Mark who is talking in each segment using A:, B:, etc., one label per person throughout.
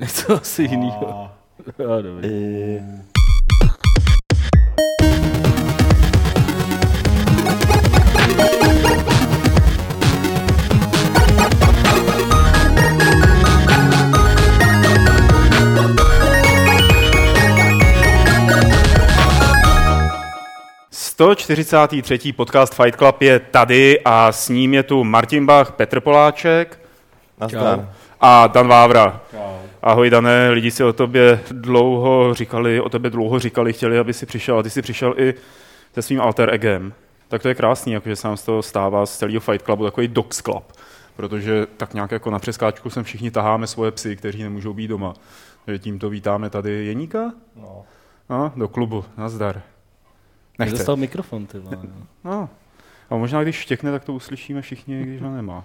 A: Něco asi jiného. No, dobrý.
B: třetí podcast Fight Club je tady a s ním je tu Martin Bach, Petr Poláček
C: Nazdar.
B: a Dan Vávra. Ahoj Dané, lidi si o tobě dlouho říkali, o tebe dlouho říkali, chtěli, aby si přišel a ty si přišel i se svým alter egem. Tak to je krásný, jakože se nám z toho stává z celého Fight Clubu takový Dogs Club, protože tak nějak jako na přeskáčku sem všichni taháme svoje psy, kteří nemůžou být doma. Takže tímto vítáme tady Jeníka
C: No.
B: no, do klubu. Nazdar.
A: Nechce. Dostal mikrofon, ty vole.
B: No. A možná když štěkne, tak to uslyšíme všichni, když ho nemá.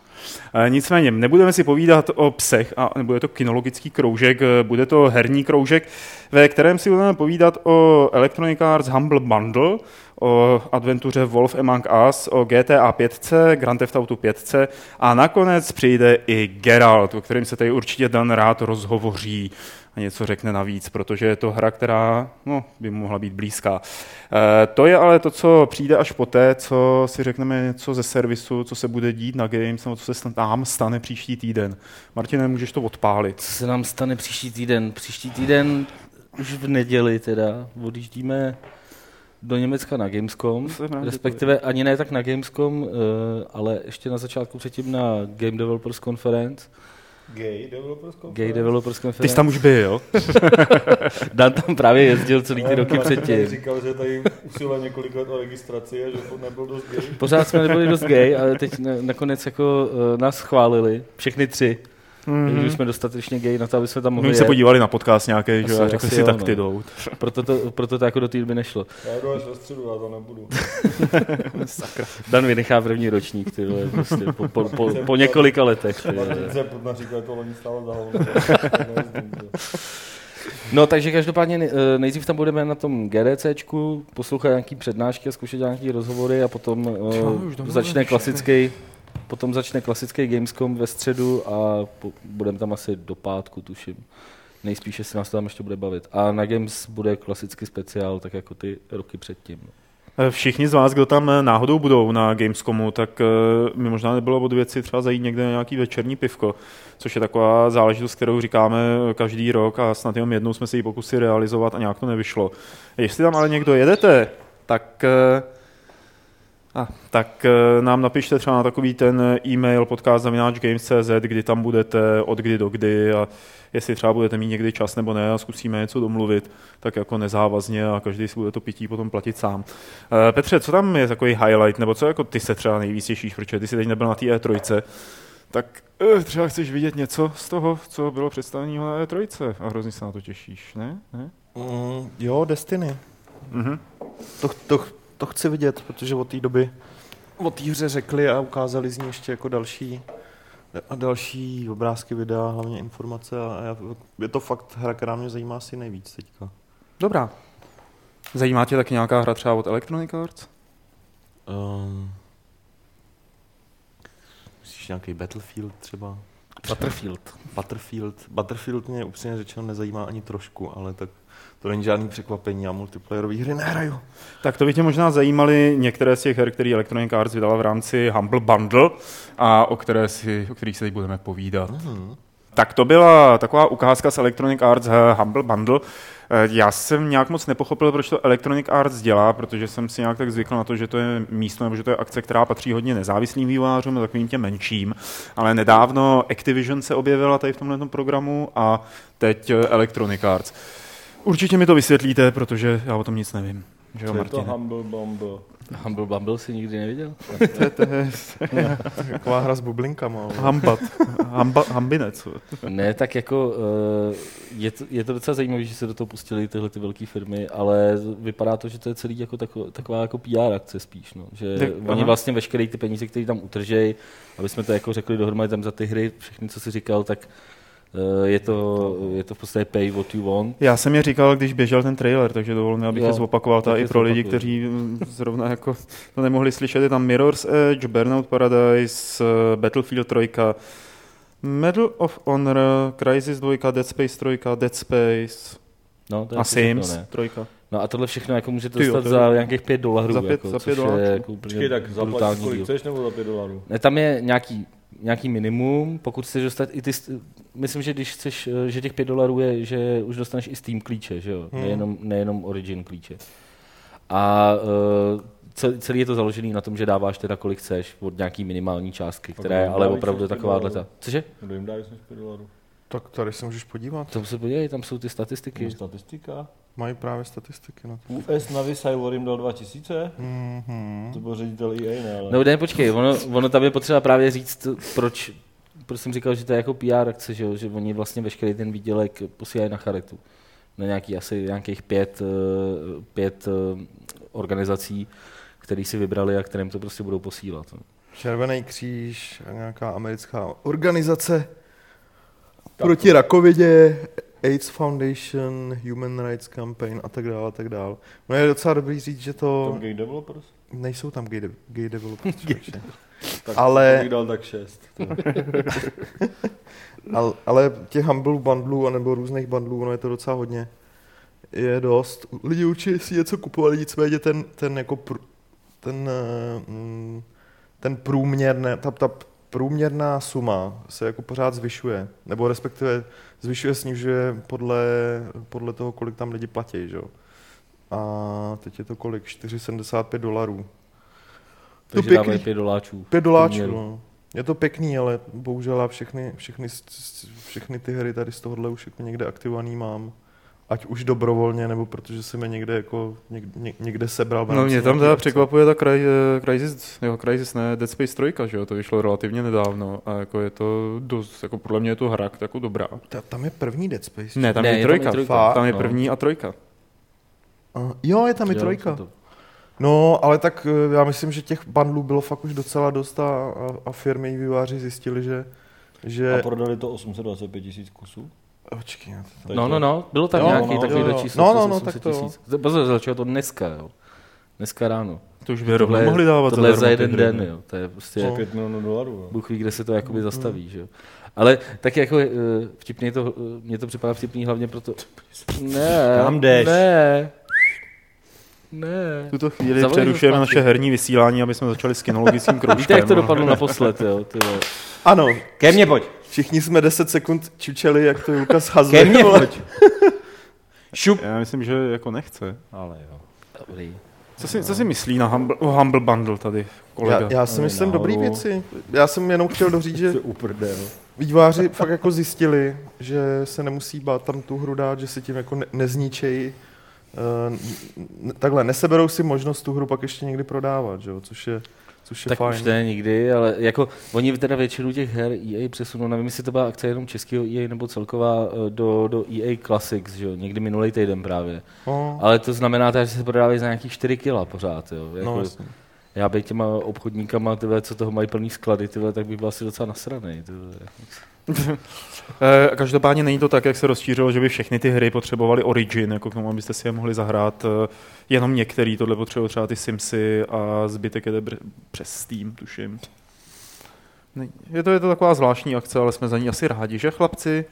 B: E, Nicméně, nebudeme si povídat o psech, a nebude to kinologický kroužek, e, bude to herní kroužek, ve kterém si budeme povídat o Electronic Arts Humble Bundle, o adventuře Wolf Among Us, o GTA 5, Grand Theft Auto 5 a nakonec přijde i Geralt, o kterém se tady určitě Dan rád rozhovoří a něco řekne navíc, protože je to hra, která no, by mu mohla být blízká. E, to je ale to, co přijde až poté, co si řekneme něco ze servisu, co se bude dít na Games, nebo co se stan- nám stane příští týden. Martine, můžeš to odpálit.
A: Co se nám stane příští týden? Příští týden, už v neděli teda, odjíždíme do Německa na Gamescom,
B: jsem rád, že to
A: respektive ani ne tak na Gamescom, eh, ale ještě na začátku předtím na Game Developers Conference,
C: Gay developers conference.
A: Gay Developers
B: Ty jsi
A: Conference.
B: tam už byl.
A: Dan tam právě jezdil celý ty roky předtím.
C: Říkal, že tady usiluje několik let o registraci a že to nebyl dost gay.
A: Pořád jsme nebyli dost gay, ale teď na- nakonec jako eh, nás chválili, všechny tři, mm-hmm. že jsme dostatečně gay na to, aby jsme tam mohli
B: My Mhm. se
A: jet.
B: podívali na podcast nějaký, že?
A: Asi-
B: A řekli
A: asi
B: si,
A: jo,
B: tak
A: no.
B: ty jdou.
A: Proto to, proto to jako do té doby nešlo.
C: Já jdu až ve středu, já to nebudu.
A: Dan vynechá první ročník, ty vole, prostě, po, po, po, po několika letech. Ty
C: Martin
A: vole.
C: se pod naříkal, to loni stálo za hovno. Nejezdím, že?
A: No, takže každopádně nej- eh, nejdřív tam budeme na tom GDCčku, poslouchat nějaký přednášky a zkoušet nějaký rozhovory a potom eh,
B: Ty vole, už domů
A: začne
B: jdeš,
A: klasický potom začne klasický Gamescom ve středu a po, budeme tam asi do pátku, tuším. Nejspíše se nás to tam ještě bude bavit. A na Games bude klasický speciál, tak jako ty roky předtím. no.
B: Eh, Všichni z vás, kdo tam eh, náhodou budou na Gamescomu, tak eh, mi možná nebylo od věci třeba zajít někde na nějaký večerní pivko, což je taková záležitost, kterou říkáme eh, každý rok a snad jenom jednou jsme se ji pokusili realizovat a nějak to nevyšlo. Jestli tam ale někdo jedete, tak eh, a, tak eh, nám napište třeba na takový ten eh, e-mail podcast.games.cz, kdy tam budete, od kdy do kdy a jestli třeba budete mít někdy čas nebo ne a zkusíme něco domluvit, tak jako nezávazně a každý si bude to pití potom platit sám. Eh, Petře, co tam je takový highlight, nebo co jako ty se třeba nejvíc těšíš, protože ty jsi teď nebyl na té E3, tak eh, třeba chceš vidět něco z toho, co bylo představeného na E3 a hrozně se na to těšíš, ne? ne?
C: Mm, jo, Destiny.
B: Mhm.
C: To, to, to chci vidět, protože od té doby o té hře řekli a ukázali z ní ještě jako další a další obrázky, videa, hlavně informace a já, je to fakt hra, která mě zajímá asi nejvíc teďka.
B: Dobrá. Zajímá tě tak nějaká hra třeba od Electronic Arts?
C: Um, myslíš nějaký Battlefield třeba?
A: Butterfield.
C: Butterfield. Butterfield mě upřímně řečeno nezajímá ani trošku, ale tak to není žádný překvapení, já multiplayerové hry nehraju.
B: Tak to by tě možná zajímaly některé z těch her, které Electronic Arts vydala v rámci Humble Bundle a o, které si, o kterých se teď budeme povídat.
C: Hmm.
B: Tak to byla taková ukázka z Electronic Arts eh, Humble Bundle. Eh, Já jsem nějak moc nepochopil, proč to Electronic Arts dělá, protože jsem si nějak tak zvykl na to, že to je místo nebo že to je akce, která patří hodně nezávislým vývojářům a takovým těm menším. Ale nedávno Activision se objevila tady v tomhle programu a teď eh, Electronic Arts. Určitě mi to vysvětlíte, protože já o tom nic nevím. Že jo, Martine?
C: Humble Bumble?
A: Humble Bumble si nikdy neviděl?
C: Taková hra s bublinkama. ale-
B: Hambat. Hamba, hambinec.
A: Ne, tak jako eh, je to, je to docela zajímavé, že se do toho pustili tyhle ty velké firmy, ale vypadá to, že to je celý jako tako, taková jako PR akce spíš, no. že
B: Tak,
A: tak,
B: aha.
A: oni vlastně veškeré ty peníze, které tam utržejí, aby jsme to jako řekli dohromady tam za ty hry, všechny, co jsi říkal, tak eh, je to, je to v podstatě pay what you want.
B: Já jsem je říkal, když běžel ten trailer, takže dovol mi, abych
A: Jo,
B: je zopakoval. Ta
A: tak
B: i
A: je
B: pro lidi,
A: zopakuj.
B: kteří mm, zrovna jako to nemohli slyšet, je tam Mirror's Edge, Burnout Paradise, eh, Battlefield 3, Medal of Honor, Crysis 2, Dead Space 3, Dead Space
A: No, to je
B: a
A: asi všechno,
B: Sims
A: ne?
B: 3.
A: No a tohle všechno jako můžete
B: Ty jo,
A: dostat
B: to je-
A: za nějakých 5 dolarů.
B: Za pět-
A: jako,
B: za
A: což
B: pět dolarů.
A: je jako úplně
D: Počkej, tak zaplatíš
A: brutální
D: kolik
A: díl.
D: chceš nebo za 5 dolarů?
A: Ne, tam je nějaký, nějaký minimum, pokud chceš dostat i ty, st- myslím, že když chceš, eh, že těch 5 dolarů je, že už dostaneš i Steam klíče, že jo,
E: Hmm.
A: nejenom, nejenom Origin klíče. A eh, cel- celý je to založený na tom, že dáváš teda kolik chceš od nějaký minimální částky,
D: Tak
A: která je
D: to
A: ale
D: dá víc
A: opravdu
D: než pět
A: takováhle ta.
D: dolarů.
A: Cože?
D: Kdo jim dá víc než 5 dolarů?
E: Tak tady se můžeš podívat.
A: Tam se podívej, tam jsou ty
D: No,
A: statistiky.
D: Statistika.
E: Mají právě statistiky na to.
D: US Navy Cyber jim dal 2000,
E: Mm-hmm.
D: to byl ředitel EA, ne? Ale...
A: No ne, počkej, ono, ono tam je potřeba právě říct, proč, proč jsem říkal, že to je jako PR akce, že, jo? že oni vlastně veškerý ten výdělek posílají na charitu. Na nějaký asi nějakých pět, eh, pět eh, organizací, který si vybrali a kterým to prostě budou posílat. no.
E: Červený kříž, a nějaká americká organizace
D: Tak.
E: proti rakovině, AIDS Foundation, Human Rights Campaign a tak dále a tak dále. No je docela dobrý říct, že to
D: Tom Gay Developers?
E: nejsou tam gay, de- gay developers, člověče.
D: Tak
E: Ale-
D: to bych dal tak 6.
E: ale, ale těch humble bundlů anebo různých bundlů, ono je to docela hodně. Je dost. Lidi určitě si něco kupovali, nicméně ten, ten jako pr, ten, eh, mm, ten průměrné, ta, ta průměrná suma se jako pořád zvyšuje, nebo respektive zvyšuje, snižuje podle, podle toho, kolik tam lidi platí, že jo. A teď je to kolik? 4,75 dolarů.
A: Takže
E: pěkný.
A: dávají pět doláčů.
E: Pět doláčů,
A: průměru.
E: no. Je to pěkný, ale bohužel já všechny, všechny, s- s- všechny ty hry tady z tohohle už jako někde aktivovaný mám. Ať už dobrovolně, nebo protože jsem je někde jako něk- něk- někde sebral. v
B: No
E: rámci
B: mě tam
E: nějaké
B: teda
E: akce.
B: překvapuje ta Cry- eh, Crysis, jo, Crysis ne, Dead Space 3, že jo, to vyšlo relativně nedávno a jako je to dost, jako podle mě je to hra jako dobrá.
E: Ta, tam je první Dead Space.
B: Ne, tam
A: Ne,
B: je,
A: je tam i
B: trojka,
A: trojka.
B: Fakt? tam je
A: No.
B: první a trojka.
E: A, jo, je tam i
A: Jo,
E: trojka.
A: jsou to-
E: No, ale tak eh, já myslím, že těch bandlů bylo fakt už docela dost a, a, a firmy i výváři zjistili, že... že
D: A prodali to 825 tisíc kusů?
E: Počkej, já to tam...
D: Takže-
A: No, no, no, bylo tam
E: Jo,
A: nějaký
D: no,
A: takovýhle
E: jo, jo.
A: číslo.
E: No,
A: přes
E: no, no,
A: 800
E: tak to jo.
A: tisíc. Pozor, začalo to dneska, jo. Dneska ráno.
B: To už by
A: Tohle
B: rovnou
A: je-
B: mohli dávat
A: Tohle je
B: zadarmo
A: za
B: ty
A: jeden
B: hry.
A: den, jo. To je prostě...
E: No.
D: 5 milionů dolarů, no.
A: Bůh ví, kde se to
E: Mhm.
A: jakoby zastaví, že jo. Ale tak jako eh, vtipně to, eh, mně to připadá vtipný hlavně proto... Ne,
D: Kam jdeš?
A: Ne, ne.
B: V tuto chvíli
A: Zavolej
B: přerušujeme
A: do
B: naše herní vysílání, aby jsme začali s kinologickým kroužkem.
A: Víte,
E: no.
A: jak to dopadlo naposled, jo? Ty, jo.
E: Ano,
D: Ke mně pojď!
E: všichni jsme 10 sekund čučeli, jak to Julka shazuje.
D: Ke mně pojď! Šup!
B: Já myslím, že jako nechce.
D: Ale jo.
A: Dobrý.
B: Co si, co si myslí na humble, o Humble Bundle tady, kolega?
E: Já, já si
D: Ale
E: myslím dobrý
D: nahoru.
E: věci. Já jsem jenom chtěl doříct, že
D: Jsi uprdel.
E: výváři fakt jako zjistili, že se nemusí bát tam tu hru dát, že si tím jako ne- nezničejí. eh, n- takhle, neseberou si možnost tu hru pak ještě někdy prodávat, že jo? což je, což je
A: Tak
E: fajn.
A: už ne nikdy, ale jako oni teda většinu těch her EA přesunou, nevím, jestli to byla akce jenom českého EA nebo celková eh, do, do EA Classics, že jo, někdy minulý týden právě.
E: No,
A: Ale to znamená, teda, že se prodávají za nějakých 4 kila pořád, jo. Jako,
E: no, jasně.
A: Já bych těma obchodníkama, tyhle, co toho mají plný sklady, tyhle, tak bych byl asi docela nasranej. Tyhle.
B: Eh, Každopádně není to tak, jak se rozšířilo, že by všechny ty hry potřebovaly Origin, jako k tomu, abyste si je mohli zahrát. eh, Jenom některý tohle potřebují třeba ty Simsy a zbytek jede br- přes Steam, tuším. Ne- Je to, je to taková zvláštní akce, ale jsme za ní asi rádi, že chlapci?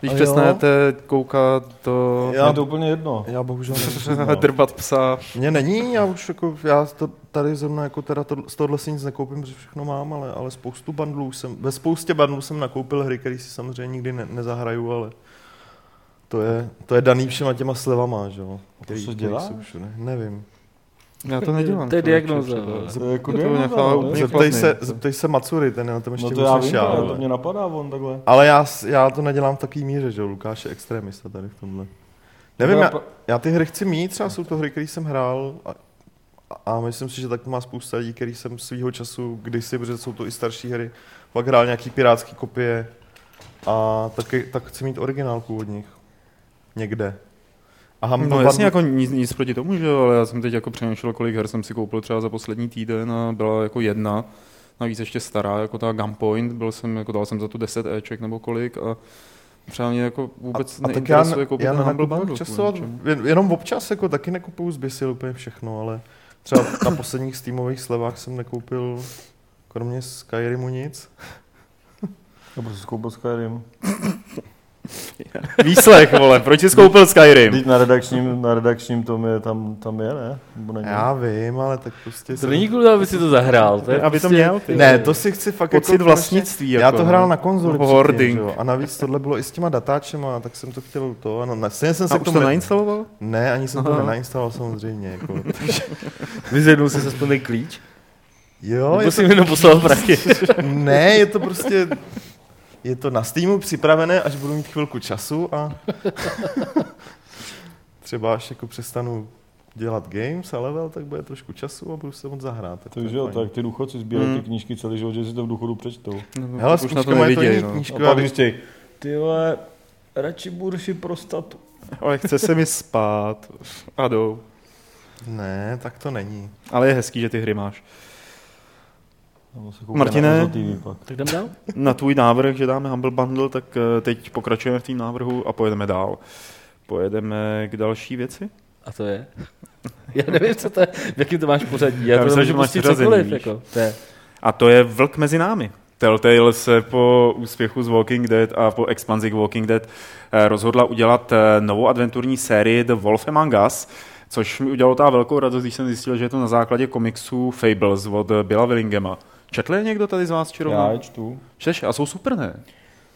B: Když
E: A jo.
B: přesnete koukat to...
E: Já-
D: Já... Je to úplně jedno.
E: Já bohužel nevím.
B: drbat psa.
E: Mně není, já už jako, já to, tady zrovna jako teda to, z tohohle si nic nekoupím, protože všechno mám, ale, ale spoustu bandlů jsem, ve spoustě bandlů jsem nakoupil hry, které si samozřejmě nikdy ne, nezahraju, ale to je, to je daný všema těma slevama, že jo.
D: co děláš?
E: všude. Nevím.
B: Já to nedělám.
A: To je
B: člověče,
A: diagnóza,
B: třeba.
A: ale.
D: To je jako
B: Je to
D: demo,
B: nějaká
D: ale-
B: úplně-
E: Zeptej
B: chladný.
E: se, zeptej se Macury, ten na tom
D: No
E: ještě
D: to já
E: hůř než
D: vím, ale to
E: ale-
D: mě napadá on takhle.
E: ale já, s- já to nedělám v taký míře, že jo, Lukáš je extremista tady v tomhle.
A: No,
E: Nevím, já,
D: Napadá-
E: já ty hry chci mít, třeba jsou to hry, které jsem hrál a, a myslím si, že tak má spousta lidí, který jsem svýho času kdysi, protože jsou to i starší hry, pak hrál nějaký pirátský kopie a taky, tak chci mít originálku od nich. Někde. A Humble
B: No
E: Bundle-
B: jasně, jako nic, nic proti tomu, že jo, ale já jsem teď jako přemýšlel, kolik her jsem si koupil třeba za poslední týden a byla jako jedna, navíc ještě stará, jako ta Gunpoint, byl jsem, jako dal jsem za tu 10 Eček nebo kolik a třeba mě jako vůbec
E: a, a tak já,
B: neinteresuje koupit
E: já
B: ten Humble
E: nenakupuju
B: Bundle.
E: často,
B: kvůli ničemu.
E: jen, jenom občas jako taky nekupuju zběsil úplně všechno, ale třeba na posledních Steamových slevách jsem nekoupil kromě Skyrimu nic.
D: Já prostě skoupil Skyrim.
B: Výslech, vole, proč jsi skoupil Skyrim?
D: Teď na redakčním, na redakčním tom je, tam, tam je, ne? Nebo není?
C: Já
B: no.
C: vím, ale tak prostě...
A: To
C: jsem-
A: není kvůli, aby si to zahrál. To je
B: Aby to
A: prostě-
B: měl, ty.
C: Ne, to si chci fakt
B: Pocit
C: jako
B: vlastnictví,
C: Jako, já
B: jako,
C: to hrál
B: no.
C: na konzoli
B: Nebo
C: předtím,
B: hoarding.
C: že jo. A navíc tohle bylo i s těma datáčema, tak jsem to chtěl to. A na, stejně jsem
B: A
C: se k
B: už to
C: tomu...
B: nainstaloval?
C: Ne, ani jsem
B: Aha.
C: to nenainstaloval samozřejmě. Jako.
A: Vyzvednul si aspoň ten klíč?
C: Jo,
A: No,
C: je
A: Nebo si mi jenom poslal prachy?
C: to, ne, je to prostě... Je to na Steamu připravené, až budu mít chvilku času a třeba až jako přestanu dělat games a level, tak bude trošku času a budu se moc zahrát. Tak to je
D: Takže jo,
C: fajn.
D: tak ty důchodci sbírají
B: Hmm.
D: ty knížky celý život, že si to v důchodu přečtou.
C: Hele,
B: už na to
C: zkuška mají to
B: neviděj,
C: jiný
B: no.
D: A
C: knížku, já
D: pak
C: bych-
D: zjistěj, ty vole, radši burši prostatu.
B: Ale chce se mi spát. A jdou.
C: Ne, tak to není.
B: Ale je hezký, že ty hry máš.
D: Nebo se koukej
B: Martine?
D: na TV pak.
A: tak jdem dál.
B: Na tvůj návrh, že dáme Humble Bundle, tak eh, teď pokračujeme v tým návrhu a pojedeme dál. Pojedeme k další věci?
A: A to je? Já nevím, co to je, v jakém to máš pořadí. Já,
B: Já
A: to
B: myslím,
A: nemůžu
B: že máš
A: pustit
B: pořazený,
A: cokoliv,
B: víš.
A: jako. To je.
B: A to je Vlk mezi námi. Telltale se po úspěchu z Walking Dead a po expanzi k Walking Dead eh, rozhodla udělat eh, novou adventurní sérii The Wolf Among Us, což mi udělalo ta velkou radost, když jsem zjistil, že je to na základě komiksu Fables od eh, Billa Willingema. Četl je někdo tady z vás
D: Já
B: čirovnou?
D: je čtu.
B: Čteš? A jsou super, ne?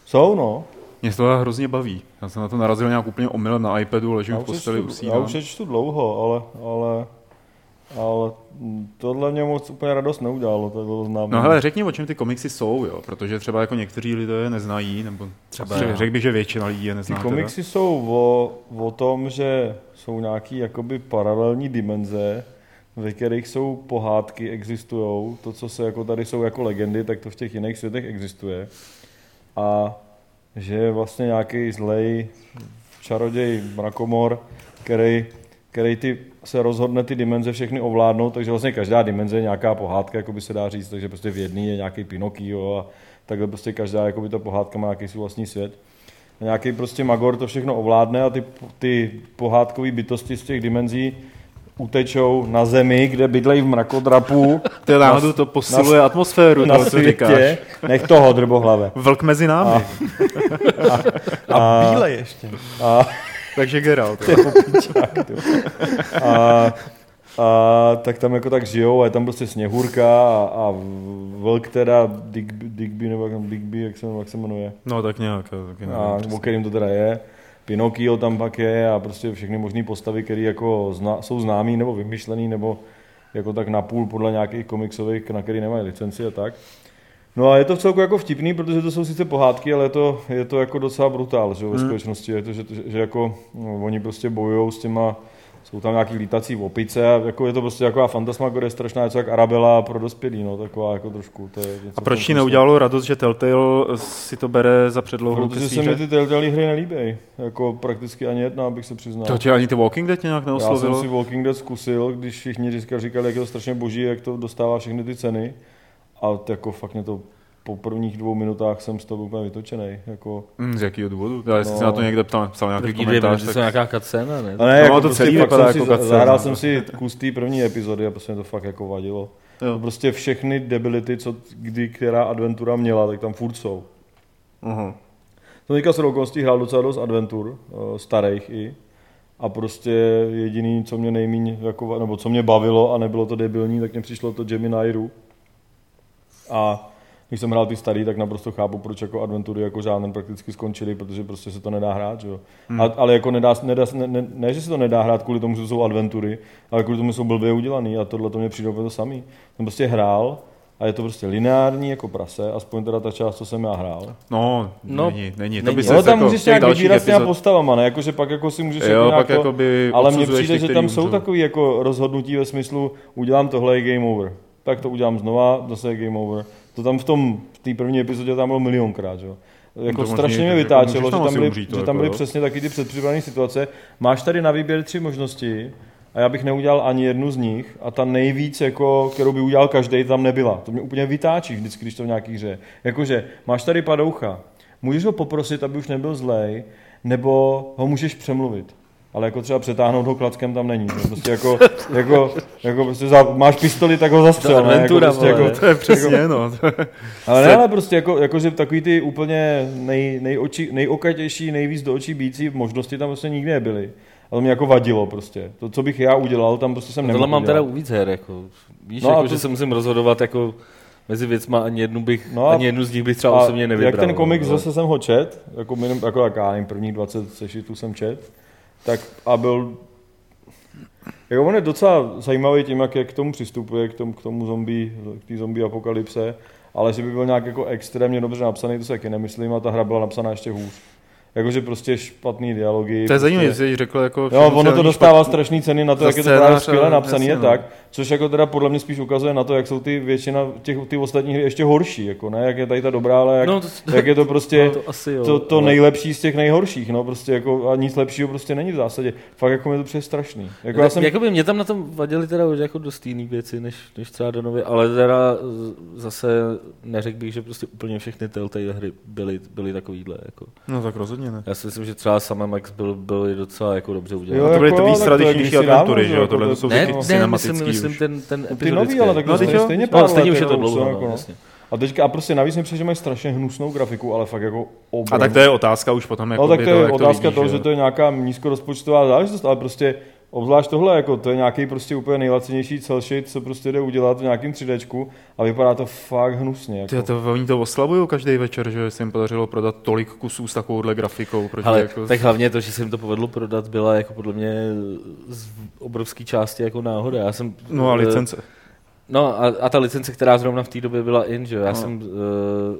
D: Jsou, no.
B: Mě to hrozně baví. Já jsem na to narazil nějak úplně omylem na iPadu, ležím
D: Já
B: v
D: už, je
B: posteli,
D: čtu, já
B: usínám.
D: už je čtu dlouho, ale, ale, ale mm, tohle mě moc úplně radost neudělalo, takhle oznámení.
B: No hele, řekni, o čem ty komiksy jsou, jo? protože třeba jako někteří lidé je neznají, nebo třeba
A: Třeba já.
B: řekl bych, že většina lidí je
D: Ty
B: nezná. teda.
D: komiksy jsou o, o tom, že jsou nějaký jakoby paralelní dimenze, ve kterých jsou pohádky, existují. To, co se jako tady jsou jako legendy, tak to v těch jiných světech existuje. A že je vlastně nějaký zlej čaroděj mrakomor, který, který ty, se rozhodne ty dimenze všechny ovládnout, takže vlastně každá dimenze je nějaká pohádka, jako by se dá říct, takže prostě v jedné je nějaký Pinokio a takhle prostě každá jakoby ta pohádka má nějaký svůj vlastní svět nějaký prostě magor to všechno ovládne a ty, ty pohádkové bytosti z těch dimenzí utečou na zemi, kde bydlejí v mrakodrapu
B: To je náhodou to posiluje atmosféru,
D: na
B: to, co říkáš.
D: světě. Nech toho, drbohlave.
B: Vlk mezi námi, a.
C: A bíle ještě.
D: A,
B: takže Geralt.
D: a, a, tak tam jako tak žijou a je tam prostě sněhurka a, a vlk teda Digby, Digby nebo jak, Digby, jak se, jak se jmenuje.
B: No tak nějak. jo, Taky nevím,
D: a,
B: přesně.
D: o kterým to teda je. Pinokio tam pak je a prostě všechny možné postavy, které jako zna, jsou známý nebo vymyšlený nebo jako tak napůl podle nějakých komiksových, na který nemají licenci a tak. No a je to v celku jako vtipný, protože to jsou sice pohádky, ale je to, je to jako docela brutál, že jo, ve
B: Hmm.
D: skutečnosti. Je to, že, že, že jako no, oni prostě bojují s těma, jsou tam nějaký lítací opice a jako je to prostě taková fantasmagorie strašná, něco jak Arabela pro dospělí, no taková jako trošku. To je něco
B: a
D: v tom
B: proč ti
D: smyslu.
B: neudělalo radost, že Telltale si to bere za předlouhou ke
D: Protože se mi
B: ty...
D: ty Telltale hry nelíbí. Jako prakticky ani jedna, abych se přiznal.
B: To tě ani ty Walking Dead tě nějak
D: Já jsem
B: neoslovilo?
D: si Walking Dead zkusil, když všichni říkali, říkali, jak je to strašně boží, jak to dostává všechny ty ceny. A t- jako fakt mě to po prvních dvou minutách jsem z toho byl úplně vytočený. Jako...
B: Hm, z jakého důvodu? Já, jestli
D: No.
B: se na to někde ptal, psal nějaký
A: První dvě
B: komentář,
A: minuty
B: tak...
A: jsou nějaká cutscena, ne?
D: A ne,
B: No,
D: jako
B: to celý
D: fakt
B: vypadá
D: jsem
B: jako
D: si,
B: cutscene.
D: zahrál jsem si kus té první epizody a prostě mě to fakt jako vadilo.
B: Jo.
D: Prostě všechny debility, co t- kdy která adventura měla, tak tam furt jsou.
B: Aha.
D: Jsem No, teďka s okolností hrál docela dost adventur, eh, starých i. A prostě jediný, co mě nejmíň, jako, nebo co mě bavilo a nebylo to debilní, tak mě přišlo to Gemini Ru. A když jsem hrál ty starý, tak naprosto chápu, proč jako adventury jako žánr prakticky skončily, protože prostě se to nedá hrát, že jo. Hmm. A, ale jako nedá, nedá ne, ne, ne, že se to nedá hrát kvůli tomu, že to jsou adventury, ale kvůli tomu že jsou blbě udělaný a tohle to mě přijde úplně to samý. Jsem prostě hrál a je to prostě lineární jako prase, aspoň teda ta část, co jsem já hrál.
B: No,
A: No,
B: není, není. To
A: není.
B: by se
D: Ale tam
B: jako
D: můžeš
B: v těch
D: nějak
B: dalších
D: vybírat s těma
B: epizod-
D: postavama, ne? Jakože pak jako si můžeš jako
B: Jo,
D: nějak
B: pak
D: to...
B: jakoby
D: Ale mně
B: odsuzuješ
D: přijde,
B: ty,
D: že
B: který
D: tam jsou
B: umřou.
D: takový jako rozhodnutí ve smyslu udělám tohle je game over. Tak to udělám znova, zase je game over. To tam v tom, v té první epizodě tam bylo milionkrát, že jo. Jako
B: to možný,
D: strašně mě
B: jako
D: vytáčelo,
B: můžeš tam
D: že tam
B: asi
D: byly,
B: umřít, to
D: že
B: jako,
D: tam byly
B: jo.
D: přesně taky ty předpřipravené situace. Máš tady na výběr tři možnosti a já bych neudělal ani jednu z nich a ta nejvíc, jako, kterou by udělal každý, tam nebyla. To mě úplně vytáčí vždycky, když to v nějaký hře. Jakože máš tady padoucha, můžeš ho poprosit, aby už nebyl zlej, nebo ho můžeš přemluvit. Ale jako třeba přetáhnout ho klackem tam není. To je Prostě jako, jako, jako prostě za, máš pistoli, tak ho zastřel.
A: To
D: ne?
A: adventura,
D: jako, prostě
A: vole.
D: jako,
B: To je přesně, no.
D: ale ne, ale prostě jako, jako že takový ty úplně nej, nejoči, nejokatější, nejvíc do očí bící možnosti tam prostě nikdy nebyly. A to mě jako vadilo prostě. To, co bych já udělal, tam prostě jsem
A: Tohle
D: nemohl
A: mám
D: udělat.
A: teda u víc her, jako, víš,
D: No
A: no
D: a
A: jako,
D: to-
A: že se musím rozhodovat jako mezi věcma, ani jednu, bych,
D: No
A: no
D: a-
A: ani jednu z nich bych třeba
D: A
A: osobně nevybral.
D: Jak ten komik
A: no, ale-
D: zase jsem ho čet, jako, minim, jako jak já nevím, prvních 20 sešitů jsem čet, tak a byl jako on je docela zajímavý tím, jak, jak k tomu přistupuje, k tomu, k tomu zombie, k té zombie apokalypse, ale že by byl nějak jako extrémně dobře napsaný, to se taky nemyslím, a ta hra byla napsaná ještě hůř. Jakože prostě špatný dialogy.
B: To je
D: prostě-
B: zajímavé, že jsi řekl jako...
D: Jo,
B: všechno
D: ono to
B: celý
D: dostává strašný ceny na to,
B: Za
D: jak je to
B: scénář,
D: právě
B: ale
D: skvěle napsaný a
B: jasně, no.
D: tak, což jako teda podle mě spíš ukazuje na to, jak jsou ty většina těch ty ostatní hry ještě horší, jako ne, jak je tady ta dobrá, ale jak,
A: No,
D: no,
A: to- No,
D: jak je to prostě
A: to asi
B: No
A: jo.
D: to, to
A: ale-
D: nejlepší z těch nejhorších, no prostě jako a nic lepšího prostě není v zásadě. Fakt jako mi to přijde strašný. Jako já jsem,
A: Jakoby mě tam na tom vadily teda už jako dost jiný věci, než, než třeba Danovi, ale teda z- zase neřekl bych, že prostě úplně všechny Telltale hry byly, byly takovýhle. Jako.
B: No tak rozhodně ne.
A: Já si myslím, že třeba sama Max byl, byl docela jako dobře udělaný.
D: Jo,
B: No, to byly
D: jako
B: ty
D: jo, tak to je
B: výstradější
D: kdysi dávno,
B: adventury,
D: že
B: že jo?
D: jako
B: Tohle
D: to-
B: to jsou
A: ne,
B: ty
A: ne, myslím,
B: cinematický
A: myslím
B: už.
A: ten, ten
D: ty nový,
A: epizodický.
D: ale tak
B: No,
D: to
B: teď
D: je
B: jo.
D: stejně
A: no,
D: pár
A: ale stejně
D: let,
A: už je to
D: jo,
A: dlouho,
D: jsou
A: no,
D: jako, no.
A: jasně.
D: A teďka, a prostě navíc mi přijde, že mají strašně hnusnou grafiku, ale fakt jako obrovskou.
B: A tak to je otázka už potom, jako
D: No tak to je otázka
B: vidíš,
D: toho,
B: jo.
D: že to je nějaká nízkorozpočtová záležitost, ale prostě obzvlášť tohle, jako to je nějaký prostě úplně nejlacinější cel shade, co prostě jde udělat v nějakém 3Dčku a vypadá to fakt hnusně. Jako.
B: Ty, to, oni to oslavují každý večer, že se jim podařilo prodat tolik kusů s takovouhle grafikou. Proti
A: Ale
B: jako...
A: tak hlavně to, že se jim to povedlo prodat, byla jako podle mě z obrovské části jako náhoda. Já jsem,
B: No a
A: eh,
B: licence.
A: No a, a ta licence, která zrovna v té době byla in, že jo? já
B: No.
A: jsem uh,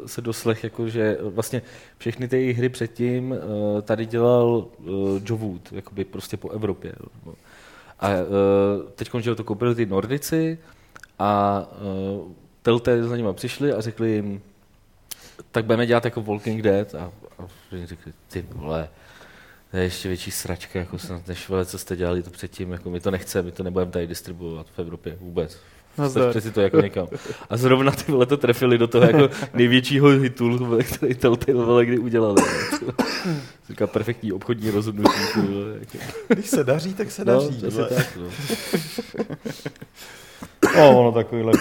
A: se doslech, jako, že vlastně všechny ty její hry předtím uh, tady dělal uh, Joe Wood, jakoby prostě po Evropě. Jo. A uh, teď, že to koupili ty Nordici a uh, Telltale za nima přišli a řekli jim, tak budeme dělat jako Walking Dead a, a oni řekli, ty vole, to je ještě větší sračka, jako snad než vole, co jste dělali to předtím, jako my to nechceme, my to nebudeme tady distribuovat v Evropě vůbec.
C: No
B: Nazdar.
A: Stačte si to jako někam. A zrovna ty vole to trefili do toho jako největšího hitu, vole, který Telltale vole kdy udělali. Říká perfektní obchodní rozhodnutí. ty vole, jako.
C: Když se daří, tak se
A: No,
C: daří.
A: asi
C: vole.
A: tak, no.
D: No, ono takovýhle.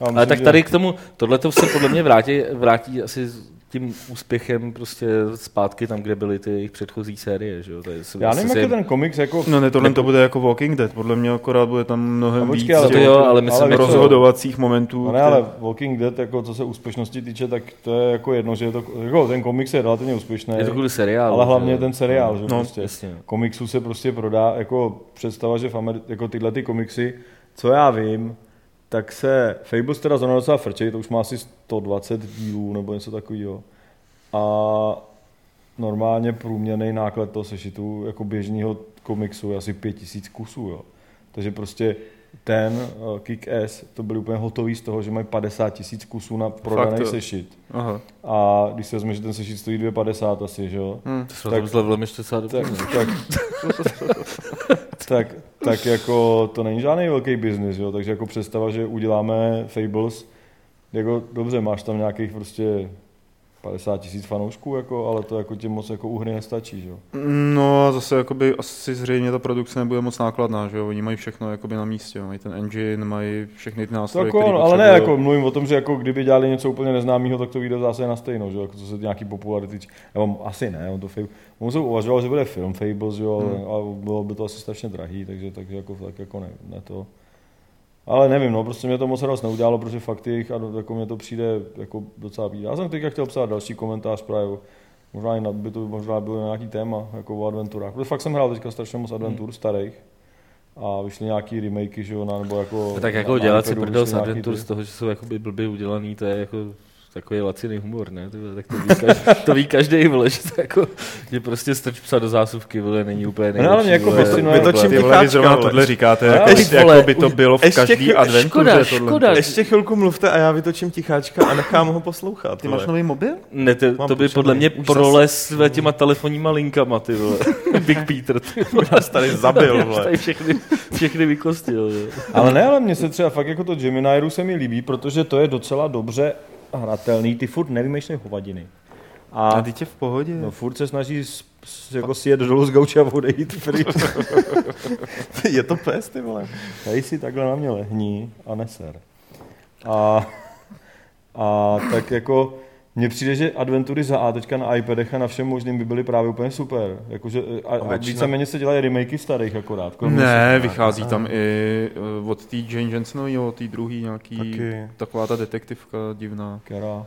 D: Já
A: Ale
D: myslím,
A: tak
D: že-
A: tady k tomu, tohle to se podle mě vrátí, vrátí asi s tím úspěchem prostě zpátky tam, kde byly ty jejich předchozí série, že jo? Tady se,
D: Já nevím,
A: se
D: jak je ten komiks, jako...
B: No ne, tohle to bude jako Walking Dead, podle mě akorát bude tam
D: A
B: mnohem víc
D: počkej, ale
A: to
B: těch
A: jo, ale myslím,
D: ale
A: jako-
D: víš co?
B: rozhodovacích momentů.
D: No ne, ale Walking Dead, jako co se úspěšnosti týče, tak to je jako jedno, že je to, jako ten komiks je relativně úspěšný,
A: Je to kvůli seriálu.
D: ale hlavně
A: že
D: je
A: jo? Hmm.
D: ten seriál, že
B: No,
D: prostě.
A: Jasně.
D: komiksů se prostě prodá, jako představa, že v Ameri- jako tyhle ty komiksy, co já vím, tak se Fables teda zrovna docela frčej, to už má asi 120 dílů nebo něco takového. A normálně průměrný náklad toho sešitu jako běžného komiksu je asi 5000 kusů. Jo. Takže prostě ten eh, Kick-Ass, to byli úplně hotový z toho, že mají 50 tisíc kusů na prodaný
B: jo.
D: sešit.
B: Aha.
D: A když se vezme, že ten sešit stojí 2,50 asi, že jo?
B: Hm.
A: To jsme
D: Tak-
A: tak, tam s levelem ještě docela dobře.
D: Tak, tak, tak, tak jako to není žádný velký biznis, jo? takže jako představa, že uděláme Fables, jako dobře, máš tam nějakých prostě 50 tisíc fanoušků, jako, ale to jako ti moc jako u hry nestačí, že? jo?
B: No a zase jakoby asi zřejmě ta produkce nebude moc nákladná, že jo? Oni mají všechno jakoby na místě, jo. mají ten engine, mají všechny ty
D: To
B: nástroje,
D: jako,
B: který
D: ono, ale ne,
B: potřebují.
D: jako mluvím o tom, že jako kdyby dělali něco úplně neznámého, tak to vyjde zase na stejno, že jo? jako co se nějaký popularity týče. Nebo asi ne, on to Fable, on se uvažoval, že bude film Fables, že jo,
B: Hmm.
D: hmm. a bylo by to asi strašně drahý, takže, takže jako, tak jako ne, ne to. Ale nevím, no, prostě mě to moc radost neudělalo, protože fakt jich, a do- jako mě to přijde jako docela být. Já jsem teďka chtěl psát další komentář právě, o- možná i na, by to možná bylo nějaký téma, jako o adventurách. Protože fakt jsem hrál teďka strašně
B: Hmm.
D: moc adventur starých a vyšly nějaký remakey, že jo, na- nebo jako...
A: tak
D: na-
A: jako
D: na
A: dělat si
D: iPadu
A: prdel
D: vyšly
A: z
D: nějaký
A: adventur
D: ty-
A: z toho, že jsou jakoby blbě udělaný, to je jako takový laciný humor, ne? To, tak to ví, každý, to ví každý, vole, že to jako, že prostě strč psa do zásuvky, vole, není úplně nejlepší.
D: ale mě jako
A: vole.
D: fascinuje-
B: Vy to
C: Vytočím
B: čím ty vole, vy
C: picháčka,
B: zrovna
C: vole.
B: tohle říkáte,
D: Ale
B: jako,
A: ještě,
B: jako
A: vole,
B: by to bylo v
C: ještě
B: každý
C: chvíli-
B: adventuře.
A: škoda,
B: tohle.
A: škoda.
C: Ještě chvilku mluvte a já vytočím ticháčka a nechám ho poslouchat.
B: Ty
C: vole.
B: máš nový mobil?
A: Ne, to,
C: Mám
A: to by
C: počítač,
A: podle mě
C: už
A: prolez zase... těma telefonníma linkama, ty vole. Big Peter, ty vole.
C: Nás tady zabil, vole.
A: Tady všechny, všechny vykostil, jo.
D: Ale ne, ale mně se třeba fakt jako to Gemini se mi líbí, protože to je docela dobře hratelný, ty furt nevymýšlej hovadiny. A
B: teď je v pohodě.
D: no, furt se snaží s, s, jako sjet dolů z gauče a odejít pryč.
C: je to pes, ty vole.
D: Tady si takhle na mě lehni a neser. A, a tak jako mně přijde, že adventury za A teďka na iPadech a na všem možným by byly právě úplně super. Jakože, a, a
B: většina-
D: víceméně se dělají remakey starých akorát. kolem
B: Ne,
D: desítky.
B: vychází tam i eh, od té Jane Jensenové, od té druhé nějaký,
C: Taky.
B: taková ta detektivka divná.
D: Kera.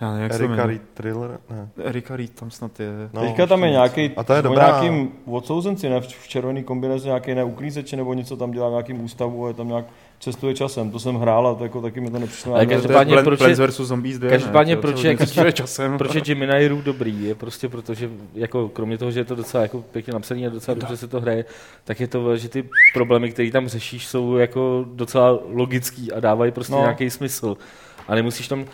B: Já nevím, jak se
C: Erika
B: jmenuje.
C: Reed Thriller, ne.
B: Erika Reed tam snad je.
C: No,
D: Teďka tam je
C: už to
D: nějaký
C: A ta je
D: o
C: dobrá.
D: nějakým odsouzenci, ne? V v červený kombinaci nějaký neuklízeče nebo něco tam dělá v nějakým ústavu a je tam nějak cestuje časem. To jsem hrál a to jako taky mi to nepřišlo.
A: Ale
D: ani-
B: To je
A: Každopádně,
B: Plan-
A: proč je-
B: Plants vs. Zombies 2, ne?
A: Každopádně,
B: To je
A: proč
B: celý
A: je-
B: ten střed časem.
A: Proč je Gemini Rue dobrý? Je prostě proto, že jako, kromě toho, že je to docela jako, pěkně napsaný a docela dobře se to hraje, tak je to, že ty problémy, které tam řešíš, jsou jako docela logický a dávají prostě
D: No.
A: no. nějaký smysl. A nemusíš tam...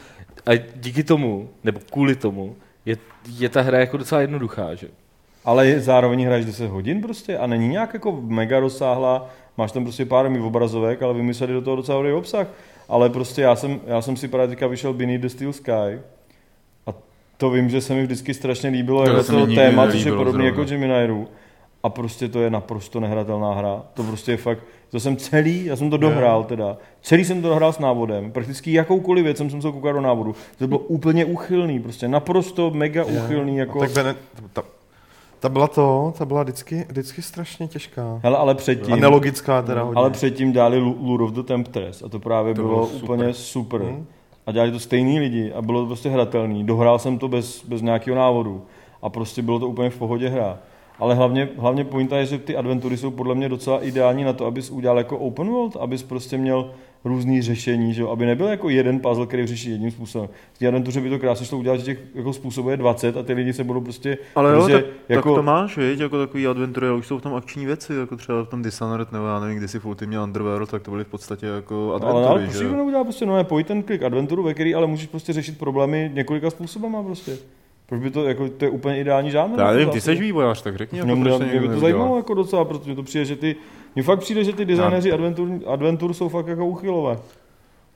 A: A díky tomu, nebo kvůli tomu, je, je ta hra jako docela jednoduchá, že?
D: Ale je, zároveň hraješ 10 hodin prostě a není nějak jako mega rozsáhlá. Máš tam prostě pár mých obrazovek, ale vymysleli do toho docela dobrý obsah. Ale prostě já jsem, já jsem si právě teďka vyšel Beneath the Steel Sky a to vím, že se mi vždycky strašně líbilo,
B: To
D: jak
B: se mi
D: to
B: nikdy
D: téma, což je
B: nelíbilo
D: podobný
B: zrovna.
D: jako Gemini Rue. A prostě to je naprosto nehratelná hra. To prostě je fakt, to jsem celý, já jsem to dohrál teda, celý jsem to dohrál s návodem, prakticky jakoukoliv věc jsem se musel koukat do návodu. To bylo úplně uchylný, prostě naprosto mega uchylný. Jako...
C: A No, Tak Bene, ta, ta, byla to, ta byla vždycky, vždycky strašně těžká.
D: Hele, ale
C: A
D: předtím,
C: nelogická
A: Hmm.
C: teda hodně.
D: ale předtím dali Lu- Lure of the Temptress a to právě to bylo,
B: bylo
D: bylo
B: super. Mhm.
D: úplně super.
C: Hmm?
D: A dělali to stejní lidi a bylo to prostě hratelný. Dohrál jsem to bez, bez nějakého návodu a prostě bylo to úplně v pohodě hra. Ale hlavně, hlavně pointa je, že ty adventury jsou podle mě docela ideální na to, abys udělal jako open world, abys prostě měl různý řešení, že jo? aby nebyl jako jeden puzzle, který řeší jedním způsobem. V té adventuře by to krásně šlo udělat, že těch jako způsobů je 20 a ty lidi se budou prostě...
B: Ale jo,
D: prostě
B: tak, jako... tak to máš, viď, jako takový adventury, ale už jsou v tom akční věci, jako třeba v tom Dishonored, nebo já nevím, kdysi v Ultimate Underworld, tak to byly v podstatě jako
D: Ale, ale
B: adventury,
D: proč
B: že?
D: to neudělá prostě nové point and click adventuru, ve který ale můžeš prostě řešit problémy několika způsobama prostě. Proč by to, jako, to je úplně ideální žánr.
B: Já
D: jako
B: nevím, ty
D: zase.
B: jsi vývojář, tak řekni, jako
D: No,
B: proč
D: mě,
B: to
D: mě
B: někdo
D: by to zajímalo jako docela, protože to přijde, že ty, mně fakt přijde, že ty designéři adventur, adventur jsou fakt jako uchylové.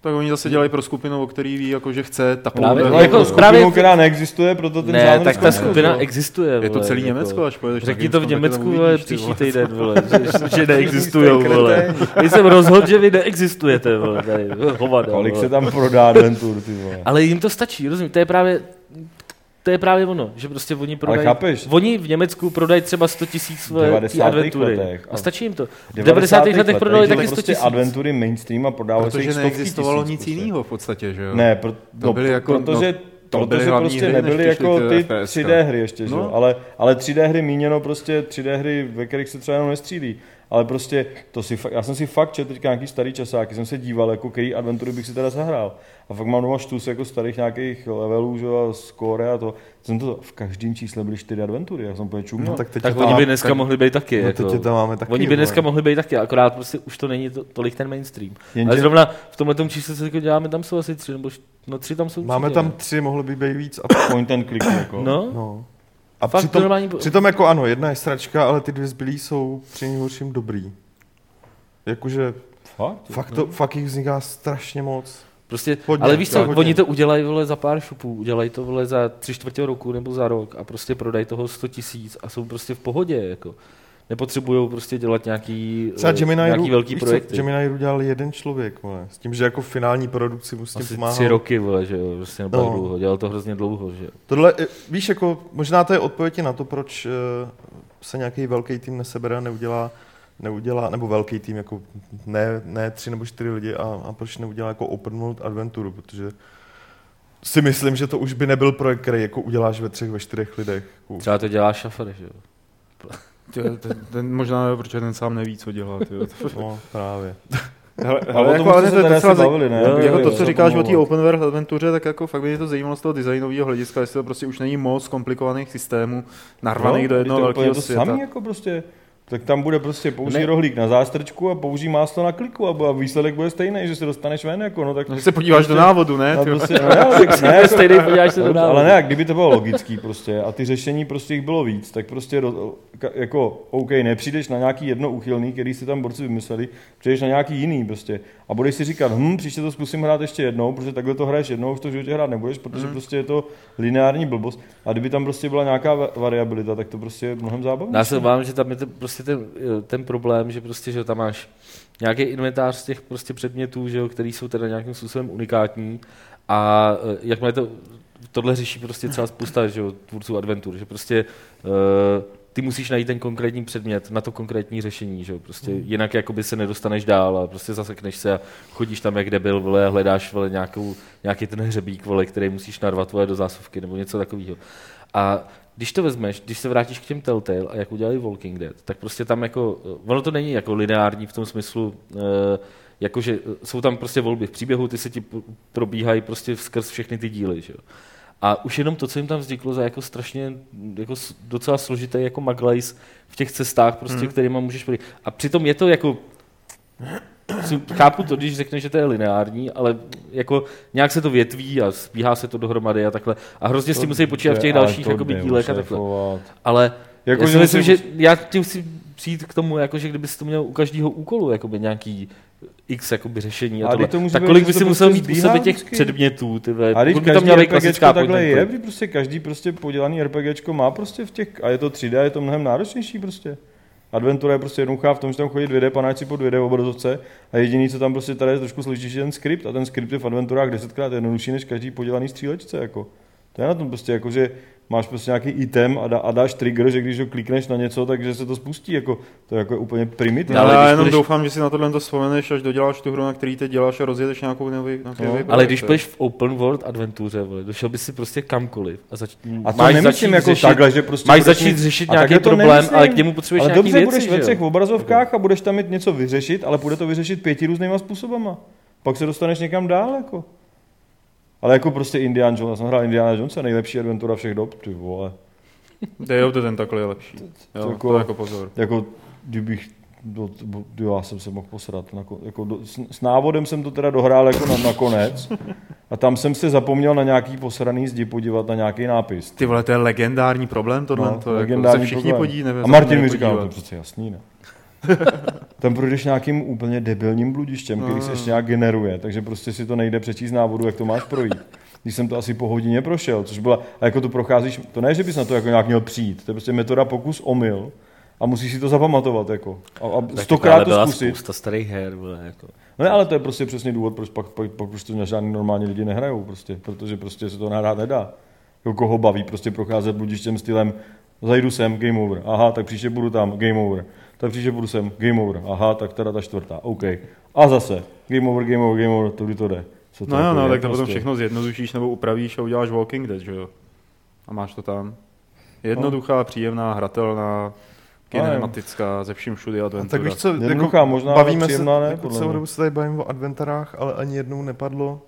B: Tak oni zase dělají pro skupinu, o který ví, jako, že chce takovou...
A: Právě-
B: hru,
A: no, jako
B: jo.
A: zprá-
D: Právě
A: Právě-
D: která neexistuje, proto ten
A: Ne,
D: žánr
A: tak ta
D: skončil,
A: skupina
D: že jo?
A: existuje.
B: je to
A: vole,
B: celý
A: jako-
B: Německo, až pojedeš na
A: Řekni to v Německu,
B: Gamescom, tak tam
A: vole,
B: uvidíš, ty
A: příští
B: vole.
A: týden, vole, že, že neexistujou, vole. Já jsem rozhodl, že vy neexistujete, vole, tady, hovada,
D: Kolik se
A: vole.
D: tam prodá adventur, ty vole.
A: Ale jim to stačí, rozumím, to je právě to je právě ono, že prostě oni prodají,
D: chápeš?
A: oni v Německu prodají třeba 100 tisíc
D: 90.
A: adventury
D: letech a-
A: a stačí jim to. V 90. letech prodali
D: žili
A: taky 100
D: prostě
A: tisíc.
D: adventury mainstream a prodávali se
B: Protože
D: jich stovky
B: neexistovalo
D: tisíc
B: nic
D: prostě.
B: jiného v podstatě, že jo?
D: Ne, pro, no,
B: byly jako-
D: jako, protože,
B: no, to
D: to
B: byly
D: protože
B: hlavní
D: prostě
B: hry, než
D: nebyly
B: přišly
D: jako
B: ty
D: ty
B: FPS.
D: 3D hry ještě, že?
B: No.
D: jo? Ale, ale 3D hry míněno prostě 3D hry, ve kterých se třeba jenom nestřílí. Ale prostě, to si, fa- já jsem si fakt četl teďka nějaký starý časáky, jsem se díval, jako který adventury bych si teda zahrál. A fakt mám doma štus jako starých nějakých levelů, že jo, a score a to. Jsem to, v každém čísle byly čtyři adventury, já jsem úplně čuměl.
C: No, tak teď
A: Tak
C: to
A: oni by
C: máme-
A: dneska
C: tak-
A: mohli být taky.
C: no,
A: jako.
C: teď je tam máme taky,
A: Oni by dneska
C: vole.
A: mohli být taky, akorát prostě už to není to, tolik ten mainstream.
D: Jenže-
A: Jenže... Ale zrovna v tomhle tom čísle, co jako děláme, tam jsou asi tři, nebo št- no tři tam jsou
C: Máme
A: určitě,
C: tam
A: ne?
C: tři, mohlo by být víc. A,
D: point and click jako.
A: No, no.
C: no. a
A: Fakt
C: přitom,
A: normální-
C: přitom jako ano, jedna je sračka, ale ty dvě zbylí jsou při nejhorším dobrý. Jakože
D: Fakt?
A: no.
C: fakt, to, fakt jich vzniká strašně moc.
A: prostě,
C: Hodně,
A: hodně, ale víš co,
C: tak hodně.
A: oni to udělají vole za pár šupů, udělají to vole za tři čtvrtě roku nebo za rok a prostě prodají toho 100 tisíc a jsou prostě v pohodě, jako. Nepotřebují prostě dělat nějaký,
C: Třeba
A: eh,
C: Gemini
A: nějaký
C: Ru,
A: velký
C: víš
A: projekty.
C: Co, Gemini Ru dělal jeden člověk, vole, s tím, že jako finální produkci mu s tím
A: asi
C: pomáhal.
A: tři roky, vole, že jo, prostě nebo
C: No.
A: no. dlouho, dělal to hrozně dlouho, že jo.
C: Tohle, eh, víš, jako možná to je odpověď i na to, proč eh, se nějaký velký tým nesebere a neudělá, neudělá nebo velký tým, jako ne, ne tři nebo čtyři lidi a, a proč neudělá jako open world adventuru, protože si myslím, že to už by nebyl projekt, který jako uděláš ve třech, ve čtyřech lidech. Jako,
A: Třeba to dělá šafer, že jo.
B: Tě- ten- Ten možná, jo, protože ten sám neví, co dělá, ty jo.
C: No, právě.
B: Hele, jako
D: Ale o tom jste se tady asi
B: docela zaj-
D: bavili, ne?
B: Jo,
D: Jo,
B: jako
D: jo,
B: to,
D: jo,
B: co
D: o tom
B: říkáš o té
D: mluvil.
B: open world adventuře, tak jako fakt by mě to zajímalo z toho designového hlediska, jestli to prostě už není moc komplikovaných systémů narvaných do
D: teď
B: jednoho
D: to je úplně
B: velkého
D: to
B: světa.
D: samý, jako prostě, tak tam bude prostě použij
A: Ne.
D: ne. rohlík na zástrčku a použij máslo na kliku a bu- a výsledek bude stejný, že se dostaneš ven, jako no tak...
B: Že se podíváš do návodu, ne?
D: No,
B: ty vole?
D: prostě, no, ne, tak ne, jako,
A: Stejný podíváš se do
D: ale,
A: návodu.
D: ale ne, jak kdyby to bylo logický prostě a ty řešení prostě jich bylo víc, tak prostě do, ka- jako OK, nepřijdeš na nějaký jedno uchylný, který si tam borci vymysleli, přijdeš na nějaký jiný prostě a budeš si říkat, hm, příště to zkusím hrát ještě jednou, protože takhle to hraješ jednou, už to v životě hrát nebudeš, protože
A: Mhm.
D: prostě je to lineární blbost a kdyby tam prostě byla nějaká va- variabilita, tak to prostě je mnohem zábavnější.
A: Já se obávám, že tam je ten, prostě ten, ten, problém, že prostě, že tam máš nějaký inventář z těch prostě předmětů, že jo, který jsou teda nějakým způsobem unikátní a eh, jakmile to, tohle řeší prostě třeba spousta že jo, tvůrců adventur, že prostě eh, ty musíš najít ten konkrétní předmět na to konkrétní řešení, že jo, prostě jinak jakoby se nedostaneš dál a prostě zasekneš se a chodíš tam jak debil, vole, a hledáš vole, nějakou, nějaký ten hřebík, vole, který musíš narvat vole, do zásuvky nebo něco takového. A když to vezmeš, když se vrátíš k těm Telltale a jak udělali Walking Dead, tak prostě tam jako, eh, ono to není jako lineární v tom smyslu, eh, jakože eh, jsou tam prostě volby v příběhu, ty se ti p- probíhají prostě skrz všechny ty díly, že jo. A už jenom to, co jim tam vzniklo za jako strašně, mm, jako s- docela složité jako maglajs v těch cestách prostě, hmm. kterýma můžeš projít. A přitom je to jako, chápu to, když řekneš, že to je lineární, ale jako nějak se to větví a spíhá se to dohromady a takhle. A hrozně s tím musí počítat v těch dalších jakoby, dílech a takhle. Ale jako,
D: Jako,
A: já si
D: že
A: myslím,
D: musí-
A: že já tím chci přijít k tomu, jako, že kdyby si to měl u každého úkolu jakoby nějaký x jakoby, řešení a,
D: A
A: tohle,
D: teď to může
A: tak
D: být,
A: kolik
D: že
A: by
D: to
A: si musel
D: prostě
A: mít u
D: zbíhá
A: sebe těch
D: vždycky.
A: předmětů, ty vole.
D: A když
A: Pokud by tam měl být klasická point
D: takhle
A: and
D: je,
A: click.
D: kdy prostě každý prostě podělaný RPGčko má prostě v těch, a je to 3D, je to mnohem náročnější prostě. Adventura je prostě jednoduchá v tom, že tam chodí 2D panáci po 2D obrazovce a jediný, co tam prostě tady je trošku složitější je ten skript a ten skript je v adventurách desetkrát jednodušší než každý podělaný střílečce jako. To je na tom prostě jako, že máš prostě nějaký item a, dá, a dáš trigger, že když ho klikneš na něco, takže se to spustí jako, to je jako úplně primitivní.
B: No,
A: ale
B: ale já
A: když
B: jenom
A: budeš-
B: doufám, že si na tohle to vzpomeneš, až doděláš tu hru, na který teď děláš a rozjedeš nějakou nový, nějaký
D: No,
B: nový
A: Ale
B: projekt,
A: když
B: jo.
A: půjdeš v open world adventuře, vole, došel bys si prostě kamkoliv a, zač...
D: A to nemyslím jako
A: řešit,
D: takhle, že prostě
A: máš
D: budeš
A: začít
D: mít-
A: řešit
D: a
A: nějaký
D: takhle to
A: problém,
D: nemyslím.
A: ale k němu potřebuješ
D: Ale
A: nějaký
D: dobře,
A: věci,
D: budeš ve
A: že
D: třech
A: jo? Jako-
D: obrazovkách a budeš tam mít něco vyřešit, ale bude to vyřešit pěti různýma způsobama. Pak se dostaneš někam dál, jako. Ale jako prostě Indiana Jones, já jsem hrál Indiana Jonesa, nejlepší adventura všech dob, ty vole.
B: Day of the Tentacle je lepší. Jo,
D: jako-
B: to jako pozor.
D: Jako, kdybych, do, bo- jo, já jsem se mohl posrat. Na, ko- jako do, s, s, návodem jsem to teda dohrál jako na, na konec. A tam jsem se zapomněl na nějaký posraný zdi podívat na nějaký nápis.
B: Ty vole, to je legendární problém tohle,
D: No,
B: to jako se
D: legendární
B: všichni
D: problém.
B: podí, nevím.
D: A Martin mi říkal, to je přece jasný, ne? Tam projdeš nějakým úplně debilním bludištěm, který se ještě nějak generuje, takže prostě si to nejde přečíst z návodu, jak to máš projít. Když jsem to asi po hodině prošel, což byla, a jako to procházíš, to ne, že bys na to jako nějak měl přijít, to je prostě metoda pokus omyl a musíš si to zapamatovat, jako. A, a
A: Tak jako
D: stokrát
A: ale
D: to
A: byla
D: zkusit.
A: spousta starých her, vole, jako.
D: No ne, ale to je prostě přesně důvod, proč pak, pak, pak už to na žádný normální lidi nehrajou, prostě, protože prostě se to nahrát nedá. Jako koho baví prostě procházet bludištěm stylem, zajdu sem, game over, aha, tak příště budu tam, game over, tak příště budu sem, game over, aha, tak teda ta čtvrtá, OK. A zase, game over, game over, game over, to kdy to jde. Co
B: No jo,
D: jako
B: no,
D: je
B: tak to potom všechno zjednodušíš nebo upravíš a uděláš Walking Dead, že jo? A máš to tam.
D: No.
B: Jednoduchá, příjemná, hratelná, kinematická, ze vším všudy
C: A
B: adventura.
C: tak víš co,
D: Jednoduchá,
C: jako,
D: možná, ale
C: bavíme
D: příjemná
C: se,
D: ne,
C: jako
D: podle
C: celou
D: mě.
C: dobu se tady bavíme o adventarách, ale ani jednou nepadlo,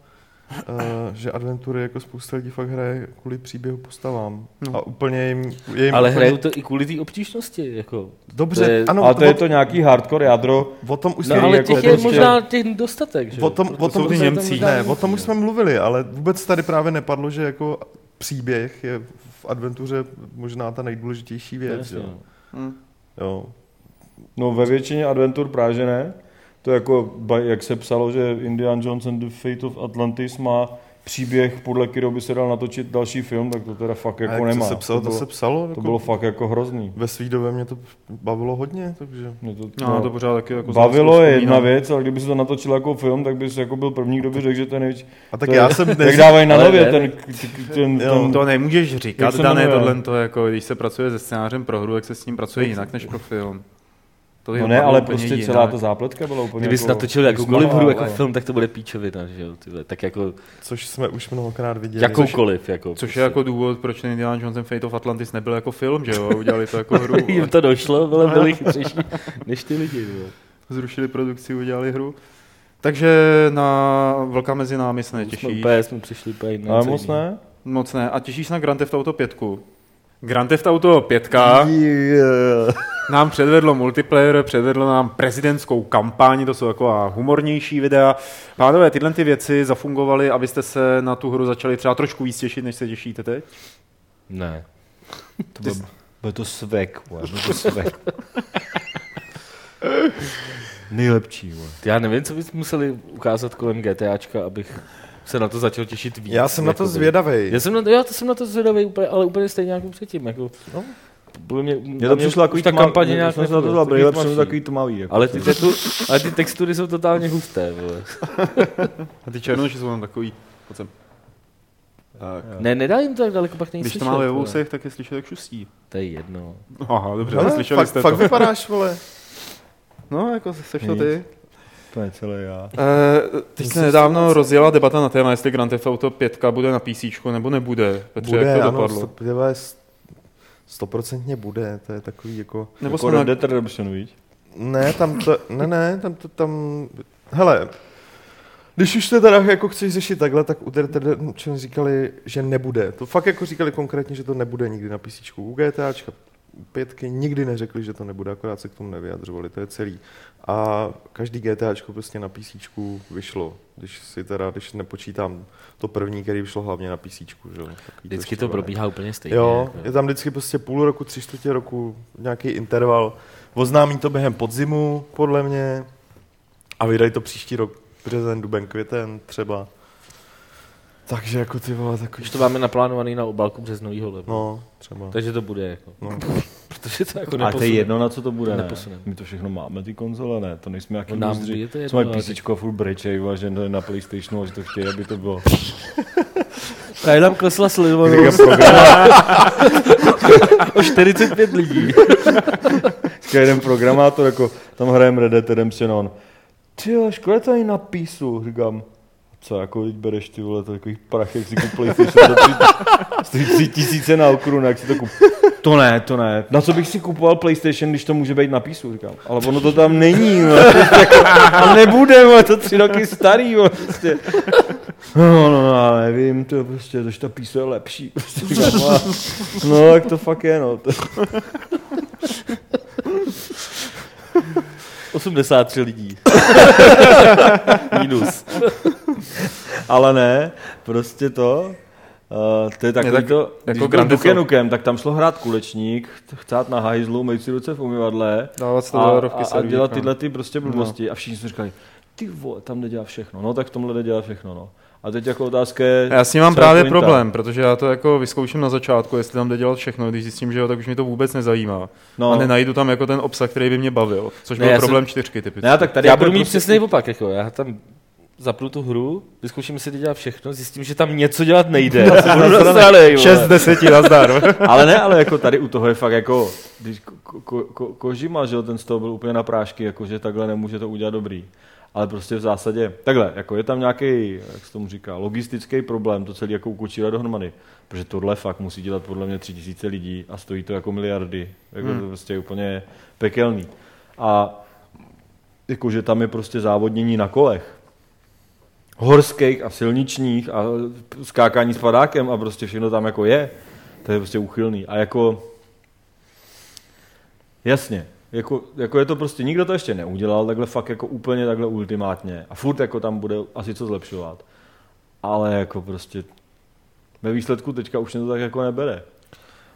C: uh, že adventury jako spousta lidí fakt hraje kvůli příběhu postavám.
B: No.
C: No. A úplně jim... je jim
A: Ale
C: úplně-
A: hrajou to i kvůli té obtížnosti, jako.
C: Dobře,
A: to je-
D: No,
C: ano,
D: ale to je
C: o-
D: to nějaký hardcore jádro,
C: O tom už
A: No,
D: který
A: ale
D: jako
A: těch je
D: prostě-
A: možná těch dostatek, že? jo?
C: O tom-
A: To-
C: o
A: to
C: tom
A: jsou
B: ty
A: možná-
B: Němci.
A: možná-
C: Ne, o tom už jsme mluvili, ale vůbec tady právě nepadlo, že jako příběh je v adventuře možná ta nejdůležitější věc.
A: Jasně,
C: Jo.
A: no.
C: Jo.
D: No ve většině adventur právě ne. To je jako, ba- jak se psalo, že Indiana Jones and the Fate of Atlantis má příběh, podle kterého by se dal natočit další film, tak to teda fakt
C: A
D: jako
C: jak to
D: nemá.
C: se psalo, to,
D: bylo,
C: se psalo.
D: to bylo fakt jako hrozný.
C: Ve svý době mě to bavilo hodně, takže...
D: Mě to,
B: No, to pořád taky jako
D: Bavilo
B: zase
D: je jedna
B: vzpomínám.
D: věc, ale kdyby se to natočilo jako film, tak bys jako byl první, kdo by řekl, že to je největší.
C: A tak
D: To
C: já
D: je-
C: jsem
D: Jak
C: dnes...
D: dávají na
A: Ale
D: nově
A: ne.
D: ten, k- k- ten,
C: Jo,
D: ten,
B: To nemůžeš říkat,
D: Jak se
B: dané
D: jmenuje?
B: tohle, to jako, když se pracuje se scénářem pro hru, jak se s ním pracuje jinak než pro film. To je
D: no ne,
B: opravdu
D: ale
B: úplně
D: prostě
B: jinak.
D: celá ta zápletka byla úplně
A: Kdyby jsi
D: jako-
A: natočil jakoukoliv hru jako
B: ale-
A: film, tak to bude píčovina, že jo? ty vole. Tak jako
C: Což jsme už mnohokrát viděli.
A: jakoukoliv. Jako,
B: Což je jako důvod, proč ten Indiana Jones and Fate of Atlantis nebyl jako film, že jo? Udělali to jako hru.
A: Jim
B: vole.
A: to došlo, ale byli chytřejší než ty lidi. vole.
B: Zrušili produkci, udělali hru. Takže na Vlka mezi námi se
A: Jsme
B: netěší.
A: úplně, jsme přišli úplně jinak.
D: Ale moc ne.
B: Moc ne. A těšíš se na Grand Theft Auto 5? Grand Theft Auto 5.
C: Yeah.
B: nám předvedlo multiplayer, předvedlo nám prezidentskou kampaň, to jsou taková humornější videa. Pánové, tyhle ty věci zafungovaly, abyste se na tu hru začali třeba trošku víc těšit, než se těšíte teď?
A: Ne.
F: To byl, byl to svek, vole, byl to svek. Nejlepší, vole.
A: Já nevím, co bys museli ukázat kolem GTAčka, abych se na to začal těšit víc.
E: Já jsem na to
A: jakoby.
E: zvědavej.
A: Já jsem na to, já to jsem na to zvědavý, úplně, ale úplně stejně jako předtím. Jako, no. Podle mě,
D: Mně to přišlo takový
A: ta
D: tmavý,
A: kampaně
D: mně
A: nějak
D: to přišlo to
A: nefunguje,
D: byla
A: takový
D: brýle, přišlo
A: tmavší.
D: to takový tmavý. Jako.
A: ale ty, textu, ale ty textury jsou totálně husté, vole.
B: A ty černoši jsou tam takový. Pojď sem.
A: Ne, nedá jim to tak daleko, pak není
B: Když to
A: slyšet,
B: má ve
A: vole.
B: vousech, tak je slyšet jak šustí.
A: To je jedno.
B: Aha, dobře, ale
E: Ale
B: slyšeli
E: fakt,
B: jste
E: fakt
B: to.
E: vypadáš, vole.
B: No, jako seš to ty.
F: To je celé já.
B: Uh, teď se nedávno rozjela debata na téma, jestli Grand Theft Auto 5 bude na PC nebo nebude. Petře,
E: Bude,
B: jak to
E: ano,
B: dopadlo?
E: sto- tyhle, s- stoprocentně bude, to je takový jako...
B: Nebo
D: Jako
B: jsme na...
D: Red Dead Redemption, víš?
E: Ne, tam to, ne, ne, tam to, tam, hele, když už to teda jako chceš řešit takhle, tak u Dead Redemption říkali, že nebude. To fakt jako říkali konkrétně, že to nebude nikdy na PC. U GTAčka pětky nikdy neřekli, že to nebude, akorát se k tomu nevyjadřovali, to je celý. A každý GTAčko prostě na PC vyšlo, když si teda, když nepočítám to první, který vyšlo hlavně na PC, že jo. takový prostě
A: Vždycky
E: ještě
A: to
E: ne.
A: probíhá úplně stejně.
E: Jo,
A: jako.
E: je tam vždycky prostě půl roku, tři čtvrtě roku, nějaký interval. Oznámí to během podzimu, podle mě, a vydají to příští rok, březen, duben, květen třeba. Takže jako ty vole, takový...
A: Když to máme naplánovaný na obálku březnovýho levu.
E: No, třeba.
A: Takže to bude jako.
E: No.
A: Protože to jako
D: A to je
A: neposune.
D: jedno, na co to bude, ne?
A: Neposunem.
D: My to všechno máme, ty konzole, ne? To nejsme nějaký
A: No, nám
D: lůzři.
A: je to jedno,
D: Co mají
A: ale-
D: PC a furt brečej, a že na Playstationu a že to chtějí, aby to bylo.
A: Tady nám klesla sledovanost o 45 lidí.
D: Říká jeden programátor, jako tam hrajeme Red Dead Redemption a on. Ty jo, škoda to ani na písu, říkám. Co, jako teď bereš ty vole, to takových prach, jak si koupili PlayStation za tři- stojí tři tisíce na okrun, jak si to kup. To ne, to ne. Na co bych si kupoval PlayStation, když to může být na písu, říkám. Ale ono to tam není, vole. A nebude, vole, to tři roky starý, vole, prostě. No, no, no, ale nevím, to je prostě, tož ta písu je lepší. Prostě, říkám, "Vole, no, jak to fakt je, no. To,
A: 83 lidí.
D: Minus. Ale ne, prostě to. Uh, to je takový
B: tak
D: tak, to,
B: jako
D: když jako byl
B: Grand Theft
D: Duke
B: Auto.
D: Nukem, tak tam šlo hrát kulečník, ch- chcát na hajzlu, mít si ruce v umyvadle
B: Dávat si to
D: a,
B: do rovky
D: a, a
B: servíru,
D: dělat
B: no.
D: tyhle ty prostě blbosti. A všichni jsme říkali, ty vole, tam jde dělat všechno. No tak v tomhle jde dělat všechno, no. A teď jako otázka je...
B: Já s ním mám
D: co je
B: právě
D: pointa.
B: problém, protože já to jako vyzkouším na začátku, jestli tam jde dělat všechno, když zjistím, že jo, tak už mi to vůbec nezajímá. No.
D: No.
B: A nenajdu tam jako ten obsah, který by mě bavil, což
A: Ne,
B: byl
A: já
B: problém čtyřky typicky.
D: Ne, a tak tady
A: Já
D: jako
A: budu
D: je
A: mít
D: prostě-
A: přesný opak, jako já tam zapnu tu hru, vyzkouším si dělat všechno, zjistím, že tam něco dělat nejde.
D: No.
A: Já se budu nasranej, vole.
B: 6 z 10, nazdar.
D: Ale ne, ale jako tady u toho je fakt jako, když ko, ko, ko, Kožima, že jo, ten z toho byl úplně na prášky, jako že takhle nemůže to udělat dobrý. Ale prostě v zásadě, takhle, jako je tam nějaký, jak se tomu říká, logistický problém, to celé jako ukočírat dohromady. Protože tohle fakt musí dělat podle mě tři tisíce lidí a stojí to jako miliardy. Jako hmm. to prostě je úplně pekelný. A jakože tam je prostě závodnění na kolech horských a silničních a skákání s padákem a prostě všechno tam jako je. To je prostě uchylný. A jako, jasně, jako, jako je to prostě, nikdo to ještě neudělal, takhle fakt jako úplně takhle ultimátně. A furt jako tam bude asi co zlepšovat. Ale jako prostě, ve výsledku teďka už mě to tak jako nebere.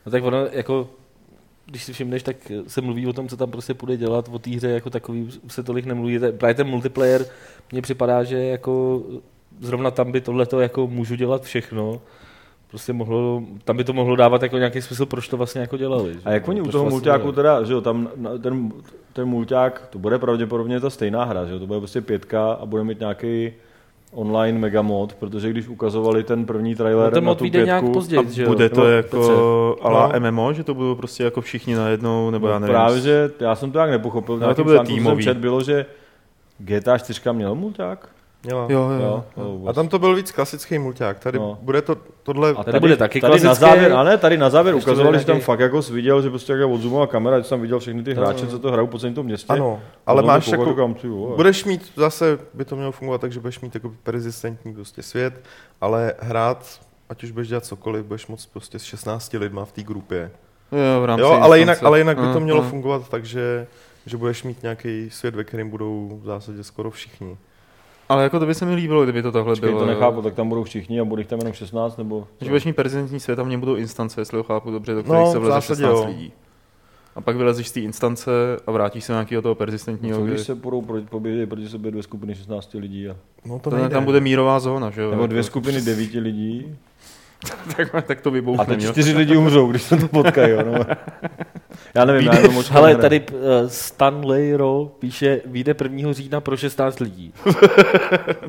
A: No tak ono, jako, když si všimneš, tak se mluví o tom, co tam prostě půjde dělat, o té hře jako takový se tolik nemluví. Te- Právě ten multiplayer mně připadá, že jako zrovna tam by tohleto jako můžu dělat všechno. Prostě mohlo, tam by to mohlo dávat jako nějaký smysl, proč to vlastně jako dělali. že?
D: A jak oni u
A: Proč
D: toho
A: vlastně
D: mulťáku
A: dělali?
D: teda, že jo, tam na- ten, ten mulťák, to bude pravděpodobně ta stejná hra, že jo, to bude prostě pětka a bude mít nějaký online megamod, protože když ukazovali ten první trailer
A: No ten
D: na
A: mod
D: tu
A: vyjde
D: pětku,
A: nějak později, že jo?
B: Bude to
A: No,
B: jako ala MMO, že to budou prostě jako všichni najednou, nebo já
D: no,
B: nevím.
D: právě, že já jsem to jak nepochopil, v
B: to
D: nějakém
B: bude
D: článku, co jsem
B: týmový.
D: čet, bylo, že GTA 4 měl mulťák,
E: Jo.
B: Jo, jo.
D: jo,
B: jo.
E: A tam to byl víc klasický mulťák, tady
D: No.
E: no. bude to tohle...
D: A
A: tady bude taky klasický.
D: na závěr, a ne, tady na závěr
A: Ještě
D: ukazovali,
A: bude
D: že tam
A: nějaký-
D: fakt jako jsi viděl, že prostě jak odzumovala kamera, že jsem viděl všechny ty hráče, co to hrajou po celém tom městě.
E: Ano, ale
D: no,
E: máš jako...
D: Kam, ty, vole.
E: Budeš mít, zase by to mělo fungovat tak, že budeš mít takový persistentní prostě svět, ale hrát, ať už budeš dělat cokoliv, budeš moc prostě s 16 lidma v té grupě.
B: Jo, v rámci
E: Jo, ale jinak,
B: instance.
E: ale jinak by to
B: Mm,
E: mělo
B: mm.
E: fungovat tak, že, že budeš mít nějaký svět, ve kterém budou v zásadě skoro všichni.
B: Ale jako to by se mi líbilo, kdyby to takhle
D: Počkej,
B: bylo.
D: to
B: jo.
D: nechápu, tak tam budou všichni a bude jich tam jenom 16 nebo...
B: Že budeš mít prezidentní svět a v něm budou instance, jestli ho chápu dobře, do
E: No,
B: kterých se
E: v
B: vleze
E: zásadě
B: 16
E: jo.
B: lidí. A pak vylezeš z té instance a vrátíš se na nějakého toho persistentního,
D: No, Co
B: kdy-
D: když se budou pro, poběžet proti sobě dvě skupiny 16 lidí a...
E: No to,
B: to
E: to nejde.
B: tam bude mírová zóna, že jo?
D: Nebo
B: Jako-
D: dvě skupiny 9 lidí
B: tak, tak to
D: a
B: vybouchne,
D: teď
B: jo?
D: čtyři lidi umřou, když se to potkají, jo, no. Já nevím, já jenom moc
A: Hele, tady uh, Stanley Roll píše, vyjde 1. října pro 16 lidí. no,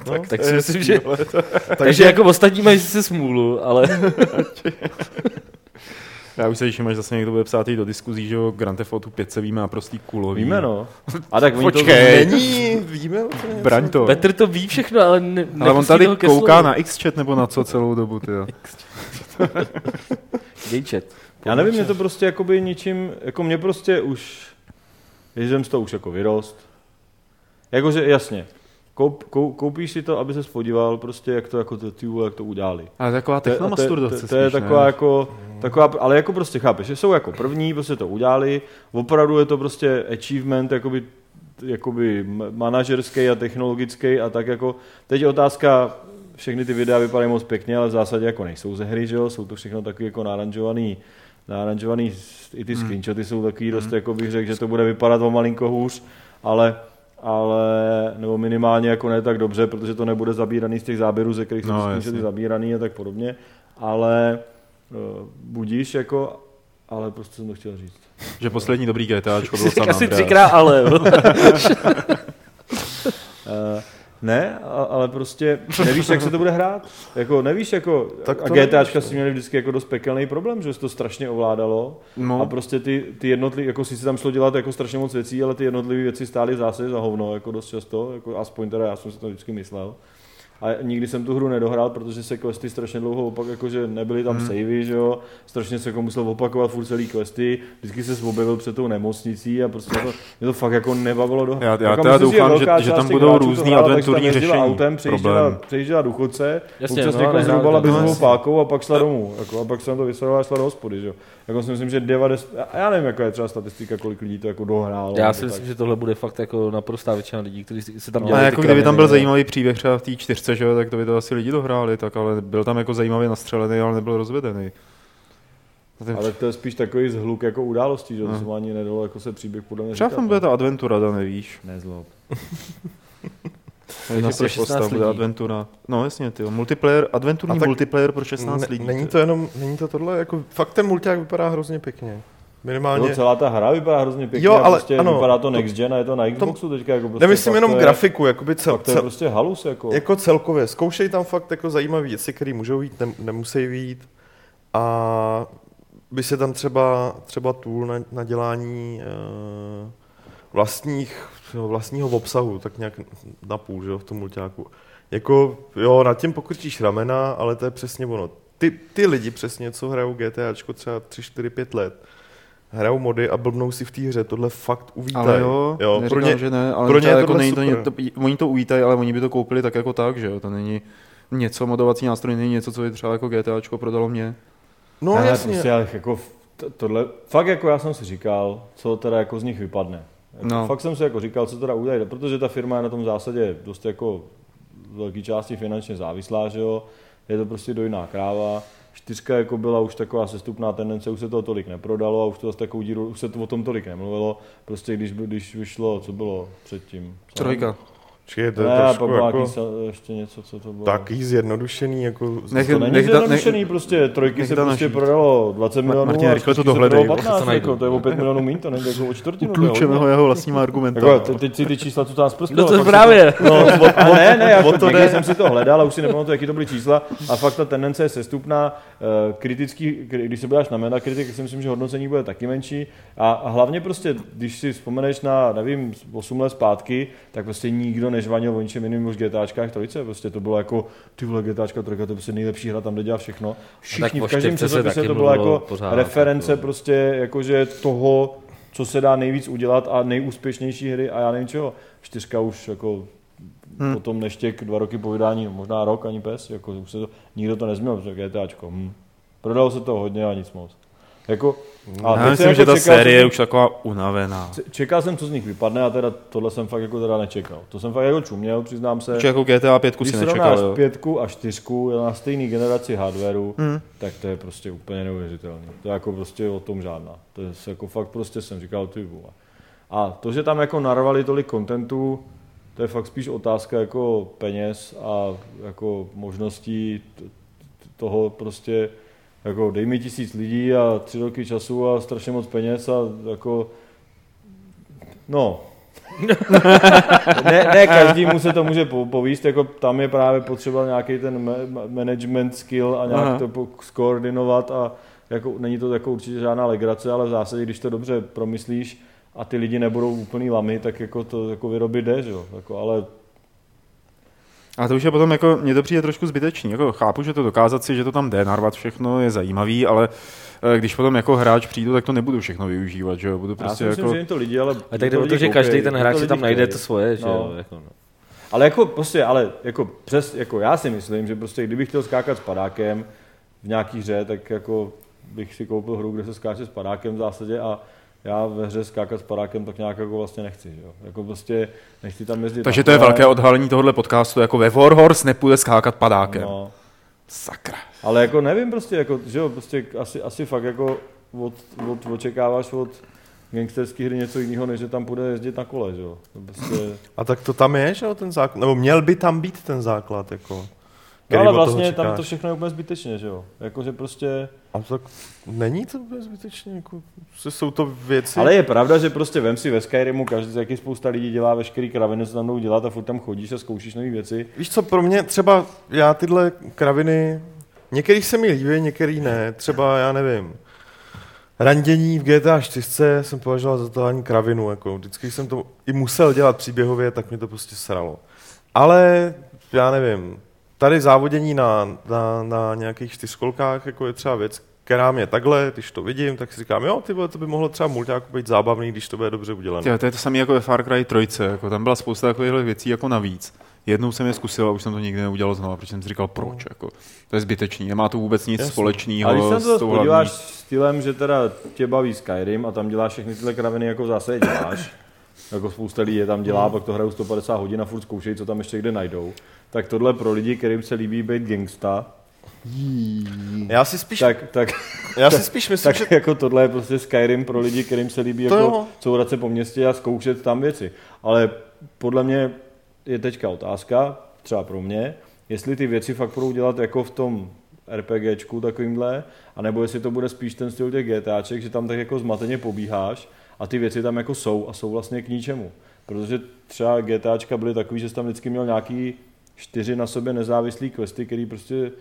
A: tak, tak si myslím, že... Takže jako ostatní mají si smůlu, ale
B: Já už se těším, až zase někdo bude psát i do diskuzí, že jo, Grand Theft Auto 5 se víme a prostý kulový.
D: Víme, no. A tak oni to...
B: Počkej,
E: Není, víme o tom něco?
B: braň to.
A: Petr to ví všechno, ale ne,
B: Ale on
A: nepustí
B: tady
A: toho ke
B: kouká
A: slovu.
B: na Xchat nebo na co celou dobu, ty jo.
A: Dějčet.
D: Já nevím, mě to prostě jakoby ničím, jako mě prostě už, že jsem z toho už jako vyrost. Jakože jasně, Koup, kou, koupíš si to, aby se podíval prostě, jak to jako ty, ty vole, jak to udělali.
B: Ale taková
D: To je- a to je-
B: technomasturbace
D: to- To je
B: spíš, ne?
D: taková jako, taková, ale jako prostě chápeš, že jsou jako první, prostě to udělali, opravdu je to prostě achievement, jakoby, jakoby ma- manažerský a technologický a tak jako, teď je otázka, všechny ty videa vypadají moc pěkně, ale v zásadě jako nejsou ze hry, že jo, jsou to všechno takový jako naranžovaný, naranžovaný, s- i ty screenshoty jsou takový dost, jako bych řekl, že to bude vypadat o malinko hůř, ale ale, nebo minimálně jako ne tak dobře, protože to nebude zabíraný z těch záběrů, ze kterých
B: No,
D: jsou screenshoty
B: jasně.
D: zabíraný a tak podobně, ale eh, budíš jako, ale prostě jsem to chtěl říct.
B: Že poslední dobrý GTAčko bylo San
A: Tak asi
B: Andreas.
A: třikrát ale. jo.
D: Eh, Ne, a- ale prostě nevíš, jak se to bude hrát. Jako nevíš, jako,
E: Tak
D: tak a
E: to
D: GTAčka si měli vždycky jako dost pekelný problém, že se to strašně ovládalo
B: No.
D: a prostě ty, ty jednotlivé, jako si tam šlo dělat jako strašně moc věcí, ale ty jednotlivé věci stály v zásadě za hovno, jako dost často, jako aspoň teda já jsem si to vždycky myslel. A nikdy jsem tu hru nedohrál, protože se questy strašně dlouho opak, jakože nebyly
B: Mhm.
D: tam savey, že jo, strašně se jako musel opakovat furt celý questy, vždycky se objevil před tou nemocnicí a prostě to, mě to fakt jako nebavilo dohrát.
B: Já- já
D: Jako
B: teda
D: myslím si, že
B: doufám, že-
D: velká
B: že tam
D: část těch
B: budou
D: hráčů to
B: různý
D: hrála, tak
B: adventurní
D: tam jezdila
B: řešení.
D: Autem přejížděla,
B: Problém.
D: přejížděla duchce,
A: Jasně,
D: občas
A: no,
D: někoho
A: nehrála
D: zhrubala
A: to, no,
D: bezmovou
A: jasně.
D: pákou a pak šla domů. Jako, a pak se na to vysadila a šla do hospody, že jo. Jako si myslím, že 90, a já nevím, jaká je třeba statistika, kolik lidí to jako dohrálo.
A: Já
D: nebo
A: si
D: tak.
A: myslím, že tohle bude fakt jako naprostá většina lidí, kteří si- se tam
B: No,
A: dělají. ty
B: jako kdyby tam
A: kraviny,
B: byl
A: ale-
B: zajímavý příběh třeba v té čtyřce, že jo, tak to by to asi lidi dohráli, tak ale byl tam jako zajímavě nastřelený, ale nebyl rozvedený. A ten-
D: Ale to je spíš takový zhluk jako událostí, že jo, to
A: No.
D: se mu ani nedalo, jako se příběh podle mě
B: Třeba
D: říkat,
B: tam
D: no.
B: bude ta adventura, ta nevíš.
D: Nezlob.
B: Jedna
A: pro
B: pro
A: 16
B: postav bude
A: lidí.
B: adventura. No jasně, ty multiplayer,
E: A
B: adventurní
E: tak
B: multiplayer pro 16 lidí.
E: Není
B: ty.
E: to jenom, není to tohle, jako fakt ten mulťák vypadá hrozně pěkně. Minimálně,
D: Jo, celá ta hra vypadá hrozně pěkně,
E: Jo,
D: jo,
E: ale
D: ale prostě
E: ano.
D: vypadá to next gen a je to na Xboxu teďka. Jako prostě
E: nemyslím
D: fakt
E: jenom
D: to je,
E: grafiku, jakoby cel,
D: Fakt to je
E: cel,
D: prostě halus, jako.
E: jako celkově. Zkoušej tam fakt jako zajímavé věci, které můžou jít, ne, nemusí jít. A by se tam třeba, třeba tool na, na dělání eh, vlastních, no, vlastního obsahu, tak nějak na půl, že jo, v tom mulťáku. Jako, jo, nad tím pokrčíš ramena, ale to je přesně ono. Ty, ty lidi přesně, co hrajou GTAčko třeba 3, 4, 5 let, hrajou mody a blbnou si v té hře, tohle fakt uvítají.
B: Ale jo, jo
E: pro
B: neříkám,
E: ně,
B: že ne, ale
E: pro
B: pro
E: ně je
B: jako
E: tohle
B: není to, ně, to,
E: super.
B: oni to uvítají, ale oni by to koupili tak jako tak, že jo, to není něco, modovací nástroj není něco, co by třeba jako GTAčko prodalo mě.
E: no
D: Ale
E: jasně,
D: Prostě, ale jako, v- to- tohle, fakt jako já jsem si říkal, co teda jako z nich vypadne. Jako,
B: No.
D: no. Fakt jsem si jako říkal, co teda udělají, protože ta firma je na tom v zásadě dost jako z velké části finančně závislá, že jo. Je to prostě dojná kráva. Čtyřka jako byla už taková sestupná tendence, už se toho tolik neprodalo a už to zase takovou díru, už se to o tom tolik nemluvilo. Prostě když, by- když vyšlo, co bylo předtím?
B: Trojka.
E: Čekaj, to
D: Ne,
E: je
D: pak
E: trošku
D: bylo
E: jako...
D: jako... ještě něco, co to bylo.
E: Takový zjednodušený, jako...
B: Nech-
D: To není
B: nech-
D: zjednodušený, prostě trojky
B: nech
D: se
B: to
D: prostě
B: našít.
D: prodalo 20 milionů
B: Martin,
D: a
B: rychle to
D: čtyřky se
B: dohledej,
D: prodalo
B: jo.
D: 15, to,
A: najdu.
D: jako, to je o 5 milionů míň, to není jako o čtvrtinu. to je
B: Utlučeme
D: hodně.
B: ho jeho vlastníma argumentem.
D: Jako, te- teď si ty čísla, co tam zprskl.
A: No to právě.
D: No, a ne, ne, jako to někde jsem si to hledal a už si nepamatuju, jaký to byly čísla. A fakt ta tendence je sestupná. eh, Kritický, kri- když se budeš na Metacritic, tak si myslím, že hodnocení bude taky menší. A, a hlavně prostě, když si vzpomeneš na, nevím, 8 let zpátky, tak prostě nikdo nežvanil o ničem jiným už GTAčkách trojice. Prostě to bylo jako, ty vole GTAčka trojka, to je prostě nejlepší hra, tam jde dělat všechno. Všichni
A: po
D: v každém
A: čtyřce se
D: časopise
A: taky
D: to byla
A: mluvilo
D: jako
A: pořád,
D: reference
A: jako.
D: prostě jakože toho, co se dá nejvíc udělat a nejúspěšnější hry a já nevím čeho. Čtyřka už jako hmm. potom neštěk dva roky po vydání, možná rok ani pes, jako už se to, nikdo to nezměnil, protože GTAčko. Hm. Prodalo se to hodně a nic moc. Jako,
B: Já
D: A teď
B: myslím,
D: jsem
B: že
D: jako
B: ta
D: čekal,
B: série je
D: jsem-
B: už taková unavená.
D: Č- Čekal jsem, co z nich vypadne a teda tohle jsem fakt jako teda nečekal. To jsem fakt jako čuměl, přiznám se.
B: Určitě jako GTA 5
D: Když
B: si
D: srovnáš
B: nečekal, jo.
D: pětku a čtyřku na stejný generaci hardwareu, hmm. tak to je prostě úplně neuvěřitelný. To je jako prostě o tom žádná. To je jako fakt prostě jsem říkal ty vole. A to, že tam jako narvali tolik kontentu, to je fakt spíš otázka jako peněz a jako možností t- t- toho prostě jako dej mi tisíc lidí a tři roky času a strašně moc peněz a jako no, ne, ne každému se to může po, povíst, jako tam je právě potřeba nějaký ten ma- management skill a nějak
B: Aha.
D: Aha. to po- skoordinovat a jako, není to jako určitě žádná legrace, ale v zásadě, když to dobře promyslíš a ty lidi nebudou úplný lamy, tak jako to jako vyrobit jde, že jo? Jako, ale
B: A to už je potom jako, mně to přijde trošku zbytečný. Jako, chápu, že to dokázat si, že to tam jde narvat všechno, je zajímavý, ale eh, když potom jako hráč přijdu, tak to nebudu všechno využívat, že jo? Budu
D: já si
B: prostě
D: myslím,
B: jako...
D: že jim to lidi, ale...
A: A tak jde o to,
D: lidi
A: že
D: koukej,
A: každý ten
D: to
A: hráč si
D: lidi
A: tam najde
D: chtějí.
A: to svoje, že
D: No.
A: jo. Jako, no.
D: Ale jako prostě, ale jako přes, jako já si myslím, že prostě kdybych chtěl skákat s padákem v nějaký hře, tak jako bych si koupil hru, kde se skáče s padákem v zásadě a já ve hře skákat s padákem tak nějak jako vlastně nechci, že jo? Jako prostě nechci tam jezdit.
B: Takže
D: na
B: to je
D: kole.
B: velké odhalení tohohle podcastu, jako ve Warhorse nepůjde skákat padákem. No.
D: No,
B: Sakra.
D: ale jako nevím prostě, jako, že jo, prostě asi, asi fakt jako od, od, očekáváš od gangsterské hry něco jiného, než že tam bude jezdit na kole, že jo? To Prostě...
E: A tak to tam je, že jo, ten základ, nebo měl by tam být ten základ, jako.
D: No,
E: který
D: ale
E: od toho
D: vlastně tam
E: čekáš.
D: to všechno je úplně zbytečně, že jo? Jakože prostě...
E: A tak není to úplně zbytečně, jako, že jsou to věci.
D: Ale je pravda, že prostě vem si ve Skyrimu, každý, jaký spousta lidí dělá veškerý kraviny, co tam jdou dělat a furt tam chodíš a zkoušíš nové věci.
E: Víš co, pro mě třeba já tyhle kraviny, některých se mi líbí, některý ne. Třeba, já nevím, randění v GTA 4 jsem považoval za totální kravinu. Jako. Vždycky jsem to i musel dělat příběhově, tak mě to prostě sralo. Ale, já nevím, tady závodění na, na, na nějakých čtyřkolkách jako je třeba věc, která mě takhle, když to vidím, tak si říkám, jo, ty vole, to by mohlo třeba mulťáku být zábavný, když to bude dobře udělané.
B: Tě, to je to samé jako ve Far Cry 3, jako tam byla spousta takových věcí jako navíc. Jednou jsem je zkusil a už jsem to nikdy neudělal znovu, protože jsem si říkal, proč. Jako. To je zbytečný, nemá to vůbec nic
E: Jasně.
D: A když
B: společného
D: se
B: s
D: to
B: tou
D: podíváš
B: hlavní.
D: stylem, že teda tě baví Skyrim a tam děláš všechny tyhle kraviny, jako v zásadě děláš, jako spousta lidí je tam dělá, pak to hrajou 150 hodin a furt zkoušejí, co tam ještě kde najdou. Tak tohle pro lidi, kterým se líbí být gangsta,
E: Já si spíš,
D: tak, tak,
E: já si spíš myslím, že
D: tak jako tohle je prostě Skyrim pro lidi, kterým se líbí
E: To
D: jako
E: jo.
D: courat se po městě a zkoušet tam věci. Ale podle mě je teďka otázka, třeba pro mě, jestli ty věci fakt budou dělat jako v tom RPGčku takovýmhle, anebo jestli to bude spíš ten styl těch GTAček, že tam tak jako zmateně pobíháš a ty věci tam jako jsou a jsou vlastně k ničemu. Protože třeba GTAčka byly takový, že jsi tam vždycky měl nějaký čtyři na sobě nezávislý questy, který prostě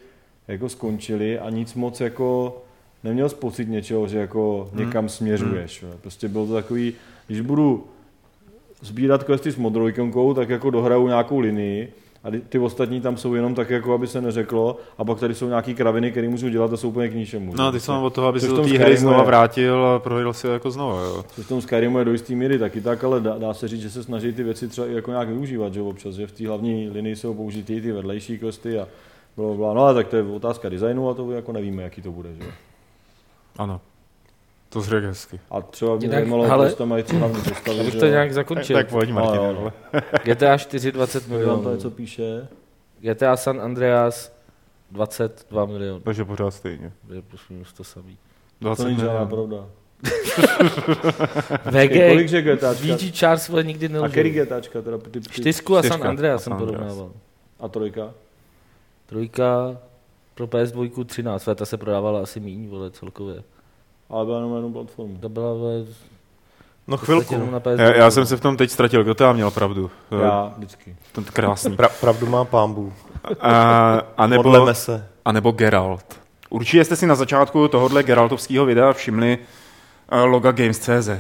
D: jako skončili a nic moc jako neměl jsi pocit něčeho, že jako
B: Hmm.
D: někam směřuješ. jo. Prostě bylo to takový, když budu sbírat questy s modrou ikonkou, tak jako dohraju nějakou linii a ty- ty ostatní tam jsou jenom tak, jako aby se neřeklo a pak tady jsou nějaký kraviny, které můžu dělat a jsou úplně k ničemu.
B: No,
D: že?
B: a ty jsem od toho, aby
D: Což
B: se
D: v
B: do
D: tom
B: té hry
D: Skyrimu
B: znova
D: je.
B: vrátil a prohledal si ho jako znova. Jo.
D: Což Prostě v tom Skyrimu je do jistý míry taky tak, ale dá, dá se říct, že se snaží ty věci třeba i jako nějak využívat, že jo, občas, že v té hlavní linii jsou použitý ty vedlejší questy a bla, bla, no ale tak to je otázka designu a to jako nevíme, jaký to bude, že jo.
B: Ano. To zřejmě hezky.
D: A třeba mě
A: Jinak,
D: zajímalo,
A: ale-
D: proč tam mají tři hlavní postavy,
A: Abych
D: že
A: to
D: jo.
A: nějak zakončil.
B: Tak pojď,
D: No,
B: Martin.
D: jo,
B: vole.
A: GTA 4 20
D: Podívám tady,
A: milionů.
D: co No, píše.
A: GTA San Andreas 22 milionů.
B: Takže pořád stejně.
A: To je plus minus to samý.
B: 20
D: To není žádná
B: milionů.
D: pravda. Počkej,
A: VG,
D: Kolik že GTAčka?
A: VG Charles vole nikdy
D: A který
A: nelžil.
D: GTAčka teda? Ty, ty,
A: Čtyřku a San
B: Čtyřka
A: Andreas
B: a
A: jsem
B: San Andreas.
A: porovnával.
D: A trojka?
A: Trojka pro PS2 13, vole, ta se prodávala asi míň, vole, celkově.
D: Ale byla jenom na jednu platformu.
A: To byla vole, v
E: no
A: podstatě
E: chvilku.
A: jenom na PS2.
B: Já, já, jsem se v tom teď ztratil, kdo tam měl pravdu.
D: Já vždycky.
B: To je krásný.
E: Pra, pravdu má pámbu.
B: A, a, nebo, no,
E: Modleme se.
B: a nebo Geralt. Určitě jste si na začátku tohohle Geraltovského videa všimli eh, loga Games.cz.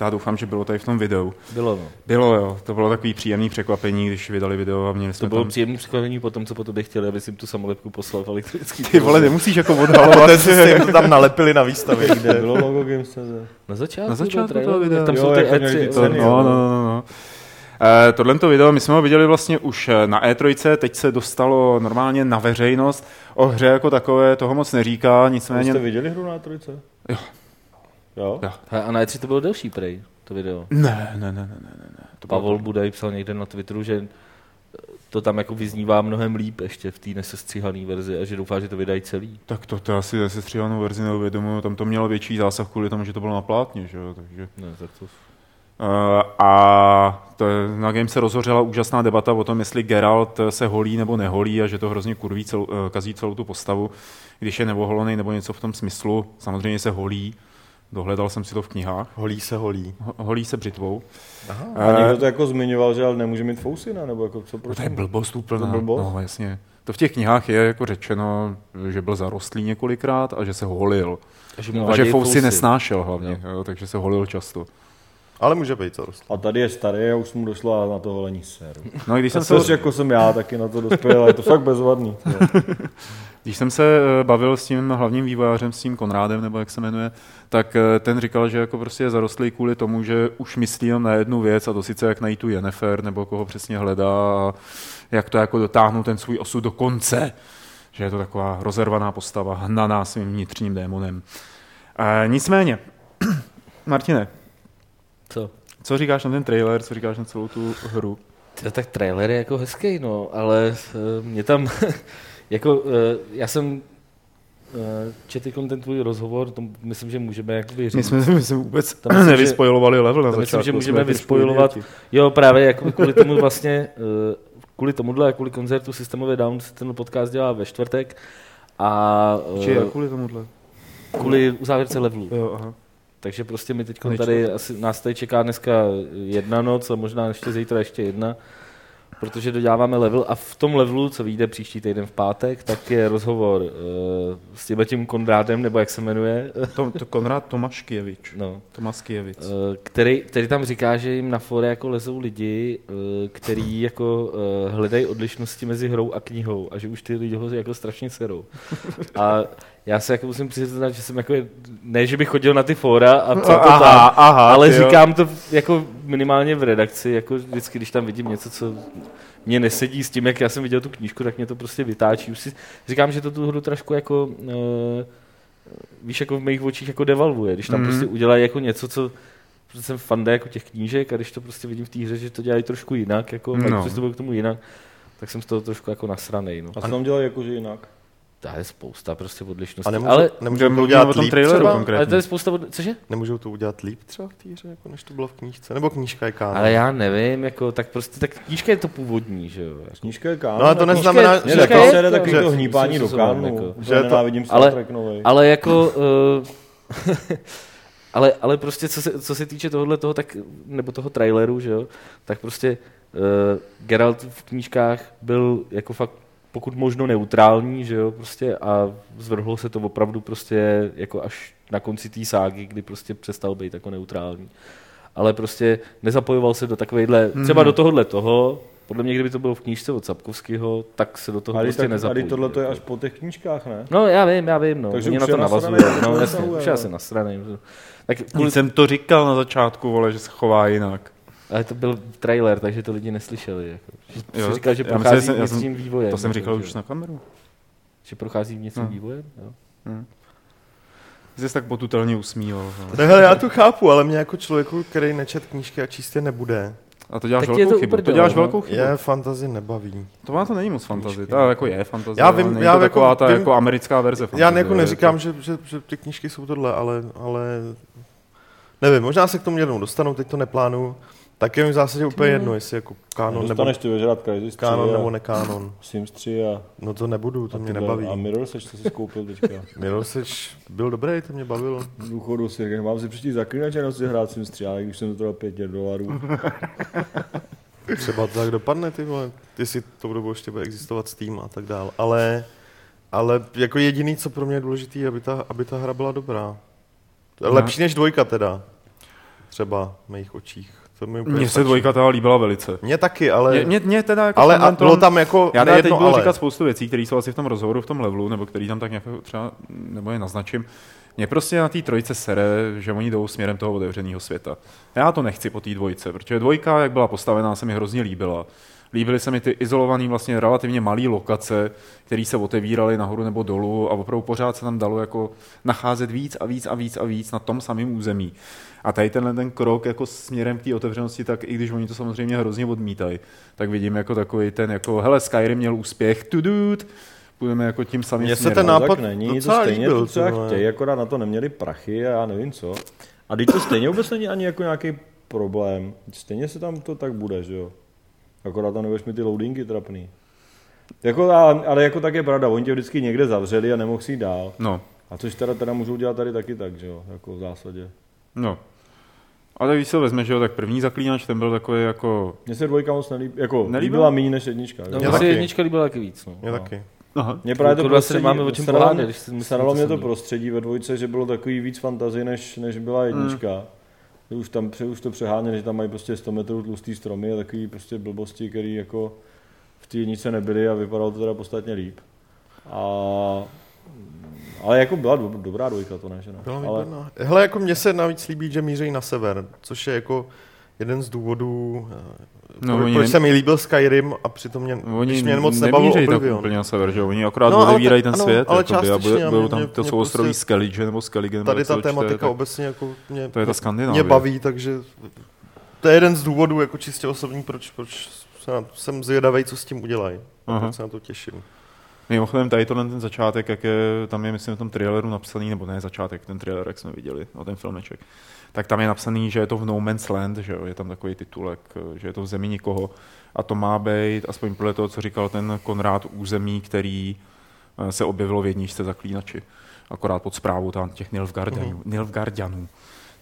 B: Já doufám, že bylo tady v tom videu.
A: Bylo, no.
B: Bylo jo, to bylo takový příjemný překvapení, když vydali video a měli
A: To
B: jsme
A: bylo
B: tam...
A: příjemné překvapení po tom, co po tobě chtěli, aby jsi jim tu samolepku poslal v elektrický.
B: Ty vole, nemusíš jako
E: Ale
B: odhalovat.
E: ten systém to tam nalepili na výstavě.
D: Kde bylo logo Games.cz?
A: Na začátku,
B: Na
A: byl
B: začátku
A: trailer,
B: toho videa.
A: jak Tam
D: Jo,
A: jsou ty E
D: jak to
A: E3,
D: měli ty
B: To,
A: jo.
B: no,
D: ceny,
B: no, no, no, no. Eh, Tohle to video, my jsme ho viděli vlastně už eh, na E3, teď se dostalo normálně na veřejnost. O hře jako takové toho moc neříká,
D: Vy
B: nicméně...
D: jste viděli hru na trojce? Jo?
A: Hele, a na E3 to bylo delší prej, to video.
B: Ne, ne, ne, ne, ne.
A: To Pavel Budaj psal někde na Twitteru, že to tam jako vyznívá mnohem líp ještě v té nesestříhané verzi a že doufá, že to vydají celý.
B: Tak to, to asi zase stříhanou verzi neuvědomuju, tam to mělo větší zásah kvůli tomu, že to bylo na plátně, že jo, takže...
A: Ne, No, tak to...
B: Eh, a to, je- na Game se rozhořela úžasná debata o tom, jestli Geralt se holí nebo neholí a že to hrozně kurví cel, eh, kazí celou tu postavu, když je neoholený nebo něco v tom smyslu. Samozřejmě se holí, dohledal jsem si to v knihách.
E: Holí se holí.
B: Ho- Holí se břitvou.
D: A
B: Eh,
D: někdo to jako zmiňoval, že ale nemůže mít fousina, nebo jako co
B: No to
D: prosím?
B: je blbost úplná.
D: To blbost?
B: No, jasně. To v těch knihách je jako řečeno, že byl zarostlý několikrát a že se holil.
A: No, Že
B: A že No, fousy nesnášel hlavně, jo, takže se holil často.
E: Ale může být zarost.
D: A tady je starý a už mu došlo a na to holení séru.
B: No a když jsem,
D: Jsem
B: se,
D: se jako jsem já taky na to dospěl, ale je to fakt bezvadný.
B: když jsem se eh, bavil s tím hlavním vývojářem, s tím Konrádem, nebo jak se jmenuje, tak eh, ten říkal, že jako prostě je zarostlý kvůli tomu, že už myslí jenom na jednu věc a to sice jak najít tu Jennifer, nebo koho přesně hledá a jak to jako dotáhnout ten svůj osud do konce. Že je to taková rozervaná postava, hnaná svým vnitřním démonem. E, nicméně, Martine,
A: Co?
B: co říkáš na ten trailer, co říkáš na celou tu hru?
A: Tyjo, No, tak trailer je jako hezký, no, ale eh, mě tam, jako, eh, já jsem eh, četl ten tvůj rozhovor, to myslím, že můžeme jakoby
B: My
A: říct.
B: jsme, my jsme vůbec
A: Tam myslím, že-
B: nevyspojovali level na
A: tam
B: začátku.
A: myslím, že
B: jsme
A: můžeme
B: trošku
A: vyspojovat.
B: idioti.
A: Jo, právě jako kvůli tomu vlastně, eh, kvůli tomuhle a kvůli koncertu Systemové Down se ten podcast dělá ve čtvrtek a eh,
B: Či jak kvůli tomuhle?
A: kvůli uzávěrce levelu.
B: Jo, aha.
A: Takže prostě my teď
B: Nejčte.
A: tady, asi, nás tady čeká dneska jedna noc a možná ještě zítra ještě jedna, protože doděláváme level a v tom levelu, co vyjde příští týden v pátek, tak je rozhovor uh, s tím tím Konrádem, nebo jak se jmenuje,
B: To, to Konrad Tomaškijevič.
A: no,
B: Tomaskijevic.
A: eh, který, který tam říká, že jim na fore jako lezou lidi, eh, který jako eh, hledají odlišnosti mezi hrou a knihou a že už ty lidi ho jako strašně serou. A já se jako musím přiznat, že jsem jako, ne, že bych chodil na ty fora a psal to tam,
B: aha,
A: ale
B: ty jo.
A: říkám to v- jako minimálně v redakci, jako vždycky, když tam vidím něco, co mě nesedí s tím, jak já jsem viděl tu knížku, tak mě to prostě vytáčí. Už si říkám, že to tu hru trošku jako, eh, víš, jako v mých očích jako devalvuje, když tam
B: Mhm.
A: prostě udělají jako něco, co protože jsem fanda jako těch knížek a když to prostě vidím v té hře, že to dělají trošku jinak, jako
B: No.
A: no. přistupují k tomu jinak, tak jsem z toho trošku jako nasranej. No.
D: A co tam dělal jakože jinak?
A: Ta je spousta prostě odlišností.
E: A nemůžou, ale,
A: ale,
E: nemůžou to
B: Mluvíme o
E: udělat
B: tom
E: líp
B: traileru
E: třeba?
B: konkrétně.
A: ale to je spousta, od... cože?
E: Nemůžou to udělat líp třeba v té hře, jako než to bylo v knížce? Nebo knížka je kánon?
A: Ale já nevím, jako, tak prostě, tak knížka je to původní, že jo. Jako.
D: Knížka je kánon.
E: No ale to
D: jako-
E: neznamená,
A: knížka-
D: Mě
E: že
A: knížka
D: taky
A: je
D: sere
A: to-
D: takový
A: že-
D: to hnípání
A: že-
D: do
A: že-
D: kánu.
A: jako-
E: že
D: Že
E: to-
D: nenávidím
A: ale-
D: Star Trek novej.
A: Ale jako... Uh, ale, ale prostě, co se, co se týče tohohle toho, tak, nebo toho traileru, že jo, tak prostě uh, Geralt v knížkách byl jako fakt pokud možno neutrální, že jo, prostě a zvrhlo se to opravdu prostě jako až na konci té ságy, kdy prostě přestal být jako neutrální. Ale prostě nezapojoval se do takovejhle,
D: Mhm.
A: třeba do tohohle toho, podle mě, kdyby to bylo v knížce od Sapkovského, tak se do toho
D: A když
A: prostě
D: tak- A
A: nezapojí.
D: když tohle to je
A: jako.
D: až po těch knížkách, ne?
A: No, já vím, já vím, no. Takže
D: Takže
A: Oni
D: už
A: na
D: je
A: to
D: nasranej,
A: navazují.
D: už
A: No,
D: je
A: jasně,
D: nasahuje,
A: už já
D: no.
A: se nasranej. Tak,
B: Nic jsem to říkal na začátku, vole, že se chová jinak.
A: ale to byl trailer, takže to lidi neslyšeli. Jako. Že
B: Jo,
A: Jsi říkal, že
B: já myslím, že
A: prochází
B: jsem- já
A: vnitřním vývojem. jako,
B: To jsem říkal
A: že,
B: už na kameru.
A: Že prochází vnitřním
B: No.
A: vývojem? Jo.
B: Ty Jsi se tak potutelně usmíval. vole.
E: Ne, hele, já to chápu, ale mě jako člověku, který nečet knížky a číst je nebude,
B: A to děláš
A: Tak je
B: velkou
A: to
B: chybu. To
A: uprdel,
B: děláš
A: no.
B: velkou chybu.
E: je fantazi nebaví.
B: To má to není moc fantazie. Ta jako je fantazie.
E: Já
B: ale
E: vím-
B: není
E: já
B: to
E: jako
B: taková ta
E: vím-
B: jako americká verze
E: Já
B: fantazie,
E: jako
B: ale je
E: neříkám,
B: to-
E: že, že, že ty knížky jsou tohle, ale, ale nevím, možná se k tomu jednou dostanu, teď to neplánuju. Tak je mi v zásadě úplně jedno, jestli jako kánon nebo,
D: Dostaneš ty vežrát Crysis 3
E: kánon nebo
D: a
E: nekánon.
D: Sims 3 a...
E: No to nebudu, to
D: a
E: mě
D: tyhle-
E: nebaví.
D: A Mirror Sage, co jsi koupil teďka.
E: Mirror Sage byl dobrý, to mě bavilo.
D: V důchodu si říkám, mám si přečíst zaklinač a jenom si hrát Sims 3, ale když jsem to 5 dolarů.
E: Třeba to tak dopadne, ty vole. Jestli to budou ještě bude existovat Steam a tak dál. Ale, ale jako jediný, co pro mě je důležitý, aby ta, aby ta hra byla dobrá.
B: No.
E: Lepší než dvojka teda. Třeba v mých očích. To mi úplně
B: Mně se
E: stačí.
B: dvojka ta líbila velice.
E: Mně taky, ale...
B: Mě- Mě, mě teda jako
E: ale
B: tenhle
E: a
B: ten-
E: bylo tam jako
B: Já
E: ne,
B: teda teď
E: jedno
B: budu
E: ale.
B: říkat spoustu věcí, které jsou asi v tom rozhovoru, v tom levelu, nebo který tam tak nějak jako třeba, nebo je naznačím. Mě prostě na té trojce sere, že oni jdou směrem toho otevřeného světa. Já to nechci po té dvojce, protože dvojka, jak byla postavená, se mi hrozně líbila. Líbily se mi ty izolované, vlastně relativně malé lokace, které se otevíraly nahoru nebo dolů a opravdu pořád se tam dalo jako nacházet víc a víc a víc a víc na tom samém území. A tady tenhle ten krok jako směrem k té otevřenosti, tak i když oni to samozřejmě hrozně odmítají, tak vidím jako takový ten jako, hele, Skyrim měl úspěch, tudut, půjdeme jako tím samým
E: Mně se
B: směrem.
E: ten
D: No,
E: nápad
D: tak není, je to
E: docela
D: stejně
E: líbil,
D: to, co já
E: ty vole.
D: chtějí, akorát na to neměli prachy a já nevím co. A teď to stejně vůbec není ani jako nějaký problém. Stejně se tam to tak bude, že jo. Akorát tam nebudeš mi ty loadingy trapný. Jako, a- ale jako tak je pravda, oni tě vždycky někde zavřeli a nemohl si jít dál.
B: No,
D: A což teda, teda můžou dělat tady taky tak, že jo, jako v zásadě.
B: no. Ale když se vezme, že jo, tak první zaklínač, ten byl takový jako...
D: Mně se dvojka moc nelíb, jako
B: Nelíbila?
D: líbila méně než jednička. že jo.
A: Mně se
E: taky.
A: jednička líbila taky víc. No.
E: Mě
A: No.
E: taky.
B: Aha.
D: Mě právě to
A: Kurva, se
D: prostředí,
A: nemáme o čem
D: saralo,
A: pohádat, když si myslím,
D: saralo
A: co
D: mě
A: jsem
D: to
A: dělal.
D: prostředí ve dvojce, že bylo takový víc fantazie, než, než byla
A: Hmm.
D: jednička. Mm. Už, tam, pře- už to přeháněli, že tam mají prostě 100 metrů tlustý stromy a takový prostě blbosti, které jako v té jednice nebyly a vypadalo to teda podstatně líp. A, ale jako byla do, dobrá dvojka, to ne, že ne.
E: Byla
D: ale,
E: výborná. Hele, jako mně se navíc líbí, že míří na sever, což je jako jeden z důvodů,
B: No,
E: no, proč,
B: oni
E: proč
B: ne- No,
E: se mi líbil Skyrim a přitom mě,
B: Oni
E: když mě moc nebavilo
B: nemířejí tak
E: Oblivion.
B: úplně na sever, že jo? Oni akorát
E: No,
B: no,
E: ale
B: otevírají
E: tak-
B: ten
E: ano,
B: svět,
E: ale
B: jakoby, a
E: částečně,
B: bude,
E: a
B: budou
E: mě-
B: tam
E: mě-
B: to
E: mě
B: souostroví
E: prostě-
B: Skellige nebo Skellige. nebo
E: Tady
B: jak se
E: ta
B: to čte,
E: tematika
B: tak-
E: obecně jako mě,
B: To je ta no, Skandinávie.
E: mě baví, takže to je jeden z důvodů, jako čistě osobní, proč, proč se na, jsem zvědavý, co s tím udělají. A
B: Aha.
E: proč se na to těším.
B: Mimochodem, tady tohle ten začátek, jak je, tam je, myslím, v tom traileru napsaný, nebo ne začátek, ten trailer, jak jsme viděli, no ten filmeček, tak tam je napsaný, že je to v No Man's Land, že jo, je tam takový titulek, eh, že je to v zemi nikoho a to má být, aspoň podle toho, co říkal ten Konrád, území, který eh, se objevilo v jedničce zaklínači, akorát pod zprávou tam těch Nilfgaardianů, Nilfgaardianů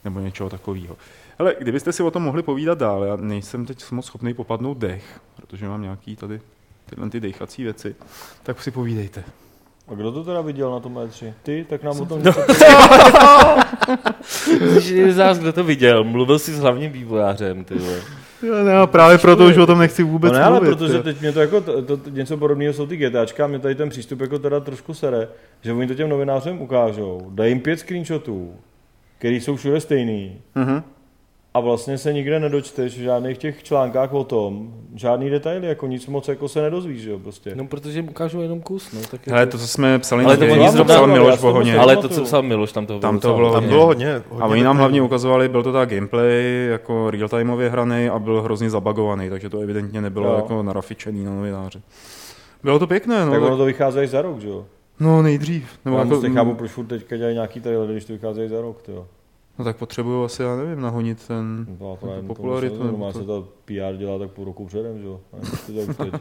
B: nebo něčeho takového. Ale kdybyste si o tom mohli povídat dál, já nejsem teď moc schopný popadnout dech, protože mám nějaký tady tyhle ty dechací věci, tak si povídejte.
D: a kdo to teda viděl na tom E3? Ty, tak nám o tom
A: Že zás, kdo to viděl, mluvil jsi s hlavním vývojářem, ty vole.
B: Já, já právě proto už o tom nechci vůbec
D: no ne, ale
B: mluvit,
D: protože
B: jo.
D: teď mě to jako, to, to, něco podobného jsou ty GTAčka, a mě tady ten přístup jako teda trošku sere, že oni to těm novinářům ukážou, dají jim pět screenshotů, který jsou všude stejný,
B: Mhm.
D: a vlastně se nikde nedočteš v žádných těch článkách o tom, žádný detaily, jako nic moc jako se nedozvíš, že jo, prostě.
A: No, protože mu ukážu jenom kus, no. Tak
B: Hele, to, co jsme psali
A: Ale
B: na
A: to
B: Games,
A: oni
B: to
A: zrovna-
B: psal Miloš
D: já jsem
B: Vohoně.
D: to
A: Ale to,
D: pamatuju.
A: co psal Miloš, tam toho
B: Tam to
A: docela
B: bylo
A: hodně.
E: Tam bylo hodně. hodně
B: A oni nám
E: detailů.
B: hlavně ukazovali, byl to ta gameplay, jako real-timeově hraný a byl hrozně zabagovaný, takže to evidentně nebylo
D: Jo.
B: jako narafičený na novináře. Bylo to pěkné, no.
D: tak ono
B: Tak,
D: to vychází až za rok, že jo.
B: no nejdřív. Nebo
D: Já
B: jako,
D: moc nechápu, proč furt teďka dělají nějaký trailer, když to vychází za rok, to jo.
B: no tak potřebuju asi, já nevím, nahonit ten...
D: No, a právě
B: to
D: to
B: Jako popularitu
D: popularitu. To,
B: nebo
D: má
B: to-
D: se to PR dělá tak půl roku předem, že jo. A jak to dělají teď.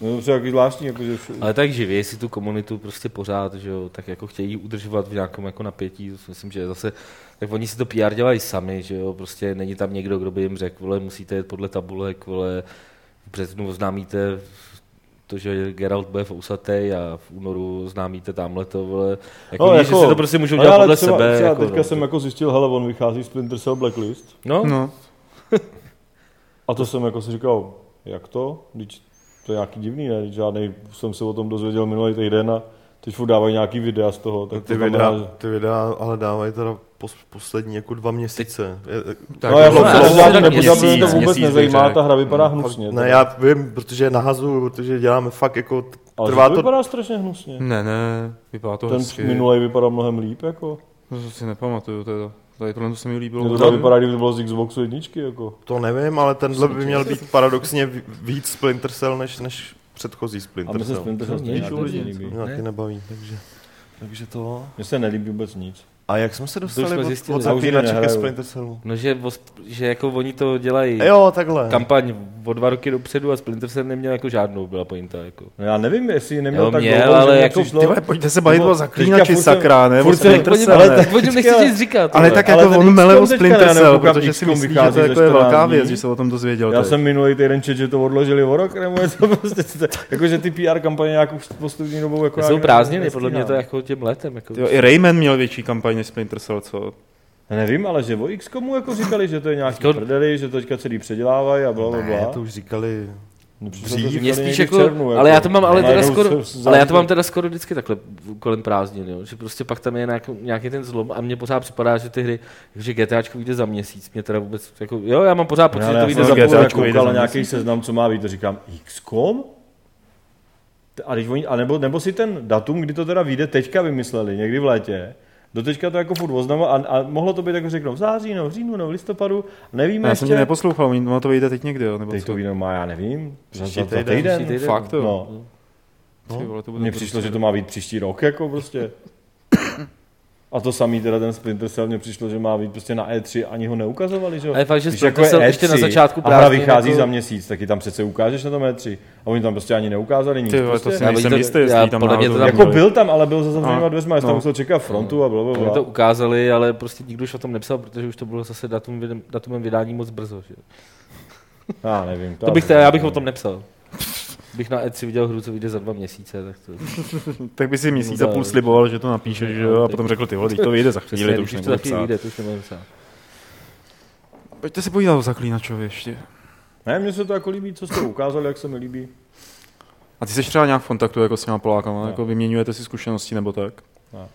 D: No to je takový zvláštní, jako, že vš-
A: Ale tak živí si tu komunitu prostě pořád, že jo, tak jako chtějí udržovat v nějakém jako napětí, to si myslím, že zase, tak oni si to PR dělají sami, že jo, prostě není tam někdo, kdo by jim řekl, vole, musíte jet podle tabulek, vole, v březnu oznámíte to, že Geralt bude fousatej a v únoru oznámíte tamhle to, vole, jako,
D: No,
A: no,
D: jako-
A: že si to prostě můžou
D: Ale
A: dělat
D: ale
A: podle
D: třeba,
A: sebe.
D: Třeba
A: jako,
D: teďka
A: no,
D: jsem
A: to-
D: jako zjistil, hele, on vychází Splinter Cell Blacklist.
A: no,
B: No,
D: A to jsem jako si říkal, jak to? Když to je nějaký divný, ne? Když žádný, jsem se o tom dozvěděl minulý týden a teď furt dávají nějaký videa z toho. Tak
E: Ty
D: to znamená,
E: videa,
D: že-
E: ty videa, ale dávají teda pos, poslední jako dva měsíce. Je-
B: tak
D: no, já jsem
B: bylo-
A: to
D: se
A: bylo
D: to
A: tak
D: nepodíval, protože mě to
B: měsíc,
D: vůbec
B: měsíc,
D: nezajímá,
B: takže-
D: ta hra vypadá hnusně.
E: Ne,
D: teda.
E: No, já vím, protože nahazuju, protože děláme fakt jako, t-
D: Ale
E: trvá to,
D: vypadá strašně hnusně.
B: Ne, ne, vypadá to
D: Ten
B: hezky.
D: minulý vypadal mnohem líp, jako.
B: To si nepamatuju teda. Tady tohle to se mi líbilo.
D: Mně to třeba vypadá, kdyby to bylo z Xboxu jedničky, jako.
E: to nevím, ale tenhle by měl být paradoxně ví- víc Splinter Cell než, než předchozí
D: A
E: Splinter
D: mně se
E: Cell.
D: Splinter Cell
A: To
D: stejně
A: mě
D: vůbec
A: žulí.
D: nelíbí.
E: Mě taky nebaví, takže, takže to...
D: Mně se nelíbí vůbec nic.
E: A jak jsme se
A: To už jsme
E: dostali od,
A: zjistili.
E: od
D: Já už ji
E: zaklínače ke
D: nehraju.
E: Splinter Cellu?
A: no že, vos- že jako oni to dělají
E: Jo, takhle.
A: kampaň o dva roky dopředu a Splinter Cell neměl jako žádnou, byla pointa, jako.
D: No já nevím, jestli neměl
A: Jo,
D: tak
A: měl,
D: dlouho,
A: ale
D: že mě
A: jako-
D: přišlo...
B: Ty vole, pojďte se bavit
D: No, Nebo-
B: o
D: teďka
B: zaklínači
D: furt jsem-
B: sakra, ne? O
D: furt jsem-
B: Splinter
A: O něm-
B: Cell,
A: ale
B: ne?
A: tak o něm nechci nic říkat.
B: Ale
A: vole.
B: tak
D: ale
B: jako
D: ten
B: on
D: Xcom
B: mele o
D: teďka
B: Splinter Cell,
D: nekoukám,
B: protože si
D: Xcom
B: myslí, že
D: vychází
B: to je
D: za
B: jako je velká
D: 14 dní.
B: věc, že se o tom dozvěděl.
D: Já
B: tady.
D: jsem minulý týden čet, že to odložili o rok, nebo je to prostě... Jakože ty PR kampaně nějak už postupní dobou... Jako
A: To
D: nějak
A: jsou prázdniny,
D: nestíhám.
A: podle mě to je jako těm letem. Jako
B: Jo, i Rayman měl větší kampaň než Splinter Cell, co?
D: Já Nevím, ale že o XCOMu jako říkali, že to je nějaký
A: To-
D: prdeli, že to teďka celý předělávají a bla, bla,
E: Ne,
D: bla.
E: to už říkali
D: Nepřišlo to
E: Dřív?
D: tady
A: Mě
D: někdy
A: spíš
D: v
A: jako,
D: červnu,
A: ale já to mám, ale, teda
D: najednou
A: skoro,
D: se v
A: ale já to
D: září-
A: mám teda skoro vždycky takhle kolem prázdnin, jo? že prostě pak tam je nějak, nějaký ten zlom a mně pořád připadá, že ty hry, že GTAčko vyjde za měsíc, mě teda vůbec, jako, jo, já mám pořád pocit, že
D: No, Ale
A: to
D: já
A: vyjde
D: jsem
A: za
D: za
A: půl
D: půl
A: roku.
B: GTAčko
D: koukal
B: vyjde za
D: na nějaký seznam, co má být, to říkám XCOM? T- A když oni, a nebo, nebo si ten datum, kdy to teda vyjde, teďka vymysleli, někdy v létě, do teďka to jako furt oznamo a, a, mohlo to být jako řeknou v září, no, v říjnu, no, v listopadu, nevíme
B: Já
D: ještě.
B: jsem tě neposlouchal, oni- ono to vyjde teď někdy, jo? Nebo
D: Teď
B: co?
D: to vyjde, má, já nevím, za, za, za
A: týden.
D: týden.
A: Příští týden.
B: Fakt, jo.
D: No,
B: Ty vole, to prostě- bude brutální.
D: mně přišlo, že to má být příští rok, jako prostě. A to samý teda ten Splinter Cell mně přišlo, že má být prostě na E3, ani ho neukazovali, že jo?
A: A je fakt, že
D: Když jako
A: Splinter Cell
D: je
A: ještě na
D: E3
A: začátku
D: a hra
A: prázdnin
D: vychází
A: jako-
D: za měsíc, taky tam přece ukážeš na tom E3. A oni tam prostě ani neukázali nic.
B: Ty vole, to
D: prostě.
B: si
A: Já
B: nejsem
A: vidím,
B: jistý,
A: já
B: jestli tam
A: podle mě
B: náhodou
A: to tam
D: Jako
B: nebyli.
D: byl tam, ale byl za zavřenýma
B: No.
D: dveřma, já jsem
B: No.
D: tam musel čekat frontu a
A: Oni to
D: blablabla.
A: ukázali, ale prostě nikdo už o tom nepsal, protože už to bylo zase datum, vydem- datumem vydání moc brzo. Že?
D: Já nevím.
A: To
D: já
A: bych,
D: nevím.
A: teda, já bych o tom nepsal. Bych na E3 viděl hru, co vyjde za dva měsíce, tak to...
B: Tak by si měsíc a
A: No,
B: půl
A: tak.
B: sliboval, že to napíšeš, že jo? A potom řekl, ty vole, teď to vyjde za
A: Přesně,
B: chvíli, to
A: když
B: už
A: to
B: nebude
A: taky
B: psát.
A: vyjde, to už nebudeme psát.
B: Pojďte si pojídat o zaklínačovi ještě.
D: Ne, mně se to jako líbí, co jste ukázali, jak se mi líbí.
B: A ty jsi třeba nějak v kontaktu jako s těma Polákama,
D: Ne.
B: jako vyměňujete si zkušenosti nebo tak?
D: Ne.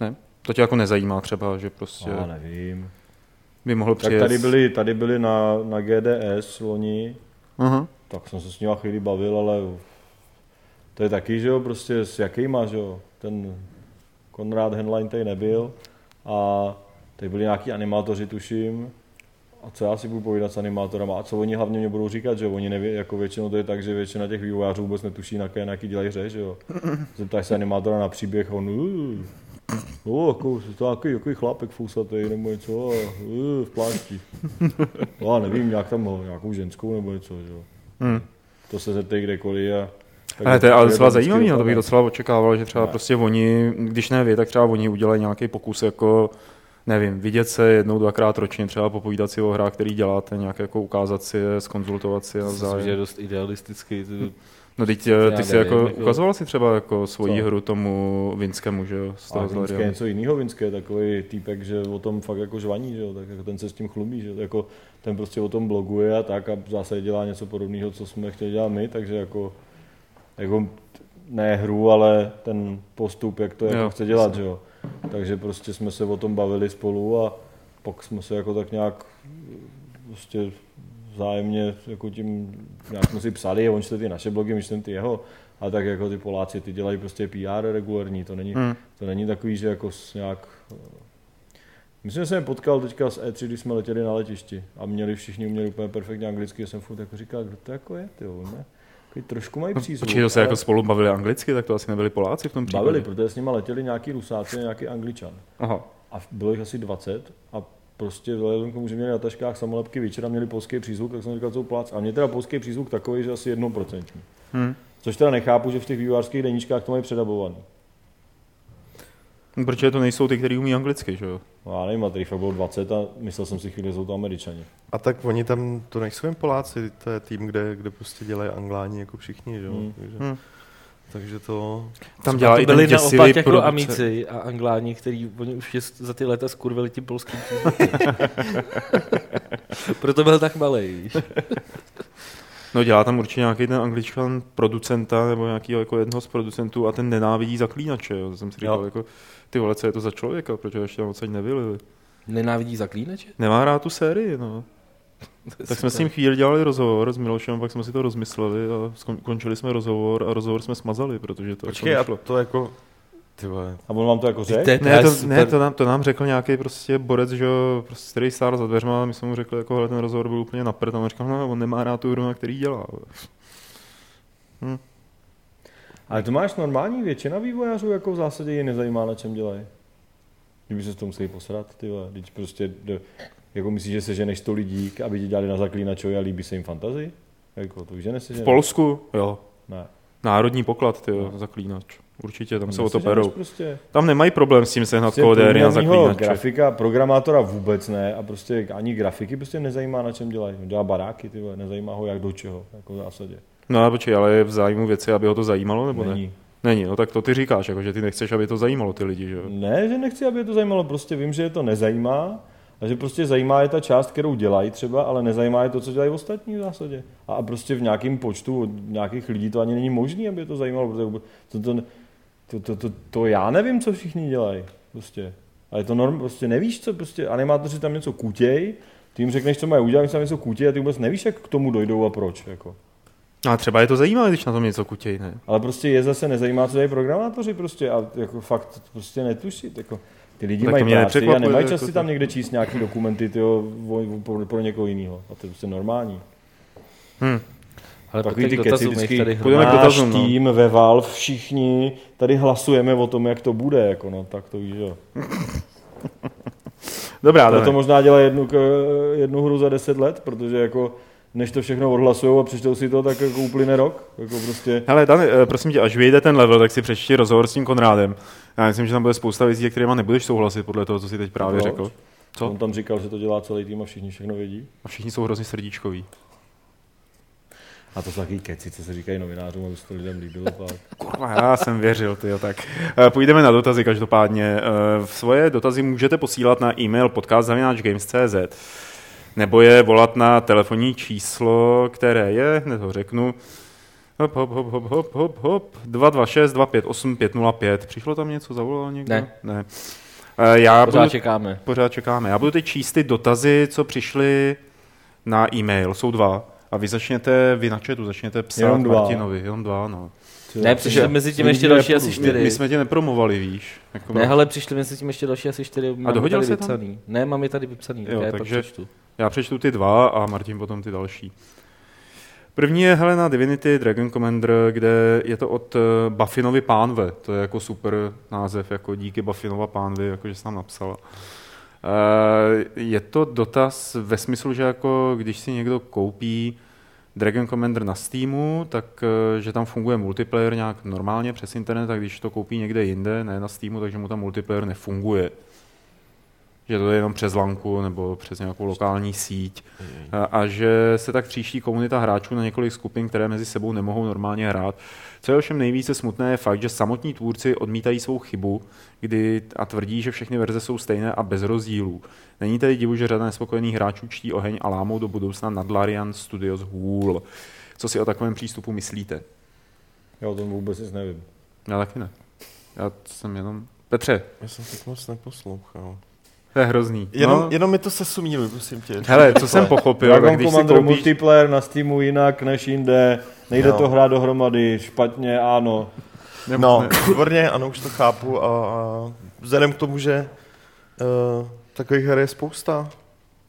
B: Ne? To tě jako nezajímá třeba, že prostě
D: Já nevím.
B: by mohl
D: Tak
B: přijet.
D: tady byli, tady byli na, na GDS loni,
B: Aha.
D: tak jsem se s nima chvíli bavil, ale to je taky, že jo, prostě s jakýma, že jo, ten Konrad Henlein tady nebyl a tady byli nějaký animátoři, tuším, a co já si budu povídat s animátorama a co oni hlavně mě budou říkat, že jo, oni neví, jako většinou to je tak, že většina těch vývojářů vůbec netuší, na jaké, na jaký dělají hře, že jo. Zeptáš se animátora na příběh, on, "Uh, no, jako, to takový, takový chlápek fousatý, nebo něco, uh, v plášti. No, Já nevím, nějak tam ho, nějakou ženskou nebo něco, že jo.
B: Hm.
D: To se zeptej kdekoliv a... Hmm. tak jako
B: Ale to je ale
D: vždycky
B: docela
D: vždycky
B: zajímavý, no to bych
D: dopadne.
B: docela očekával, že třeba
D: Ne.
B: prostě oni, když ne vy, tak třeba oni udělají nějaký pokus jako nevím, vidět se jednou, dvakrát ročně, třeba popovídat si o hrách, který děláte, nějak jako ukázat si je, skonzultovat si je
A: Myslím, že je
B: navzájem.
A: dost idealistický. To...
B: No teď eh,
A: Já
B: ty si
A: nevím,
B: jako,
A: jako-
B: ukazoval si třeba jako svoji
D: Co?
B: hru tomu Vinskému, že jo, z
D: A
B: toho
D: Vinské
B: Zelda.
D: je něco jiného, Vinské je takový týpek, že o tom fakt jako žvaní, že jo, tak jako ten se s tím chlubí, že jo, jako ten prostě o tom bloguje a tak a v zásadě dělá něco podobného, co jsme chtěli dělat my, takže jako, jako t- ne hru, ale ten postup, jak to jako
B: Jo,
D: chce dělat, že jo. Takže prostě jsme se o tom bavili spolu a pak jsme se jako tak nějak prostě vzájemně jako tím nějak jsme si psali, on čte ty naše blogy, my čteme ty jeho, a tak jako ty Poláci, ty dělají prostě PR regulární, to není,
B: Hmm.
D: to není takový, že jako s nějak... eh, Myslím, že jsem je potkal teďka z E3, když jsme letěli na letišti a měli všichni uměli úplně perfektně anglicky, já jsem furt jako říkal, kdo to jako je, ty jo, ne? Takový trošku mají přízvuk.
B: Počkej, to se
D: ale
B: jako spolu bavili anglicky, tak to asi nebyli Poláci v tom případě.
D: Bavili, protože s nimi letěli nějaký Rusáci a nějaký Angličan.
B: Aha.
D: A bylo jich asi 20 a prostě vzhledem k tomu, že měli na taškách samolepky večera, měli polský přízvuk, tak jsem říkal, co plác. A mě teda polský přízvuk takový, že asi jednoprocentní.
B: Hm.
D: Což teda nechápu, že v těch vývojářských deníčkách to mají předabovaný.
B: Protože to nejsou ty, kteří umí anglicky, že jo?
D: No já nevím, a tady fakt bylo 20 a myslel jsem si chvíli, že jsou to američani.
E: A tak oni tam, to nejsou jen Poláci, to je tým, kde, kde prostě dělají Angláni jako všichni, že jo.
D: Hmm.
E: Takže,
B: Hmm.
E: takže to...
B: Tam
A: Dělá to
B: dělají
A: byli
B: ten
A: naopak
B: děsivý
A: jako
B: produce-
A: Amici a Angláni, který oni už je za ty léta skurvili tím polským přízvukem. Proto byl tak malý.
B: No dělá tam určitě nějaký ten angličan producenta nebo nějaký jako jednoho z producentů a ten nenávidí zaklínače, jo. To jsem si říkal,
D: Jo.
B: jako ty vole, co je to za člověka, protože ještě tam odsaď nevylili.
A: Nenávidí zaklínače?
B: Nemá rád tu sérii, no. Tak jsme s ním chvíli dělali rozhovor s Milošem, pak jsme si to rozmysleli a skončili jsme rozhovor a rozhovor jsme smazali, protože to
E: Počkej,
B: jako
E: a
B: nešlo.
E: to jako... Ty vole.
D: A on vám to jako řekl?
A: Teď,
B: Ne, to, ne to, nám, to nám řekl nějaký prostě borec, že jo, prostě, který stál za dveřma, a my jsme mu řekli, jako hele, ten rozhovor byl úplně na prd, a on říkal, no, on nemá rád tu hru, na který dělá.
D: Ale to máš normální, většina vývojářů jako v zásadě je nezajímá, na čem dělají. Kdyby se s tom museli posrat, ty vole. Když prostě, do, jako myslíš, že seženeš 100 lidí, aby ti dělali na zaklínačovi a líbí se jim fantazii? Jako, to už je
B: V
D: neseženeš.
B: Polsku, jo,
D: Ne.
B: národní poklad, ty jo,
D: No.
B: zaklínač. Určitě, tam se o to
D: Neseženeš
B: perou.
D: Prostě.
B: Tam nemají problém s tím sehnat
D: Prostě
B: kódery na
D: průměrnýho
B: zaklínače.
D: grafika, programátora vůbec ne a prostě ani grafiky prostě nezajímá, na čem dělají. On dělá baráky, ty vole, nezajímá ho jak do čeho, jako v zásadě.
B: No ale počkej, ale je v zájmu věci, aby ho to zajímalo, nebo ne?
D: Není.
B: Není, no tak to ty říkáš, jako, že ty nechceš, aby to zajímalo ty lidi, že jo?
D: Ne, že nechci, aby je to zajímalo, prostě vím, že je to nezajímá A že prostě zajímá je ta část, kterou dělají třeba, ale nezajímá je to, co dělají ostatní v zásadě. A, a prostě v nějakém počtu od nějakých lidí to ani není možné, aby je to zajímalo, protože vůbec- to, to, to, to, to, to já nevím, co všichni dělají. Prostě. A je to norm, prostě nevíš, co prostě animátoři tam něco kutěj, ty jim řekneš, co mají udělat, oni tam něco kutěj a ty vůbec nevíš, jak k tomu dojdou a proč. Jako.
B: No, A třeba je to zajímavé, když na tom něco kutěj, ne?
D: Ale prostě je zase nezajímá, co dělají programátoři prostě a jako fakt prostě netušit. Jako. Ty lidi
B: Tak to
D: mají
B: mě
D: práci a
B: nepřekvapuje,
D: nemají
B: jako
D: čas si
B: to-
D: tam někde číst nějaký dokumenty tyjo, vo- pro, pro někoho jiného. A to je prostě normální.
B: Hm.
A: Ale
D: Takový
A: takový
D: ty
A: ty
D: keci
A: dotazů my
D: vždycky
A: tady
B: půjdeme-
A: hromádí.
B: k
D: náš
B: dotazům, no.
D: tým ve Valve, všichni tady hlasujeme o tom, jak to bude, jako no, tak to víš, jo.
B: Dobrá,
D: Ale to
B: to
D: možná dělá jednu, k- jednu hru za 10 let, protože jako než to všechno odhlasujou a přečtou si to, tak jako uplyne rok. Jako prostě
B: Hele, Dan, eh, prosím tě, až vyjde ten level, tak si přečti rozhovor s tím Konrádem. Já myslím, že tam bude spousta věcí, se kterýma nebudeš souhlasit podle toho, co jsi teď právě
D: Proč?
B: řekl. Co?
D: Co? On tam říkal, že to dělá celý tým a všichni všechno vědí.
B: A všichni jsou hrozně srdíčkoví.
D: A to jsou taky keci, co se říkají novinářům, aby se to lidem líbilo. Pak.
B: Kurva, já jsem věřil, ty tak. Eh, Půjdeme na dotazy každopádně. Eh, V svoje dotazy můžete posílat na e-mail podcast.games.cz nebo je volat na telefonní číslo, které je, hned ho řeknu, hop, hop, hop, hop, hop, hop, hop, 226 258 505. Přišlo tam něco, zavolal někdo?
A: Ne.
B: ne. Eh, Já
A: Pořád
B: budu,
A: čekáme.
B: pořád čekáme. Já budu teď číst ty dotazy, co přišly na e-mail, jsou dva. A vy začněte, vy na chatu začněte psát
D: Jenom dva.
B: Martinovi, jenom dva, no.
A: Ne, přišli mezi tím ještě
D: Nikdy
A: další
D: nepůjdu.
A: asi
B: My, my
A: čtyři.
B: jsme tě nepromovali, víš. Jako
A: Ne, ale přišli mezi tím ještě další asi čtyři. Mám je
B: dohodil
A: tady
B: se tam?
A: vypsaný. Ne, mám je tady vypsaný, tak
B: Jo,
A: já je pak
B: takže-
A: přečtu.
B: Já přečtu ty dva a Martin potom ty další. První je Helena Divinity Dragon Commander, kde je to od eh, Buffinovy pánve. To je jako super název, jako díky Buffinova pánvi, jako že jsi nám napsala. Eh, Je to dotaz ve smyslu, že jako když si někdo koupí Dragon Commander na Steamu, tak eh, že tam funguje multiplayer nějak normálně přes internet, a když to koupí někde jinde, ne na Steamu, takže mu tam multiplayer nefunguje. Že to je jenom přes lanku nebo přes nějakou lokální síť. A, a že se tak tříští komunita hráčů na několik skupin, které mezi sebou nemohou normálně hrát. Co je ovšem nejvíce smutné, je fakt, že samotní tvůrci odmítají svou chybu kdy, a tvrdí, že všechny verze jsou stejné a bez rozdílů. Není tedy divu, že řada nespokojených hráčů čtí oheň a lámou do budoucna Nadlarian Studios hůl. Co si o takovém přístupu myslíte?
D: Já o tom vůbec nic nevím.
B: Já taky ne. Já jsem jenom... Petře,
E: Já jsem tak moc neposlouchal.
B: to je hrozný.
E: Jenom,
B: no,
E: no. jenom mi to sesumíli, prosím tě.
B: Hele, co jsem pochopil, tak
D: Dragon
B: když si
D: Commander
B: koupíš...
D: multiplayer na Steamu jinak než jinde, nejde
E: Jo.
D: to hrát dohromady, špatně, ano.
E: No, výborně, ano, už to chápu a, a vzhledem k tomu, že uh, takových her je spousta,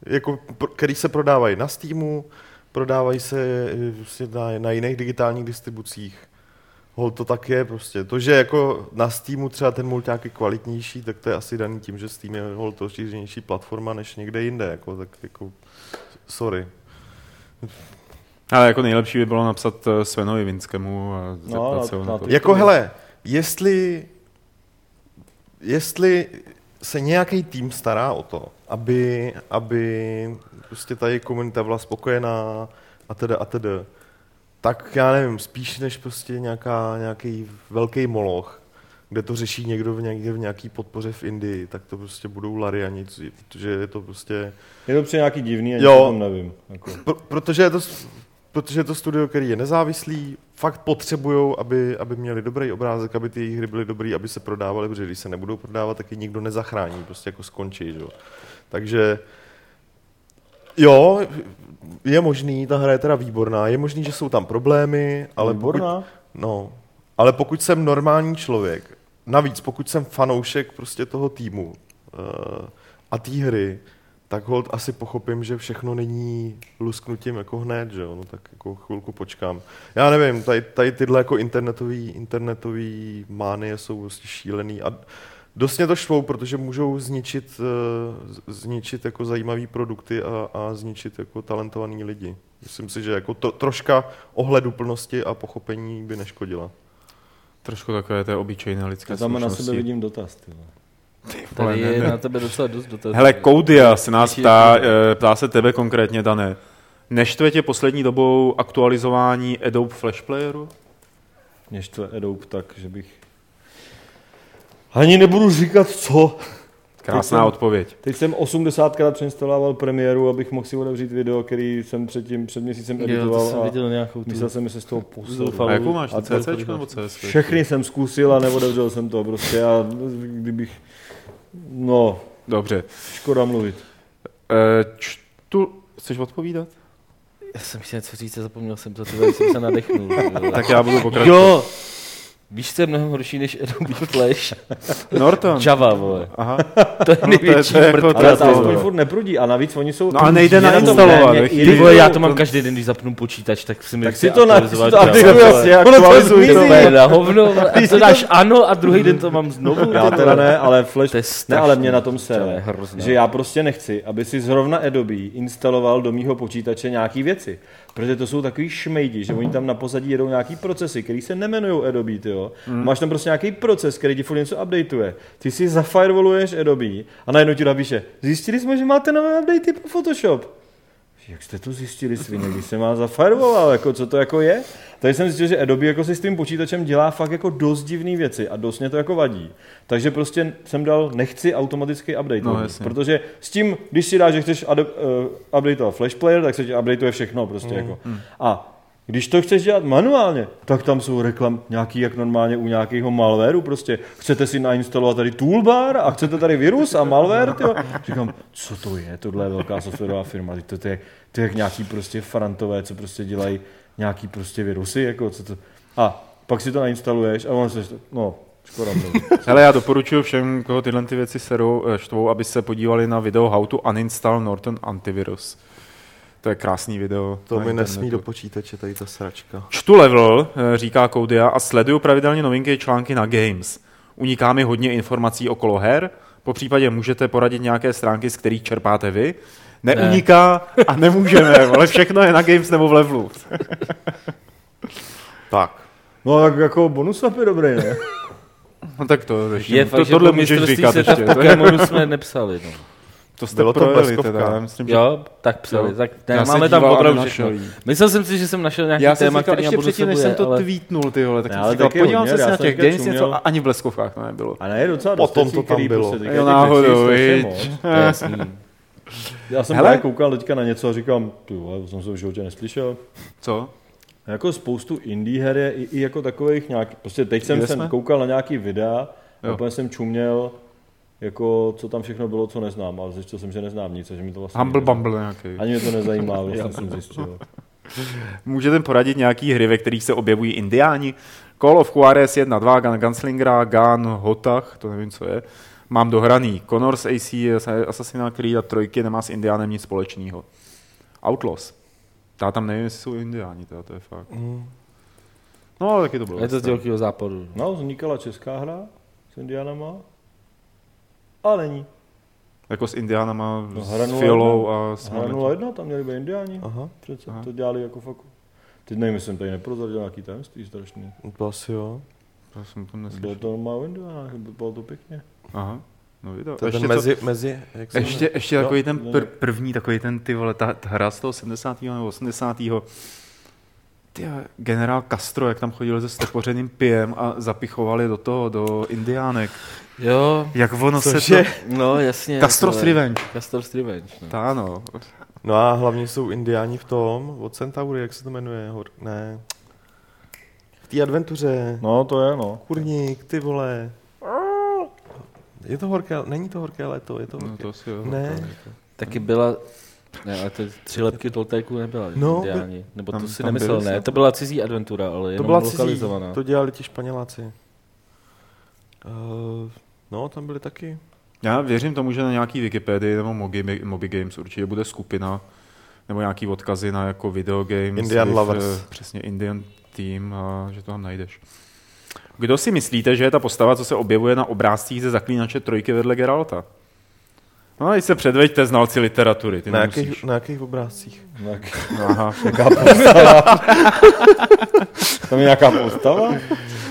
E: jako, pro- který se prodávají na Steamu, prodávají se eh, prostě na, na jiných digitálních distribucích. Hol to tak je prostě. To, že jako na Steamu třeba ten mulťák je kvalitnější, tak to je asi daný tím, že Steam je hol to šířenější platforma než někde jinde. Jako, tak jako, sorry.
B: Ale jako nejlepší by bylo napsat eh, Svenovi Vinskému a zeptat
D: No,
B: se ho
D: na-
B: na
D: na
B: to.
D: ty-
E: Jako hele, jestli, jestli se nějaký tým stará o to, aby, aby prostě ta její komunita byla spokojená a teda a teda, tak já nevím, spíš než prostě nějaká, nějaký velký moloch, kde to řeší někdo v nějaké v nějaký podpoře v Indii, tak to prostě budou lariani, co- protože je to prostě...
D: Je to při nějaký divný, ani
E: Jo.
D: o tom nevím. Jako.
E: Pro, protože, je to, s- protože je to studio, který je nezávislý, fakt potřebují, aby, aby měli dobrý obrázek, aby ty jejich hry byly dobrý, aby se prodávaly, protože když se nebudou prodávat, tak je nikdo nezachrání, prostě jako skončí. Že? jo. Takže jo, je možný, ta hra je teda výborná, je možný, že jsou tam problémy, ale
D: Výborná.
E: No, ale pokud jsem normální člověk, navíc pokud jsem fanoušek prostě toho týmu uh, a té hry, tak hold asi pochopím, že všechno není lusknutím jako hned, že jo, no tak jako chvilku počkám. Já nevím, tady, tady tyhle jako internetový, internetový mánie jsou prostě šílený a dost mě to štvou, protože můžou zničit, eh, z- zničit jako zajímavý produkty a, a zničit jako talentovaný lidi. Myslím si, že jako to, troška ohleduplnosti a pochopení by neškodila.
B: Trošku takové té obyčejné lidské
D: Já tam na
B: slušnosti.
D: sebe vidím dotaz. Tyhle.
B: vole,
A: Tady
B: ne,
A: je
B: ne.
A: na tebe docela dost dotazů.
B: Hele, Koudia se nás
A: Ještě
B: ptá,
A: jednou.
B: eh, ptá se tebe konkrétně, Dané. Neštve tě poslední dobou aktualizování Adobe Flash Playeru?
D: Mě štve Adobe tak, že bych... Ani nebudu říkat co.
B: Krásná odpověď.
D: Teď jsem 80krát přeinstalovával premiéru, abych mohl si otevřít video, který jsem předtím, před měsícem
A: Jo, to
D: editoval
A: jsem
D: a
A: viděl nějakou tu
D: myslel jsem, jestli z toho posadu.
A: zoufalou-
B: A jakou máš?
D: A to je
B: CC
A: kolik máš?
B: nebo CS?
D: Všechny jsem zkusil a neodevřel jsem to prostě a kdybych, no,
B: Dobře.
D: škoda mluvit.
B: Eh, Čtu, chceš odpovídat?
A: Já jsem chtěl něco říct, a zapomněl jsem to, tebe, jsem se nadechnul. vole.
B: Tak já budu pokračovat.
A: jo! Víš, co je mnohem horší než Adobe Flash?
B: Norton.
A: Java, vole.
B: Aha.
A: To je největší
B: to je jako
A: mrtka.
D: Ale to
B: Krásná
D: aspoň
B: zóna.
D: furt neprudí a navíc oni jsou...
B: No a nejde
D: na
B: nainstalovat,
D: tom-
B: ve chvíli,
A: Ty vole, já to mám každý den, když zapnu počítač, tak si mi
D: Tak si to na... si to
A: aktualizovat Java.
D: aktivuje, si aktualizuj
A: To
D: to.
A: je na hovno, vole. a to dáš ano a druhý den to mám znovu.
D: Já
A: ty
D: teda
A: vole.
D: ne, ale Flash,
A: To je
D: ne,
A: strašný.
D: ale mě na tom
A: To je
D: se
A: hrozné.
D: že já prostě nechci, aby si zrovna Adobe instaloval do mýho počítače nějaký věci. Protože to jsou takový šmejdi, že oni tam na pozadí jedou nějaký procesy, který se nemenují Adobe, ty jo.
A: Hmm.
D: Máš tam prostě nějaký proces, který ti furt něco updateuje. Ty si zafirewalluješ Adobe a najednou ti napíše, zjistili jsme, že máte nové updaty pro Photoshop. Jak jste to zjistili, svině, když se má zafirewallal, jako co to jako je? Tady jsem zjistil, že Adobe jako si s tím počítačem dělá fakt jako dost divné věci a dost mě to jako vadí. Takže prostě jsem dal, nechci automaticky update.
B: No,
D: nový,
B: jasně.
D: protože s tím, když si dáš, že chceš ad, uh, updateovat Flash Player, tak se ti updateuje všechno prostě jako. A když to chceš dělat manuálně, tak tam jsou reklam nějaký, jak normálně u nějakého malwareu prostě. Chcete si nainstalovat tady toolbar a chcete tady virus a malware, tyjo. Říkám, co to je, tohle je velká softwarová firma, Teď to, to, je, to je jak nějaký prostě farantové, co prostě dělají nějaký prostě virusy, jako co to. A pak si to nainstaluješ a on se, no, škoda mluví.
B: Hele, já doporučuji všem, koho tyhle ty věci serou, eh, štvou, aby se podívali na video How to uninstall Norton antivirus. To je krásný video.
E: To
B: na
E: mi nesmí
B: internetu.
E: do počítače, tady ta sračka.
B: Čtu level, eh, říká Koudia, a sleduju pravidelně novinky i články na Games. Uniká mi hodně informací okolo her, po případě můžete poradit nějaké stránky, z kterých čerpáte vy. Neuniká ne. a nemůžeme, ale všechno je na Games nebo v levelu.
E: Tak.
D: No tak jako bonus je dobrý, ne?
B: No tak to řeším.
A: Je
B: to,
A: fakt, že
B: tohle
A: po
B: můžeš
A: mistrovství
B: říkat
A: světa
B: ještě.
A: v Pokémonu jsme nepsali. No.
B: To jste
E: Bylo to
B: projeli
E: bleskovka.
B: teda, já myslím, že
A: Jo, tak psali.
B: Jo.
A: Tak, ne,
B: Já se
A: máme tam
B: díval a
A: opravdu
B: nenašel
A: všechno.
B: jí.
A: Myslel jsem si, že jsem našel nějaký
B: Já jsem
A: téma,
B: si říkal
A: který
B: ještě
A: Jabo
B: předtím, než jsem to
A: ale...
B: ale... tweetnul, ty vole, tak
D: Ne,
B: jsem
D: ale
B: si říkal,
D: taky hodně,
B: podívám se
D: já
B: si na
D: jsem
B: těch
D: teďka
B: games něco
D: čuměl.
B: a ani v leskovkách to nebylo.
D: A ne, je docela dost
E: Potom
D: věcí,
E: to tam
D: který
E: bylo.
D: Prostě,
B: Jo,
D: jo,
B: náhodou,
D: náhodou,
B: viď. Eh,
A: To je jasný.
D: Já jsem
B: Hele.
D: právě koukal teďka na něco a říkám, ty vole, to jsem se v životě neslyšel.
B: Co?
D: A Jako spoustu indie her je i, i jako takových nějak, prostě teď jsem,
B: Kde
D: jsem
B: jsme?
D: koukal na nějaký videa a
B: Jo.
D: úplně jsem čuměl, jako co tam všechno bylo, co neznám, ale zjistil jsem, že neznám nic a že mi to vlastně
B: Humble
D: ani-
B: Bumble nějaký.
D: Ani mě to nezajímá, vlastně jsem zjistil.
B: Můžete poradit nějaký hry, ve kterých se objevují indiáni? Call of Juarez 1, 2, Gun, Gunslingera, Gun, Hotach, to nevím, co je. Mám dohraný. Connors AC, Assassin's Creed a trojky nemá s indiánem nic společného. Outlaws. Já tam nevím, jestli jsou indiáni, teda, to je fakt.
E: Mm,
B: No, ale taky to bylo.
A: Je to z
B: vlastně.
A: Divokého západu.
D: No, vznikala česká hra s Indianama, ale není.
B: Jako s indiánama,
D: No, hra
B: s
D: 0-1.
B: Fiolou a s
D: Hra 01, tam měli být Indiáni.
E: Aha.
D: Přece
B: Aha.
D: to dělali jako fakt. Teď nevím, jestli jsem tady neprozradil nějaký tajemství strašný.
E: To asi jo.
B: Já jsem to
D: Bylo
B: neslyšel.
D: to má Windows, bylo to pěkně.
B: Aha. No, vidíte.
E: To je ten
B: Ještě
E: mezi, mezi, jak se
B: Ještě, ještě
D: No,
B: takový ten
D: no.
B: pr- první, takový ten ty vole, ta, ta hra z toho 70. nebo 80. Ty, jo, generál Castro, jak tam chodil se stopořeným pijem a zapichovali do toho, do indiánek.
A: Jo,
B: Jak ono se
E: Cože?
B: to...
A: no jasně.
B: Castro's
A: vole.
B: Revenge.
A: Castro's Revenge. No.
B: Tá, no.
E: No a hlavně jsou indiáni v tom, od Centaury, jak se to jmenuje, hor... ne. V té adventuře,
D: No, to je, no.
E: kurník, ty vole. Je to horké, není to horké léto, je to horké.
B: no to si jo,
E: Ne.
B: to je to.
A: Taky byla... Ne, ale to tři lepky Toltéků nebyla.
E: No,
A: No, indiáni. Nebo
B: tam-
A: to si
B: tam
A: nemyslel,
B: byli
A: ne.
B: snad.
A: To byla cizí adventura, ale jenom
E: to byla cizí,
A: lokalizovaná.
E: to dělali ti Španěláci. Uh, no, tam byli taky.
B: Já věřím tomu, že na nějaký Wikipedii nebo Mogi, Moby Games určitě bude skupina nebo nějaký odkazy na jako video games.
E: Indian
B: with,
E: Lovers.
B: eh, Přesně Indian Team a že to tam najdeš. Kdo si myslíte, že je ta postava, co se objevuje na obrázcích ze zaklínače trojky vedle Geralta? No a se předveďte, znalci literatury, ty
E: Na
B: nemusíš.
E: jakých, na jakých obrázcích?
D: Tak,
B: No, Aha.
D: nějaká postava. tam je nějaká postava?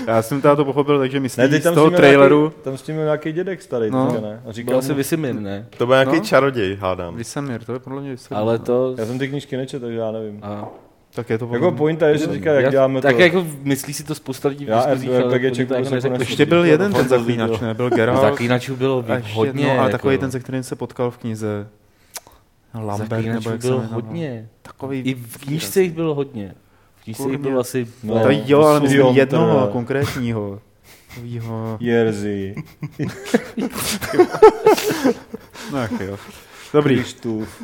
B: Já jsem teda to pochopil, takže
D: Ne,
B: myslím
D: teď
B: z
D: tam
B: toho
D: s ním
B: traileru.
D: Nějaký, tam s tím byl nějaký dědek starý,
B: No.
D: no. teďka, ne? A říkal
A: Byl se
D: mu,
A: Vysimir, ne?
E: To byl nějaký
B: No.
E: čaroděj, hádám.
B: Vysemir, to je podle mě Vysemir.
A: Ale
B: no.
A: to...
D: já jsem ty knížky nečetl, takže já nevím.
A: A
B: Tak je to
D: Jako
B: podobné.
D: pointa je, že říká, jak
A: Já-
D: děláme
A: tak
D: to.
A: jako myslí si to spousta lidí v
D: Já
A: diskuzích,
D: RPG
A: ale
D: ček
A: oni to jako
D: vůbec jako
A: neřekli.
D: neslyším.
B: Ještě byl jeden ten
F: Fandle
B: zaklínač,
F: video.
B: ne? Byl Geralt.
A: Zaklínačů bylo
B: A ještě
A: hodně.
B: jedno, ale
A: jako,
B: takový
A: jo.
B: ten, se kterým se potkal v knize. Lambert, nebo
A: Zaklínačů
B: jak se no,
A: bylo
B: jmenoval.
A: hodně.
B: Takový
A: I v knížce jich bylo hodně. V knížce jich
B: Kurně.
A: bylo asi...
D: No.
B: To jo, ale
D: to
B: myslím
D: jsou-
B: jednoho
D: teda-
B: konkrétního. Takovýho.
D: Jerzy.
B: No jak jo. Dobrý.
D: Krištův.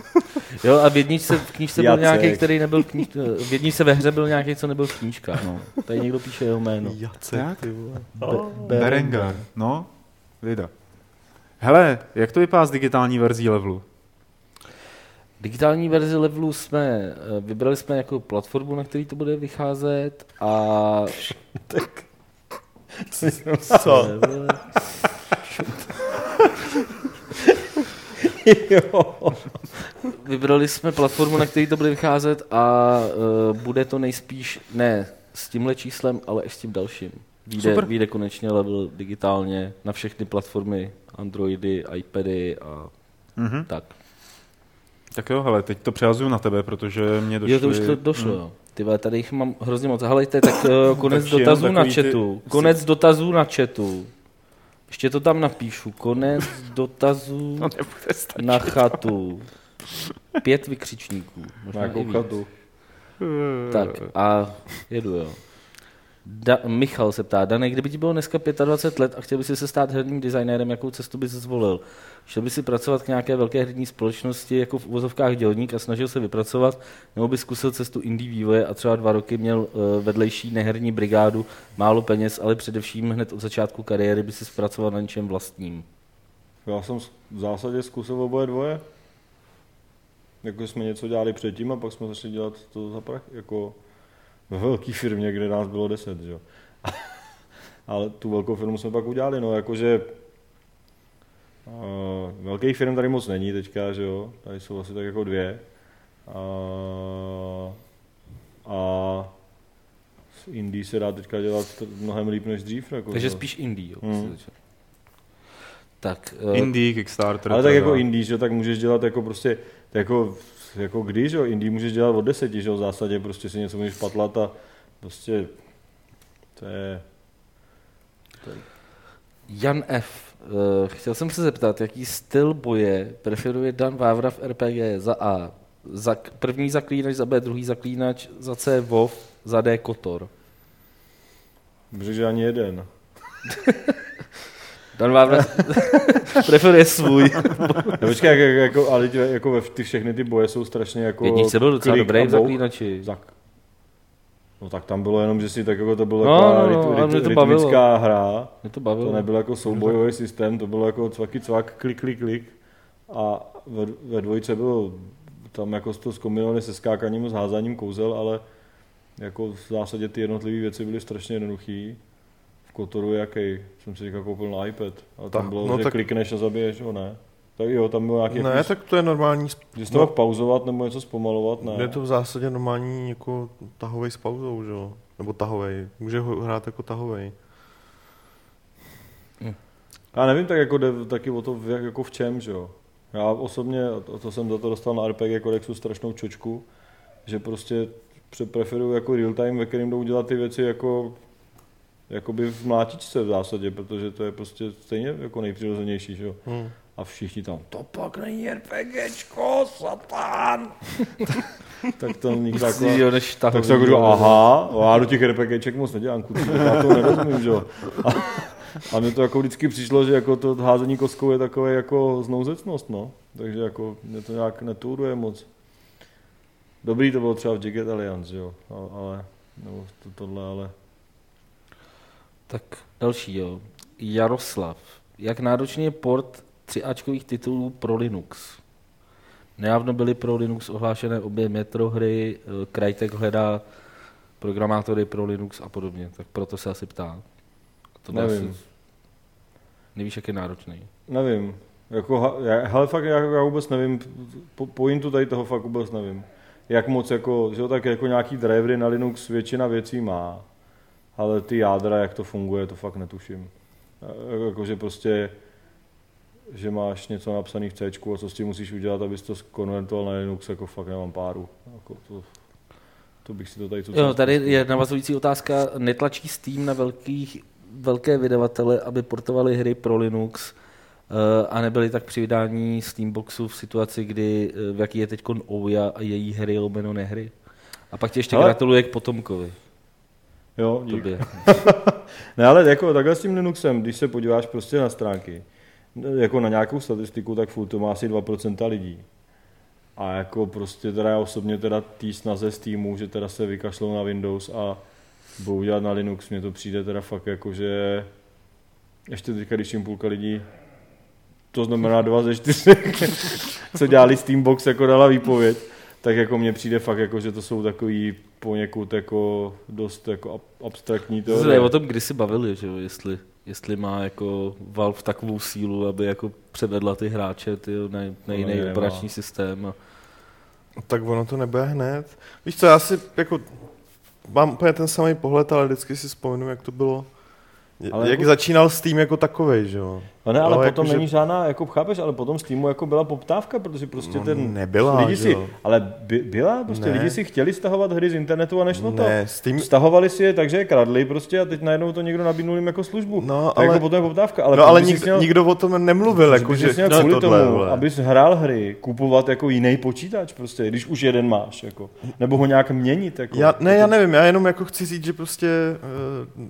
A: Jo, a v jedničce, v knížce byl
D: Jacek.
A: nějaký, který nebyl kníž... V jedničce ve hře byl nějaký, co nebyl v knížkách, no. Tady někdo píše jeho
B: no.
A: jméno.
C: Jacek.
B: Jak?
A: Berengar.
B: Berengar. No, Vida. Hele, jak to vypadá s digitální verzí levelu?
A: Digitální verzi levelu jsme, eh, vybrali jsme jako platformu, na který to bude vycházet a... tak... Co? Vybrali jsme platformu, na který to bude vycházet a uh, bude to nejspíš ne s tímhle číslem, ale i s tím dalším. Vyjde,
B: Super.
A: vyjde konečně level digitálně na všechny platformy, Androidy, iPady a
B: Mhm.
A: tak.
B: Tak jo, hele, teď to přehazuju na tebe, protože mě došly... Hmm.
A: Došli, jo, to už to došlo, jo. Ty vole, tady jich mám hrozně moc. Helejte, tak eh, konec
B: Takže jenom
A: dotazů na
B: takový ty-
A: chatu. Konec dotazů na chatu. Ještě to tam napíšu. Konec dotazů
B: No,
A: na chatu. Pět vykřičníků.
D: Na
A: Možná i
D: jakou
A: víc.
D: chatu?
A: Tak a Eh, jedu, jo. Da- Michal se ptá, Danej, kdyby ti bylo dneska 25 let a chtěl by si se stát herním designérem, jakou cestu bys zvolil? Šel by si pracovat k nějaké velké herní společnosti jako v uvozovkách dělník a snažil se vypracovat, nebo by zkusil cestu indie vývoje a třeba dva roky měl eh, vedlejší neherní brigádu, málo peněz, ale především hned od začátku kariéry by si zpracoval na něčem vlastním.
D: Já jsem s- v zásadě zkusil oboje dvoje. Jako jsme něco dělali předtím a pak jsme začali dělat to za prach, jako ve velké firmě, kde nás bylo 10, že jo. Ale tu velkou firmu jsme pak udělali, no jakože uh, velkých firm tady moc není teďka, že jo, tady jsou asi tak jako dvě. Uh, a z Indie se dá teďka dělat t- mnohem líp než dřív. Jako,
A: Takže
D: že jo.
A: spíš indie, jo.
D: Hmm.
A: si začal. Tak, eh,
B: Indie, Kickstarter.
D: Ale tak
B: teda.
D: jako indie, že jo, tak můžeš dělat jako prostě, jako, jako kdy, že jo, indie můžeš dělat od deseti, že jo, v zásadě prostě si něco můžeš patlat a prostě to je,
A: Jan F. Eh, Chtěl jsem se zeptat, jaký styl boje preferuje Dan Vávra v RPG za A? Za k- první zaklínač, za B druhý zaklínač, za C WoW, za D Kotor.
D: můžeš že ani jeden. No
A: Dan Vávra preferuje svůj.
D: No počkej, jak, jak- jako, ale tě, jako ve, ty všechny ty boje jsou strašně jako...
A: V jedničce byl docela
D: klik a
A: dobrý v
D: bouk.
A: zaklínači.
D: Zak. No tak tam bylo jenom, že si tak jako to byla
A: No,
D: no, taková
A: no, no,
D: no,
A: ale mě
D: rytmická
A: to bavilo.
D: hra.
A: Mě to bavilo.
D: To nebyl jako soubojový systém, to bylo jako cvaky cvak, klik, klik, klik. A ve, ve dvojice bylo tam jako to zkombinovali se skákaním a s házáním kouzel, ale jako v zásadě ty jednotlivé věci byly strašně jednoduché. V Kotoru jaký? Jsem si teďka koupil na iPad. A tam
E: Tak,
D: bylo,
E: no
D: že
E: tak-
D: klikneš a zabiješ ho, ne? Tak jo, tam bylo nějaký...
E: Ne,
D: jakož-
E: tak to je normální, sp-
D: Že jsi to
E: no.
D: mohl pauzovat nebo něco zpomalovat, ne?
E: je to v zásadě normální jako tahovej s pauzou, že jo? Nebo tahovej, může ho hrát jako tahovej.
D: Já nevím, tak jako jde taky o to, v- jak, jako v čem, že jo. Já osobně, a to, to jsem za to dostal na RPG Kodexu strašnou čočku, že prostě pře- preferuju jako real time, ve kterém jdou dělat ty věci jako jakoby v mlátičce v zásadě, protože to je prostě stejně jako nejpřirozenější, že jo.
E: Hmm.
D: A všichni tam, to pak není RPGčko, satán! tak to nikdo jako...
A: Zlý, jo, než ta
D: Tak se jako říkal, aha, já do těch RPGček moc nedělám, kucí, já to nerozumím, že jo. A, a mně to jako vždycky přišlo, že jako to házení koskou je takové jako znouzecnost, no. Takže jako mě to nějak netouruje moc. Dobrý to bylo třeba v Jagged Alliance, že jo, ale, ale nebo to, tohle, ale
A: Tak další, jo. Jaroslav. Jak náročný je port 3Ačkových titulů pro Linux? Nedávno byly pro Linux ohlášené obě Metro hry, eh, Crytek hledá programátory pro Linux a podobně, tak proto se asi ptá. To
D: Nevím.
A: Nevíš, jak je náročný.
D: nevím. Jako, ha- já, hele, fakt já, já vůbec nevím, po, pointu tady toho fakt vůbec nevím. Jak moc jako, že jo, tak jako nějaký drivery na Linux většina věcí má, ale ty jádra, jak to funguje, to fakt netuším. E, Jakože prostě, že máš něco napsané v C a co s tím musíš udělat, abys to skonvertoval na Linux, jako fakt nemám páru. Jako to, To bych si to tady co
A: Jo, tady je navazující otázka. Netlačí Steam na velkých, velké vydavatele, aby portovali hry pro Linux eh, a nebyly tak při vydání Steamboxu v situaci, kdy eh, v jaký je teď Ouya a její hry lomeno nehry? A pak ti ještě
D: Ale-
A: gratuluje k potomkovi.
D: Jo, dík.
A: Tobě.
D: Ne, ale jako takhle s tím Linuxem, když se podíváš prostě na stránky, jako na nějakou statistiku, tak furt to má asi 2% lidí. A jako prostě teda já osobně teda tý snaze z týmu, že teda se vykašlou na Windows a budou dělat na Linux, mně to přijde teda fakt jako, že ještě teďka, když jim půlka lidí, to znamená dva ze čtyř, co dělali Steambox, jako dala výpověď, tak jako mně přijde fakt jako, že to jsou takový poněkud jako dost jako ab- abstraktní
A: To se
D: teorie.
A: o tom kdy si bavili, že jo, jestli, jestli má jako Valve takovou sílu, aby jako převedla ty hráče ty, na, na
D: Podle
A: jiný
D: mě nemá.
A: operační systém. A...
E: Tak ono to nebude hned. Víš co, já si jako mám úplně ten samý pohled, ale vždycky si vzpomenu, jak to bylo. J-
D: Ale
E: jak
D: jako-
E: začínal s tým jako takovej, že jo?
D: A ne, ale
E: Jo,
D: no, potom
E: jakože-
D: jako, není žádná, jako chápeš, ale potom z týmu jako byla poptávka, protože prostě
E: No,
D: ten...
E: nebyla,
D: lidi
E: že
D: si,
E: jo.
D: Ale by, byla, prostě
E: Ne.
D: ne. lidi si chtěli stahovat hry z internetu a nešlo to.
E: Ne, s tým,
D: Stahovali si je, takže je kradli prostě a teď najednou to někdo nabídnul jim jako službu.
E: No,
D: tak
E: ale-
D: jako potom je poptávka. Ale,
E: no ale
D: kdyby jsi
E: nik, nikdo o tom nemluvil,
D: že
E: jako,
D: bys
E: že
D: měl
E: chci
D: kvůli
E: tohle,
D: tomu,
E: vole.
D: abys hrál hry, kupovat jako jiný počítač prostě, když už jeden máš, jako. Nebo ho nějak měnit, jako.
E: Já, ne, já nevím, já jenom jako chci říct, že prostě... eh,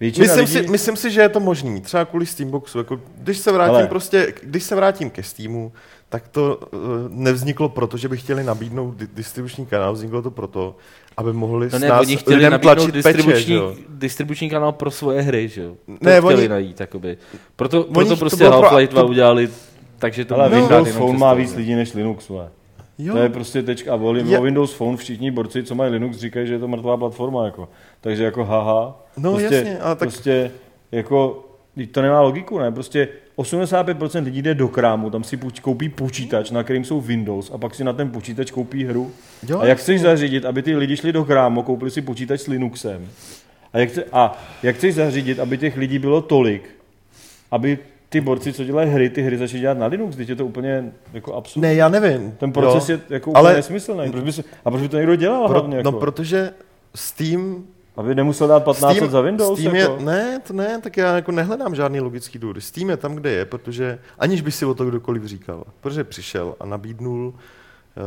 D: Většina
E: myslím,
D: lidí...
E: si, myslím si, že je to možný, třeba kvůli Steamboxu. Jako, když, se vrátím
D: Ale-
E: prostě, když se vrátím ke Steamu, tak to eh, nevzniklo proto, že by chtěli nabídnout di- distribuční kanál, vzniklo to proto, aby mohli
A: No
E: s
A: ne,
E: nás
A: oni chtěli
E: lidem
A: nabídnout
E: tlačit peče, že
A: distribuční,
E: jo?
A: distribuční kanál pro svoje hry, že jo? To
E: Ne,
A: ne, chtěli
E: oni-
A: oni, najít, jakoby. Proto,
E: Oni-
A: proto
E: to
A: prostě
E: bylo pro-
A: Half-Life 2
E: to-
A: udělali, takže to
D: Ale
E: No,
A: bude vyhrát
D: Windows
A: jenom
D: Phone
A: přes
D: má
A: to,
D: víc
A: ne?
D: lidí než Linux, vole.
E: Jo.
D: To je prostě tečka. A volím
E: Je-
D: o Windows Phone všichni borci, co mají Linux, říkají, že je to mrtvá platforma. Jako. Takže jako haha.
E: No,
D: prostě,
E: jasně, ale tak-
D: Prostě jako, vždyť to nemá logiku, ne? Prostě 85% lidí jde do krámu, tam si půjč, koupí počítač, na kterým jsou Windows a pak si na ten počítač koupí hru.
E: Jo,
D: a jak chceš zařídit, aby ty lidi šli do krámu, koupili si počítač s Linuxem? A jak, chce, a jak chceš zařídit, aby těch lidí bylo tolik, aby ty borci, co dělají hry, ty hry začali dělat na Linux, když je to úplně jako absurdní.
E: Ne, já nevím.
D: Ten proces
E: jo.
D: je jako úplně
E: Ale-
D: ale... nesmyslný. Proč by se... A proč by to někdo dělal Pro...
E: Pro,
D: hlavně? Jako?
E: no, protože Steam
D: Aby nemusel dát 15
E: Steam-
D: za Windows?
E: Steam
D: jako?
E: je, ne, to ne, tak já jako nehledám žádný logický důvod. Steam je tam, kde je, protože aniž by si o to kdokoliv říkal, protože přišel a nabídnul eh,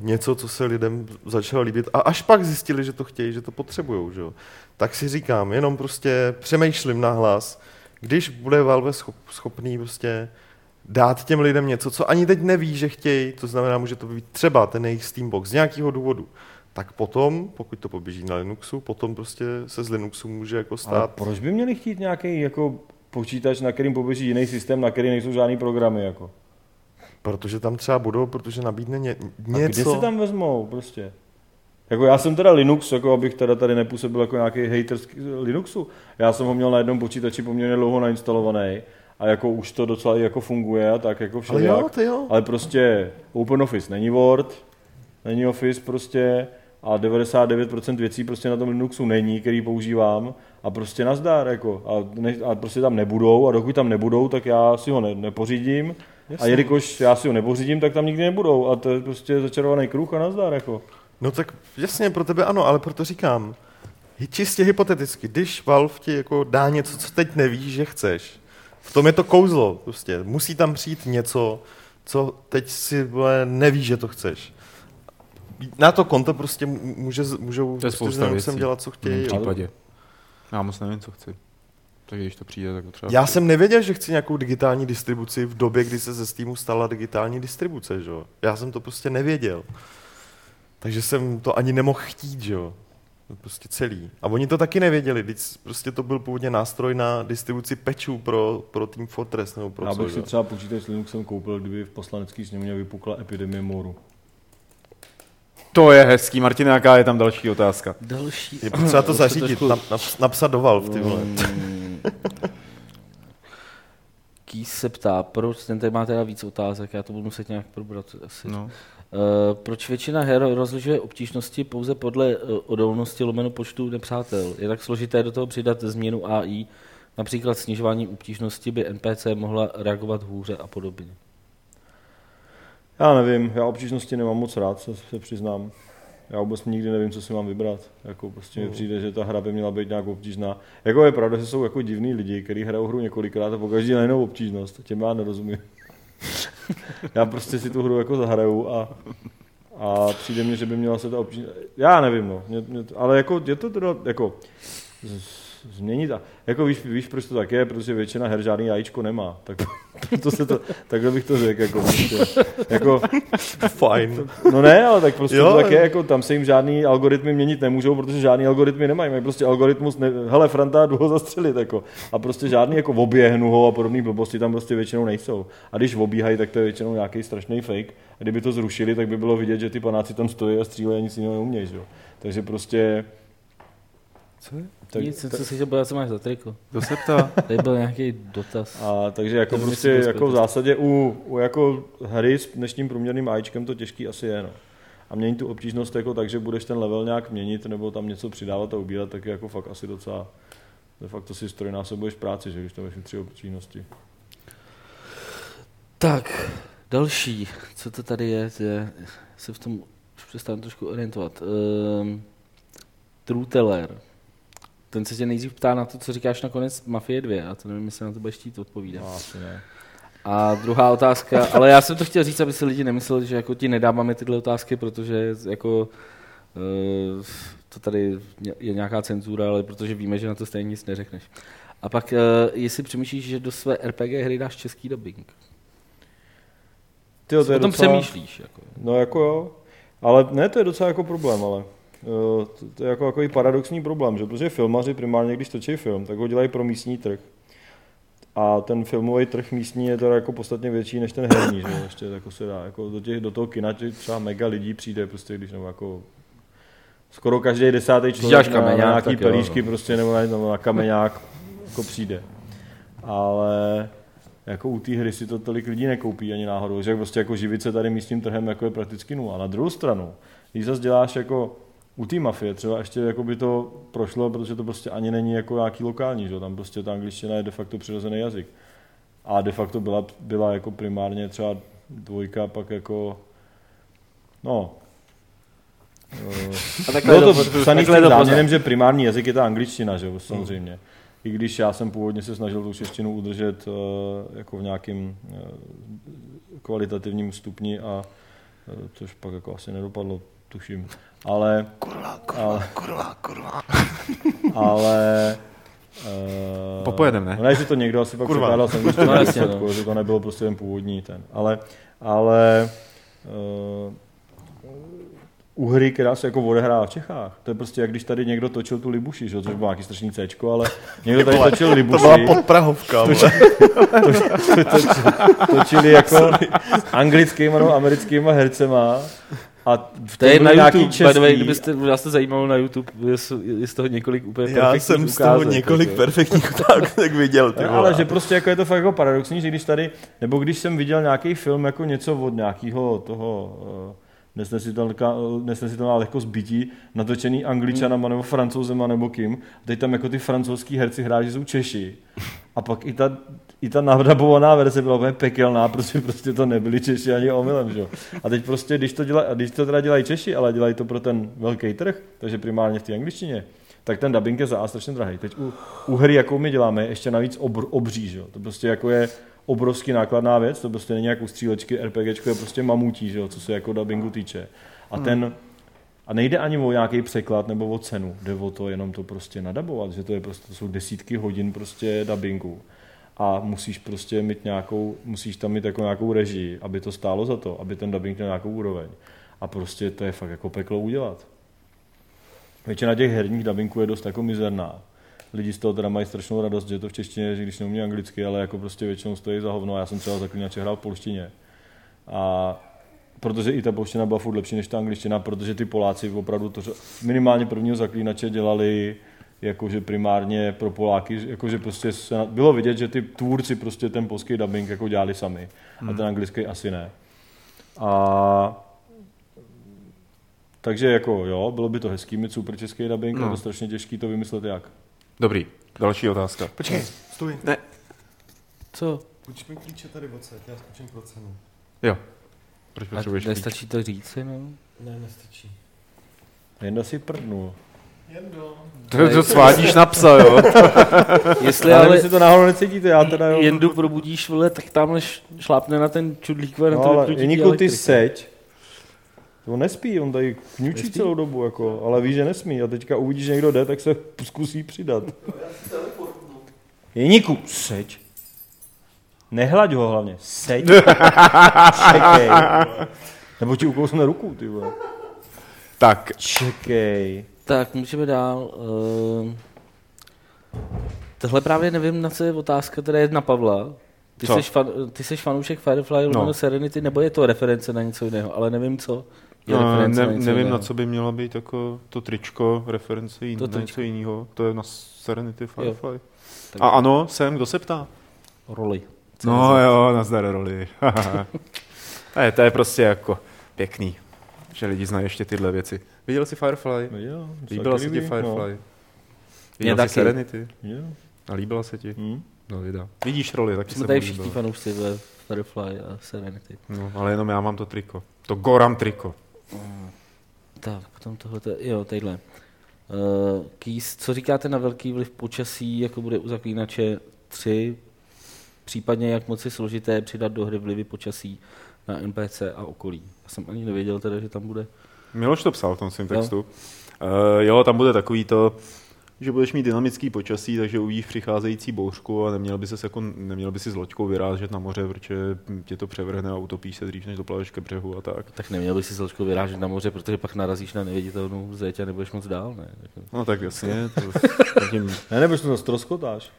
E: něco, co se lidem začalo líbit a až pak zjistili, že to chtějí, že to potřebují, že jo. Tak si říkám, jenom prostě přemýšlím na hlas, když bude Valve schop, schopný prostě dát těm lidem něco, co ani teď neví, že chtějí, to znamená, může to být třeba ten jejich Steambox z nějakého důvodu, tak potom, pokud to poběží na Linuxu, potom prostě se z Linuxu může jako
D: Ale
E: stát.
D: proč by měli chtít nějaký jako počítač, na kterým poběží jiný systém, na který nejsou žádný programy? Jako?
E: Protože tam třeba budou, protože nabídne ně,
D: A kde
E: něco.
D: se tam vezmou prostě? Jako já jsem teda Linux, jako abych teda tady nepůsobil jako nějaký hater z Linuxu. Já jsem ho měl na jednom počítači poměrně dlouho nainstalovaný a jako už to docela i jako funguje a tak jako
E: Ale
D: všelijak.
E: jo, ty jo.
D: Ale prostě OpenOffice není Word, není Office prostě a 99% věcí prostě na tom Linuxu není, který používám a prostě nazdar, jako. A, ne, a prostě tam nebudou a dokud tam nebudou, tak já si ho ne, nepořídím a jelikož já si ho nepořídím, tak tam nikdy nebudou a to je prostě začarovaný kruh a nazdar, jako.
E: No tak jasně, pro tebe ano, ale proto říkám, hy- čistě hypoteticky, když Valve ti jako dá něco, co teď nevíš, že chceš, v tom je to kouzlo, prostě. Musí tam přijít něco, co teď si vole, nevíš, že to chceš. Na to konto prostě m- může, z- můžou
B: To je
E: prostě s
B: spousta
E: Linuxem
B: věcí. Mm.
E: dělat, co
B: V mém
E: chtějí.
B: případě. Já moc nevím, co chci. Tak když to přijde, tak to třeba...
E: Já jsem nevěděl, že chci nějakou digitální distribuci v době, kdy se ze Steamu stala digitální distribuce, že jo. Já jsem to prostě nevěděl. Takže jsem to ani nemohl chtít, že jo. Prostě celý. A oni to taky nevěděli, vždyť prostě to byl původně nástroj na distribuci pečů pro, pro Team Fortress nebo pro
D: Já
E: co,
D: bych
E: že?
D: No, si
E: jo.
D: třeba počítač s Linuxem koupil, kdyby v poslanecký sněmovně vypukla epidemie moru.
B: To je hezký. Martin, jaká je tam další otázka?
A: Další.
E: Je potřeba to
A: Zase
E: zařídit,
A: trošku-
E: nap, nap, napsat do Valve, ty vole.
A: Mm. Kýs se ptá, proč, ten tady má teda víc otázek, já to budu muset nějak probrat asi.
B: No.
A: Eh, proč většina her rozlišuje obtížnosti pouze podle eh, odolnosti lomeno počtu nepřátel? Je tak složité do toho přidat změnu AI, například snižováním obtížnosti by NPC mohla reagovat hůře a podobně.
D: Já nevím, já obtížnosti nemám moc rád, se, se přiznám. já vůbec nikdy nevím, co si mám vybrat. Jako prostě mi přijde, že ta hra by měla být nějak obtížná. Jako je pravda, že jsou jako divní lidi, kteří hrajou hru několikrát a pokaždé na jinou obtížnost. Těm já nerozumím. já prostě si tu hru jako zahraju a, a přijde mi, že by měla se ta obtížnost... Já nevím, no. Mě, mě, to- ale jako je to teda, jako... z- Změnit a jako víš, víš, proč to tak je, protože většina her žádný jajíčko nemá, tak to se to, takhle bych to řekl, jako, prostě. jako
E: Fajn.
D: No ne, ale tak prostě
E: Jo.
D: jo. to tak je, jako tam se jim žádný algoritmy měnit nemůžou, protože žádný algoritmy nemají, mají prostě algoritmus, ne, hele Franta, jdu ho zastřelit, jako. A prostě žádný jako oběhnu ho a podobné blbosti tam prostě většinou nejsou. A když obíhají, tak to je většinou nějaký strašný fake. A kdyby to zrušili, tak by bylo vidět, že ty panáci tam stojí a střílejí a nic jiného neumějí, že jo. Takže prostě... Co
A: Tak,
D: je?
A: Nic, co si chtěl podat, co máš za triko.
B: Kdo se ptá?
A: Tady byl nějaký dotaz.
D: A takže jako
A: Nevím,
D: prostě
A: jestli to
D: jako v
A: zpět.
D: zásadě u, u jako hry s dnešním průměrným AIčkem to těžký asi je, no. A měnit tu obtížnost jako tak, že budeš ten level nějak měnit nebo tam něco přidávat a ubírat, tak je jako fakt asi docela de facto si strojnásobuješ práci, že když tam máš tři obtížnosti.
A: Tak, další, co to tady je, je se v tom už přestávám trošku orientovat. Um, Truteler. Ten se tě nejdřív ptá na to, co říkáš na konec Mafie 2, a to nevím, jestli na to budeš chtít odpovídat.
D: No, asi ne.
A: A druhá otázka, ale já jsem to chtěl říct, aby si lidi nemysleli, že jako ti nedáváme tyhle otázky, protože jako eh, to tady je nějaká cenzura, ale protože víme, že na to stejně nic neřekneš. A pak, eh, jestli přemýšlíš, že do své RPG hry dáš český dubbing.
D: Tyjo,
A: o tom přemýšlíš. Jako.
D: No jako jo, ale ne, to je docela jako problém, ale eh, to, to je jako, jako i paradoxní problém, že protože filmaři primárně, když točí film, tak ho dělají pro místní trh. A ten filmový trh místní je teda jako podstatně větší než ten herní, že jo, ještě jako se dá, jako do, těch, do toho kina těch třeba mega lidí přijde prostě, když nebo jako skoro každý desátý
A: děláš
D: člověk na, na
A: kameňák,
D: nějaký
A: tak jo, no.
D: pelíšky prostě nebo na, nebo na kameňák jako přijde. Ale jako u té hry si to tolik lidí nekoupí ani náhodou, že prostě jako živit se tady místním trhem jako je prakticky nula. A na druhou stranu, když zase děláš jako u té mafie třeba ještě jako by to prošlo, protože to prostě ani není jako nějaký lokální, že? jo, tam prostě ta angličtina je de facto přirozený jazyk. A de facto byla, byla jako primárně třeba dvojka, pak jako, no, eh,
A: A
D: bylo
A: takhle
D: to
A: do-
D: psaný s
A: takhle Hmm.
D: tím
A: do-
D: záměrem, že primární jazyk je ta angličtina, že jo, samozřejmě. I když já jsem původně se snažil tu češtinu udržet eh, jako v nějakým eh, kvalitativním stupni a eh, což pak jako asi nedopadlo, tuším. Ale... Kurva, kurva, ale, kurva, kurva. Ale... eh,
B: Popojedem, ne?
D: No ne, že to někdo asi pak překládal jsem
A: No jasně, no.
D: že to nebylo prostě ten původní ten. Ale, ale eh, u hry, která se jako odehrává v Čechách. To je prostě jak když tady někdo točil tu Libuši, že? jo, což bylo nějaký strašný C, ale někdo tady točil
E: To
D: Libuši,
E: byla podprahovka, vole.
D: točili jako anglickýma nebo americkýma hercema a v
A: To je
D: tom
A: na
D: byli nějaký
A: YouTube, by the way,
D: český-
A: kdybyste, vás to zajímalo na YouTube, je z, je z toho několik úplně
E: Já
A: perfektních
E: jsem z toho
A: ukázek,
E: několik
A: jako.
E: perfektních otázek viděl, ty
D: Ne,
E: vole.
D: ale že prostě jako je to fakt jako paradoxní, že když tady, nebo když jsem viděl nějaký film jako něco od nějakého toho eh, nesnesitelka- eh, nesnesitelná lehkost bytí, natočený angličanama nebo francouzema nebo kým, a teď tam jako ty francouzský herci hráči jsou Češi. A pak i ta, i ta navdabovaná verze byla úplně pekelná, protože prostě to nebyli Češi ani omylem, že jo. A teď prostě, když to, děla, a když to teda dělají Češi, ale dělají to pro ten velký trh, takže primárně v té angličtině, tak ten dubbing je za A strašně drahý. Teď u, u hry, jakou my děláme, je ještě navíc obr, obří, že jo. To prostě jako je obrovsky nákladná věc, to prostě není jako u střílečky, RPGčko je prostě mamutí, že jo, co se jako dubbingu týče. A ten, a nejde ani o nějaký překlad nebo o cenu, jde o to jenom to prostě nadabovat, že to, je prostě, to jsou desítky hodin prostě dubbingu. A musíš prostě mít nějakou, musíš tam mít jako nějakou režii, aby to stálo za to, aby ten dubbing měl nějakou úroveň. A prostě to je fakt jako peklo udělat. Většina těch herních dubbingů je dost jako mizerná. Lidi z toho teda mají strašnou radost, že je to v češtině, že když neumí anglicky, ale jako prostě většinou stojí za hovno. Já jsem třeba zaklínače hrál v polštině. A protože i ta polština byla furt lepší než ta angličtina, protože ty Poláci opravdu to, že- minimálně prvního zaklínače dělali jakože primárně pro Poláky, že- jakože prostě se, na- bylo vidět, že ty tvůrci prostě ten polský dubbing jako dělali sami a ten anglický asi ne. A takže jako jo, bylo by to hezký mít super český dubbing, ale to strašně těžký to vymyslet jak.
B: Dobrý, další otázka.
E: Počkej, stůj.
A: Co?
E: Uč mi klíče tady odsaď, já skočím pro cenu.
B: Jo. Proč
A: A
B: potřebuješ klíč?
A: nestačí to říct, no?
E: Ne, nestačí.
D: Jenda si prdnul.
B: To, to svádíš na psa, jo?
A: Jestli
D: Já ale...
A: ale
D: si to náhodou necítíte, já teda jo.
A: jendu probudíš, vole, tak tamhle š- šlápne na ten čudlík, vole, na
D: No,
A: to
D: ale
A: vypnutí
D: Jeniku, ty
A: elektriky.
D: seď. On nespí, on tady kňučí
A: Nespí?
D: celou dobu, jako, ale ví, že nesmí. A teďka uvidí, že někdo jde, tak se zkusí přidat. Jeniku, seď. Nehlaď ho hlavně, seď. Čekej. Nebo ti ukousne ruku, ty vole.
B: Tak,
D: Čekej.
A: Tak, můžeme dál. ehm. Tohle právě nevím, na co je otázka, teda je na Pavla. Ty
B: Co?
A: jsi, fan, ty jsi fanoušek Firefly no. Serenity, nebo je to reference na něco jiného, ale nevím co. Je
B: no,
A: reference
B: ne,
A: na něco
B: nevím,
A: jiného.
B: na co by mělo být jako to tričko, reference jin,
A: To
B: na něco
A: tričko.
B: jiného. To je na Serenity Firefly.
A: Tak.
B: A ano, jsem, kdo se ptá?
A: Roli. Co
B: No
A: je
B: jo, nazdar roli. to, je, to je prostě jako pěkný, že lidi znají ještě tyhle věci. Viděl jsi Firefly?
D: No, jo, to se
B: Líbila
D: taky
B: se ti
D: líbí,
B: Firefly? No.
A: Mě
B: Viděl jsi
A: taky.
B: Serenity?
D: No, jo.
B: A líbila se ti?
D: Hm?
B: No, vida. Vidíš roli, taky
A: Jsme
B: se
A: tady
B: mu
A: všichni
B: líbila.
A: fanoušci ve Firefly a Serenity.
B: No, ale jenom já mám to triko. To Goram triko.
A: Tak, potom tohle, jo, tadyhle. Uh, Kýs, co říkáte na velký vliv počasí, jako bude u zaklínače 3, případně jak moc je složité přidat do hry vlivy počasí na NPC a okolí. Já jsem ani nevěděl teda, že tam bude.
B: Miloš to psal v tom svém
A: Jo.
B: textu. Uh, jo, tam bude takový to, že budeš mít dynamický počasí, takže uvidíš přicházející bouřku a neměl by, ses jako, neměl by si s loďkou vyrážet na moře, protože tě to převrhne a utopíš se dřív, než doplaveš ke břehu a tak.
A: Tak neměl bych si s loďkou vyrážet na moře, protože pak narazíš na neviditelnou zeď a nebudeš moc dál, ne? Jako-
B: No tak jasně, to, tím,
D: Ne, nebo to ztroskotáš.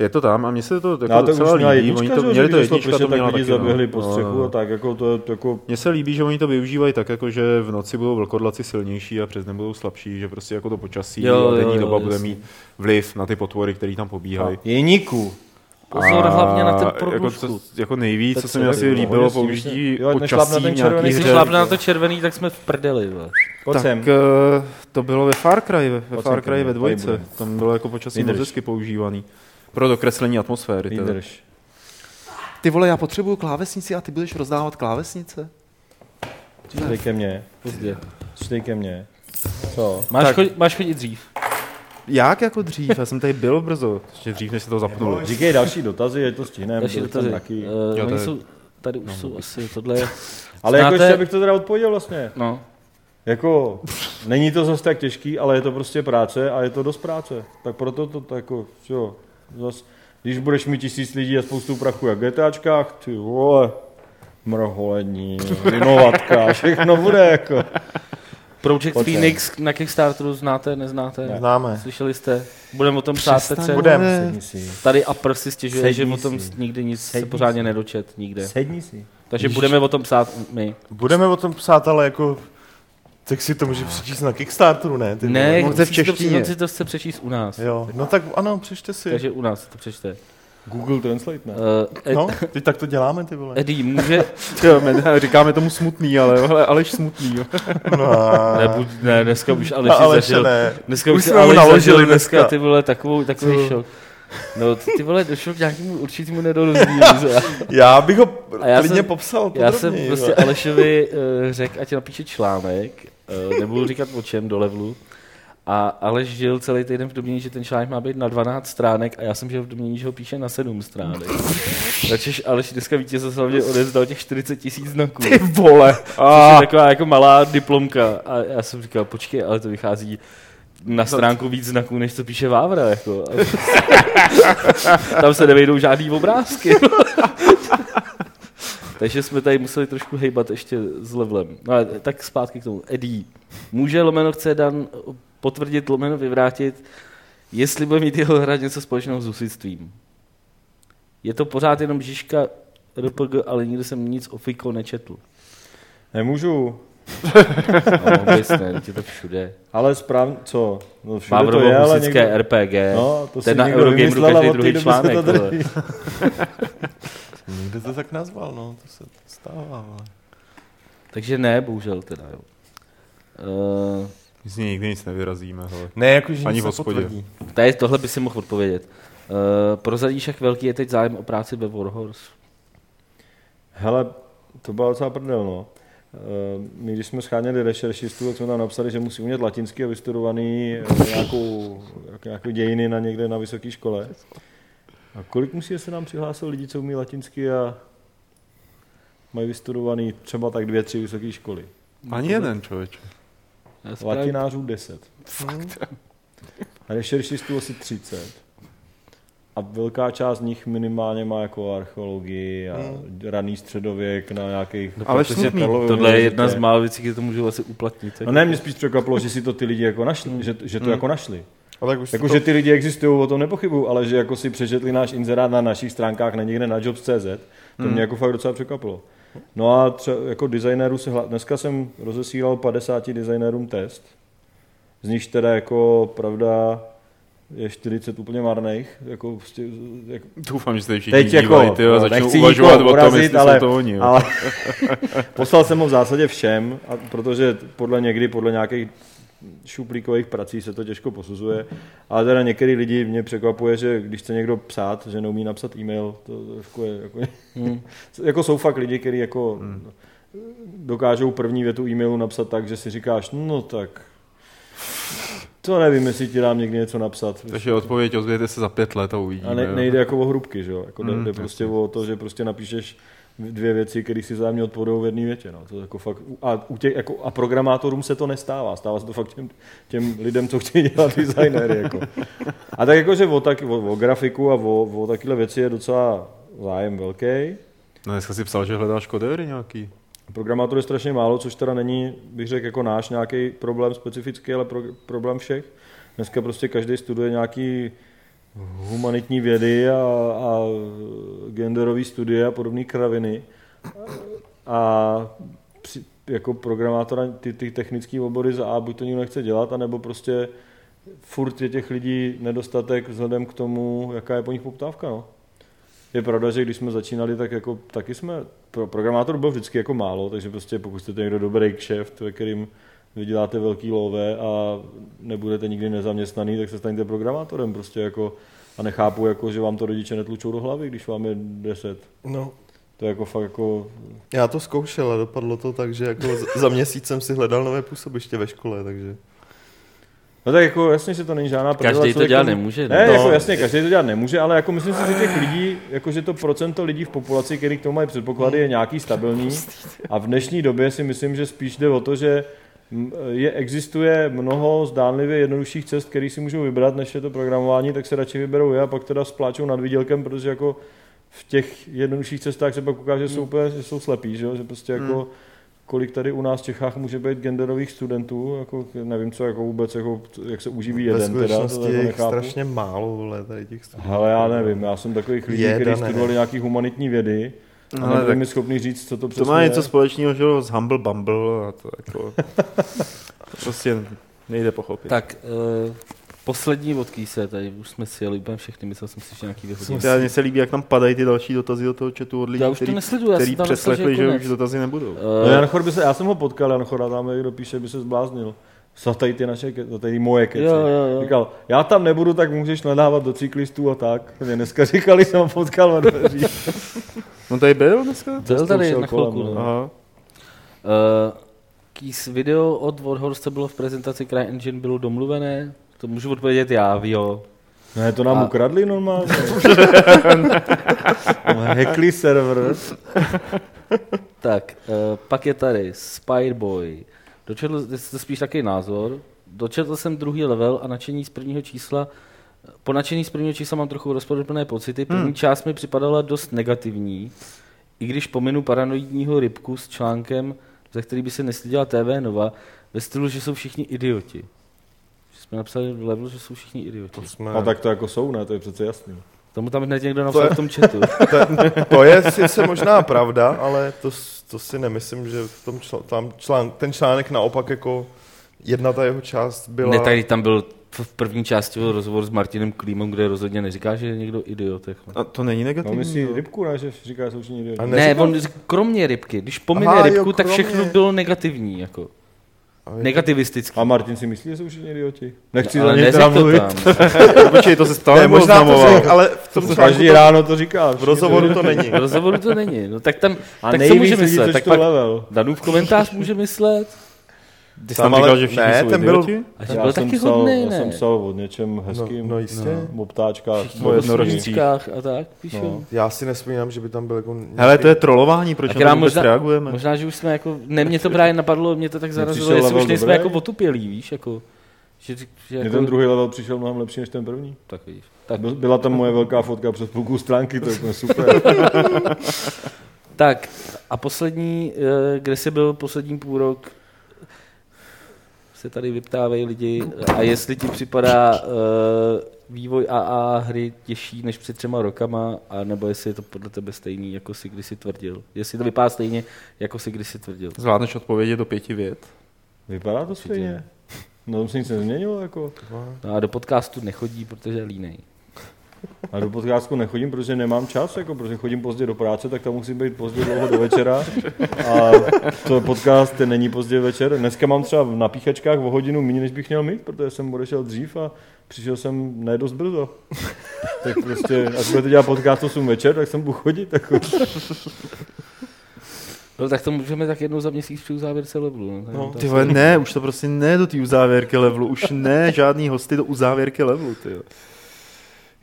B: je to tam a mně se to jako
D: No, tak
B: docela
D: už měla
B: líbí.
D: jednička,
B: Oni
D: že
B: to,
D: jo,
B: měli
D: že
B: to
D: když šlo
B: jednička,
D: pršet,
B: to
D: tak
B: měla
D: lidi
B: taky.
D: zaběhli
B: no.
D: po střechu a tak, jako to je to jako...
B: Mně se líbí, že oni to využívají tak, jako že v noci budou vlkodlaci silnější a přes den budou slabší, že prostě jako to počasí
A: Jo,
B: a
A: jo,
B: denní
A: jo,
B: doba bude
A: jasně.
B: mít vliv na ty potvory, které tam pobíhají.
D: Jeniku.
A: Pozor
B: A
A: hlavně na ten
B: Jako,
A: prodlužku.
B: co, jako nejvíc, co se
D: co
B: mi
D: je,
B: asi
D: no,
B: líbilo,
D: hodně
B: použití
D: stíšně. Jo, ať nešláp na
B: počasí
D: ten červený
B: nějaký
A: Když
D: Když
A: jsi
B: hře.
A: šlápne na to červený, tak jsme v prdeli. vole.
D: Pojď
B: Tak
D: sem.
B: eh, to bylo ve Far Cry, ve, ve
D: Pojď
B: Far
D: sem,
B: Cry ve
D: tady
B: dvojce.
D: budeme.
B: Tam bylo jako počasí
D: Vydrž.
B: moc hezky používaný. Pro dokreslení atmosféry. teda.
D: Vydrž.
B: Ty vole, já potřebuju klávesnici a ty budeš rozdávat klávesnice?
D: Čtej ke mně.
A: Pozdě.
D: Čtej ke mně. Co?
A: Máš, chodi, máš chodit dřív.
B: Jak jako dřív? Já jsem tady byl brzo. Ještě dřív, než se to zapnulo.
D: Říkej další dotazy, je to stihneme.
A: Další
D: to už tam
A: dotazy.
D: Taky.
A: Eh,
B: Jo, No,
A: oni
B: tady-
A: jsou, tady už jsou asi tohle. je-
D: Ale jako
A: Znáte-
D: ještě bych to teda odpověděl vlastně.
A: No,
D: Jako, není to zase tak těžký, ale je to prostě práce a je to dost práce. Tak proto to tak jako, jo, zas, když budeš mít tisíc lidí a spoustu prachu jak v GTAčkách, ty vole, mrholení, inovatka, všechno bude jako.
A: Project
D: Pojďte.
A: Phoenix na Kickstarteru znáte, neznáte?
D: Ne.
C: Známe.
A: Slyšeli jste? Budeme o tom psát, Petře.
C: Budem.
D: Sedni si,
A: Tady Upper si stěžuje,
D: Sedni
A: že o tom
D: si.
A: nikdy nic se
D: Sedni
A: pořádně
D: si.
A: nedočet, nikde.
D: sedni si.
A: Takže budeme o tom psát my.
C: Budeme o tom psát, ale jako... Tak si to může přečíst na Kickstarteru, ne? Ty
A: Ne,
C: vole.
A: on si
F: v
A: to-
F: češtině.
A: on si to chce přečíst u nás.
C: Jo, no tak ano, přečte si.
A: Takže u nás to přečte.
D: Google Translate, ne?
A: Uh,
C: No, teď tak to děláme, ty vole.
A: Eddie, může...
B: Jo, men- říkáme tomu smutný, ale, ale Aleš smutný. Jo.
C: No, a-
A: Ne, buď, ne, dneska už Aleš
C: a
A: si
C: Aleše
A: zažil.
C: ne.
A: Dneska
C: Už
A: už si
C: jsme ho
A: Aleš
C: naložili
A: zažil dneska,
C: dneska.
A: ty vole, takovou, takový šok. No, t- ty vole, došlo k nějakému určitému nedorozumění.
C: Já bych ho
A: A já
C: klidně
A: jsem-
C: popsal
A: Já jsem
C: podrobněji,
A: prostě
C: vole.
A: Alešovi uh, řekl, ať napíše článek, uh, nebudu říkat o čem, do levelu. A Aleš žil celý týden v domění, že ten článek má být na 12 stránek a já jsem žil v domění, že ho píše na 7 stránek. Načež Aleš dneska vítěze slavně odevzdal těch 40 tisíc znaků. Ty vole! Což je taková jako malá diplomka. A já jsem říkal, počkej, ale to vychází na stránku víc znaků, než co píše Vávra. Jako. A tam se nevejdou žádný obrázky. Takže jsme tady museli trošku hejbat ještě s levelem. No ale tak zpátky k tomu. Eddie, může lomeno chce Dan potvrdit, lomeno vyvrátit, jestli bude mít jeho hra něco společného s husitstvím. Je to pořád jenom Žižka RPG, ale nikdy jsem nic o Fiko nečetl.
D: Nemůžu,
A: No, vůbec ne, teď je to všude.
D: ale správně, co? No všude to
A: Vávrovo
D: je, ale
A: husické
D: někdo...
A: RPG.
D: No, to
A: to je
D: si
A: na
D: někdo
A: Eurogameru
D: vymyslel a
A: každý
D: od té
A: druhý
D: doby se
A: článek.
D: to
A: vole.
D: drží.
C: Někdo to tak nazval, no, to se stává, vole.
A: Takže ne, bohužel teda. Jo. Uh,
B: My z něj nikdy nic nevyrazíme. Hele.
C: Ne, jakože
B: Ani
C: nic
B: v hospodě.
C: nepotvrdí.
A: tady tohle by si mohl odpovědět. Uh, pro Zadíšek velký je teď zájem o práci ve Warhorse.
D: Hele, to byla docela prdel, no. Eh, My, když jsme scháněli rešeršistů, tak jsme tam napsali, že musí umět latinsky a vystudovaný eh, nějakou, jak- nějakou dějiny na někde na vysoké škole. A kolik musí se nám přihlásil lidí, co umí latinsky a mají vystudovaný třeba tak dvě, tři vysoké školy?
B: Ani jeden, člověče.
A: Já jsem právě-
D: Latinářů 10. Fakt. Rešeršistů asi 30. A velká část z nich minimálně má jako archeologii a raný středověk na nějakých...
B: Hmm. Ale
A: protože
B: smutný.
D: Karlovy
A: Tohle je jedna z
D: univerzitě.
A: mála věcí, kde to můžu asi uplatnit.
D: No ne, mě spíš překvapilo, že si to ty lidi jako našli, že, že to jako našli.
E: A tak už
D: Jako, že ty lidi existují, o tom nepochybuju, ale že jako si přečetli náš inzerát na našich stránkách, na někde na jobs.cz, to mě jako fakt docela překvapilo. No a třeba jako designérů se hla... dneska jsem rozesílal 50 designérům test, z nichž teda jako pravda je 40 úplně marných, jako, prostě, jako
B: Doufám, že se tady všichni
D: Teď jako,
B: dívají, tyjo,
D: no,
B: začnou
D: nechci
B: uvažovat
D: nikoho
B: o tom,
D: urazit,
B: jestli
D: ale-
B: jsou to oni. Jo.
D: ale poslal jsem ho v zásadě všem, a protože podle někdy, podle nějakých šuplíkových prací se to těžko posuzuje, ale teda některý lidi mě překvapuje, že když chce někdo psát, že neumí napsat e-mail, to trošku je, jako, jako jsou fakt lidi, kteří jako dokážou první větu e-mailu napsat tak, že si říkáš, no tak, to nevím, jestli ti dám někdy něco napsat.
B: Takže odpověď, ozvěte se za pět let a uvidíme.
D: A ne,
B: jo.
D: nejde jako o hrubky, že jo? Jako jde,
B: Mm,
D: jde prostě o to, že prostě napíšeš dvě věci, které si vzájemně odpovědou v jedné větě. No. To jako fakt, a, u těch, jako, a programátorům se to nestává. Stává se to fakt těm, těm lidem, co chtějí dělat designéry. Jako. A tak jakože o, tak, o, o grafiku a o, o takové věci je docela zájem velký.
B: No dneska si psal, že hledáš kodery nějaký.
D: Programátorů je strašně málo, což teda není, bych řekl, jako náš nějaký problém specifický, ale pro, problém všech. Dneska prostě každý studuje nějaký humanitní vědy a, a genderové studie a podobné kraviny. A při, jako programátora ty, ty technické obory za A buď to nikdo nechce dělat, anebo prostě furt je těch lidí nedostatek vzhledem k tomu, jaká je po nich poptávka. No. Je pravda, že když jsme začínali, tak jako, taky jsme, pro programátor bylo vždycky jako málo, takže prostě pokud jste někdo dobrý kšeft, ve kterým vyděláte velký lové a nebudete nikdy nezaměstnaný, tak se staňte programátorem prostě jako a nechápu, jako, že vám to rodiče netlučou do hlavy, když vám je 10.
E: No,
D: To je jako fakt jako,
E: já to zkoušel a dopadlo to tak, že jako z- za měsíc jsem si hledal nové působiště ve škole, takže...
D: no tak jako jasně, že to není žádná prdela,
A: Každý to
D: člověk
A: dělat
D: tomu-
A: nemůže. no.
D: Ne, no. vlastně jako jasně, každý to dělat nemůže, ale jako myslím si, že těch lidí, jako že to procento lidí v populaci, který k tomu mají předpoklady, je nějaký stabilní. A v dnešní době si myslím, že spíš jde o to, že m, je, existuje mnoho zdánlivě jednodušších cest, které si můžou vybrat, než je to programování, tak se radši vyberou je a pak teda spláčou nad výdělkem, protože jako v těch jednodušších cestách se pak ukáže, že
E: Hmm.
D: jsou, úplně, že jsou slepí, že, jo? že prostě jako kolik tady u nás v Čechách může být genderových studentů, jako nevím co, jako vůbec, jako, jak se uživí
E: Ve
D: jeden, teda, to
E: skutečnosti
D: jako
E: je jich
D: nechápu.
E: strašně málo, vole, tady těch studentů.
D: Hele, já nevím, já jsem takových lidí,
E: Je,
D: kteří
E: Dané.
D: studovali nějaký humanitní vědy,
B: No,
D: a
B: ale
D: nebyli
B: tak
D: mi schopný říct, co to
B: To
D: přesně
B: má něco
D: je.
B: společného, že jo, s Humble Bumble a to jako... to prostě nejde pochopit.
A: Tak, uh, poslední vodky se tady, už jsme si jeli úplně všechny, myslel jsem si, že nějaký vyhodí.
B: Já mně se líbí, jak tam padají ty další dotazy do toho chatu od lidí,
A: Já už to
B: který,
A: nesleduju, já
B: který
A: jsem tam myslel, že
B: přeslechli,
A: je
B: že už
A: konec.
B: dotazy nebudou.
D: No,
A: Eh,
D: Jan Chor by se, já jsem ho potkal, Jan Chora, tam někdo píše, by se zbláznil. Za tady ty naše, ke- za tady ty moje keci.
A: Jo, jo, jo.
D: Říkal, já tam nebudu, tak můžeš nadávat do cyklistů a tak. Mě dneska říkali, jsem ho potkal na dveří.
B: No tady byl dneska?
A: Byl tady
D: zkoušel
A: na chvilku.
D: kolem,
A: no.
D: no.
B: Aha.
A: Eh, Kýs video od Warhorse bylo v prezentaci CryEngine bylo domluvené, to můžu odpovědět já, jo.
D: Ne, No, to nám
A: A-
D: ukradli normálně. Hackli server.
A: Tak, eh, pak je tady Spireboy. Dočetl, to je spíš takový názor. Dočetl jsem druhý level a načení z prvního čísla po načení z prvního čísla mám trochu rozporuplné pocity. První hmm. část mi připadala dost negativní, i když pominu paranoidního rybku s článkem, za který by se nestyděla TV Nova, ve stylu, že jsou všichni idioti. Že jsme napsali v levelu, že jsou všichni idioti.
E: Jsme...
D: A tak to jako jsou, ne? To je přece jasný.
A: Tomu tam hned někdo napsal
E: je-
A: v tom chatu.
E: To je sice možná pravda, ale to, s- to si nemyslím, že v tom čl- tam člán- ten článek naopak jako jedna ta jeho část byla...
A: Ne, tady tam byl v v první části byl rozhovor s Martinem Klímem, kde rozhodně neříká, že je někdo idiot. Jako.
B: A to není
D: No, my
B: negativní.
D: si rybku, ne, že říká, že jsou všichni idioti.
E: A
A: Ne,
E: neříkal-
A: on, řek- kromě rybky. Když pomine
E: Aha,
A: rybku,
E: jo,
A: tak všechno
E: kromě.
A: bylo negativní. Jako. Negativistický.
D: A Martin si myslí, že jsou všichni idioti? Nechci
A: No,
D: za
A: ale
D: něj
A: neřekl
D: teda
A: to
D: mluvit.
A: tam.
B: Počkej, to se stále
E: Ne, možná to
B: oznamoval.
E: řekl, ale v tom článku
D: Každý
E: to,
D: ráno to říkáš.
E: v rozhovoru to není.
A: V rozhovoru to není. No tak tam,
D: A
A: tak co
D: nejvíc
A: může
D: lidí,
A: myslet?
D: což
A: Tak
D: to
A: pak
D: level.
A: Danův komentář může myslet.
B: Ty jsi tam říkal, že všichni
E: ne,
B: jsou
E: ten
B: idioti?
E: byl,
A: A že
D: Já
A: byl
D: jsem,
A: taky
D: psal,
A: hodnej,
D: já
A: ne?
D: jsem psal o něčem hezkým.
E: no jistě.
D: O ptáčkách.
B: o jednorožcích.
D: sníh.
A: Knížkách a tak píšou.
D: No.
E: já si nespomínám, že by tam byl jako...
B: Hele, to je trolování, proč
A: Tak
B: na to
A: nám
B: vůbec
A: možná-
B: reagujeme?
A: Možná, že už jsme jako, ne, mě to právě napadlo, mě to tak zarazilo,
D: přišel
A: jestli už
D: level
A: nejsme
D: dobrý.
A: jako otupělí, víš, jako, že, že
D: Mně
A: jako,
D: ten druhý level přišel mnohem lepší než ten první.
A: tak vidíš. Tak,
D: Byl- Byla tam moje velká fotka před půlkou stránky, to je super.
A: tak, a poslední, eh, kde jsi byl poslední půl rok, se tady vyptávají lidi a jestli ti připadá eh, vývoj AA hry těžší než před třema rokama, a nebo jestli je to podle tebe stejný, jako si kdysi tvrdil. Jestli to vypadá stejně, jako si kdysi tvrdil.
B: Zvládneš odpovědět do pěti vět.
D: Vypadá to stejně. No tam se nic nezměnilo jako.
A: No a do podcastu nechodí, protože je línej.
D: A do podcastu nechodím, protože nemám čas, jako, protože chodím pozdě do práce, tak tam musím být pozdě dlouho do večera. A to podcast ten není pozdě večer. Dneska mám třeba v napíchačkách o hodinu méně, než bych měl mít, protože jsem odešel dřív a přišel jsem ne dost brzo. Tak prostě, až budete dělat podcast 8 večer, tak jsem budu chodit. Jako.
A: No tak to můžeme tak jednou za měsíc při uzávěrce levelu. No, tak
E: No,
A: to
B: Ty vole, ne, už to prostě ne do té uzávěrky levelu, už ne žádný hosty do uzávěrky levelu, ty jo.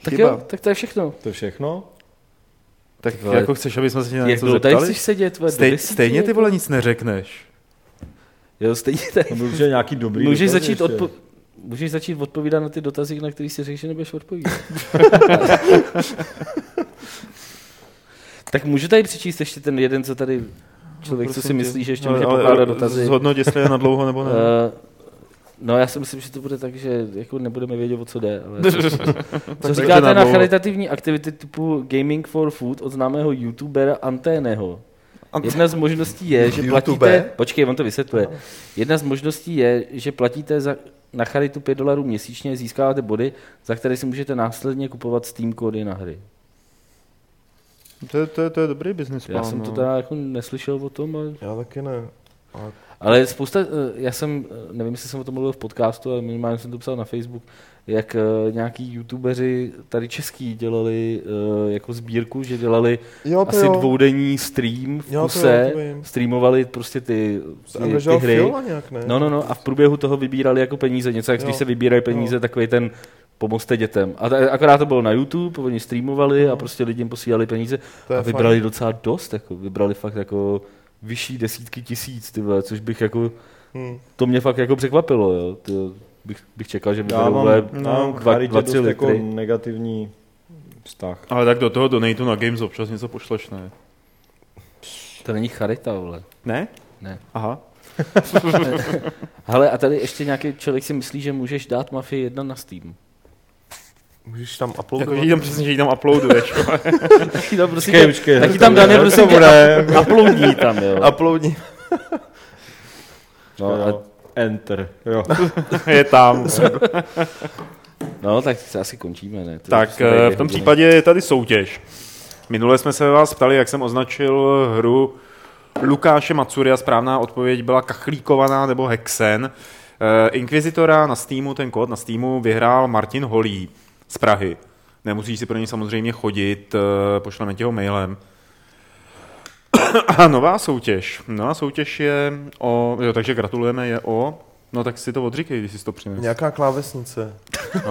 A: tak
B: Chyba.
A: jo, tak to je všechno.
D: To je všechno.
B: Tak
A: Ty vole,
B: jako chceš, aby jsme se na
A: Jak
B: něco
A: dlouho tady
B: zeptali?
A: chceš sedět? Ve,
B: Stej, stejně ty vole nic neřekneš.
A: Jo, stejně tady.
D: No, To byl určitě nějaký dobrý.
A: Můžeš
D: dotaz
A: začít,
D: ještě.
A: odpo- můžeš začít odpovídat na ty dotazy, na které si řekl, že nebudeš odpovídat. tak můžu tady přečíst ještě ten jeden, co tady člověk, co si
B: Prosím tě. No,
A: myslí, že ještě
B: Ale-
A: může
B: ale-
A: pokládat dotazy.
B: Zhodnoť, jestli je na dlouho nebo ne.
A: Eh, No já si myslím, že to bude tak, že jako nebudeme vědět, o co jde. Ale co
B: Takže
A: říkáte na
B: nadlouho.
A: charitativní aktivity typu Gaming for Food od známého youtubera Anténeho? Jedna z možností je, že platíte...
E: YouTube?
A: Počkej, on to vysvětluje. Jedna z možností je, že platíte za, na charitu 5 dolarů měsíčně, získáváte body, za které si můžete následně kupovat Steam kódy na hry.
B: To, je- to, je- to je dobrý business plán.
A: Já jsem
B: no.
A: to teda jako neslyšel o tom, ale
E: Já taky ne.
A: Ale spousta, eh, já jsem, eh, nevím, jestli jsem o tom mluvil v podcastu, ale minimálně jsem to psal na Facebook, jak eh, nějaký youtubeři tady český dělali eh, jako sbírku, že dělali
E: Jo, to
A: asi
E: jo.
A: dvoudenní stream v
E: Jo, to
A: kuse,
E: jo, to vím.
A: streamovali prostě ty, ty, ty
E: Angažoval
A: hry.
E: Fiola nějak, ne?
A: No, no, no, a v průběhu toho vybírali jako peníze, něco jak
E: Jo.
A: když se vybírají peníze, takový ten pomozte dětem. A ta, akorát to bylo na YouTube, oni streamovali a prostě lidem posílali peníze
E: Mhm. To je
A: a vybrali docela dost, jako vybrali fakt jako vyšší desítky tisíc, ty vole, což bych jako,
E: Hm.
A: to mě fakt jako překvapilo, jo. To bych, bych čekal, že
D: Já
A: vyberou
D: mám,
A: vole
D: já mám k
A: dva-
D: charitě
A: 20
D: dost jako
A: litry.
D: negativní vztah.
B: Ale tak do toho donatu na Games občas něco pošleš, ne?
A: To není charita, vole.
B: Ne?
A: Ne.
B: Aha.
A: Hele, a tady ještě nějaký člověk si myslí, že můžeš dát Mafii 1 na Steam.
E: Můžeš tam
B: Jako,
E: uploadovat.
B: že jí tam přesně, že jí tam uploaduješ.
A: Taky tam prostě,
D: Počkej, počkej,
A: taky
D: to
A: tam
D: bude,
A: Dane
D: to
A: prostě tě
D: bude.
A: up- uploadní tam, jo.
E: Uploadní.
A: No, a
D: Jo. Enter. Jo.
B: je tam.
A: No, tak se asi končíme, ne? To
B: tak
A: už jsme tady
B: eh, v tom
A: hodiny.
B: případě je tady soutěž. Minule jsme se vás ptali, jak jsem označil hru Lukáše Macuria. Správná odpověď byla kachlíkovaná nebo hexen. Eh, Inkvizitora na Steamu, ten kód na Steamu vyhrál Martin Holí z Prahy. Nemusíš si pro něj samozřejmě chodit, eh, pošleme ti ho mailem. A nová soutěž. Nová soutěž je o... Jo, takže gratulujeme, je o... No tak si to odříkej, když jsi to přinesl.
E: Nějaká klávesnice.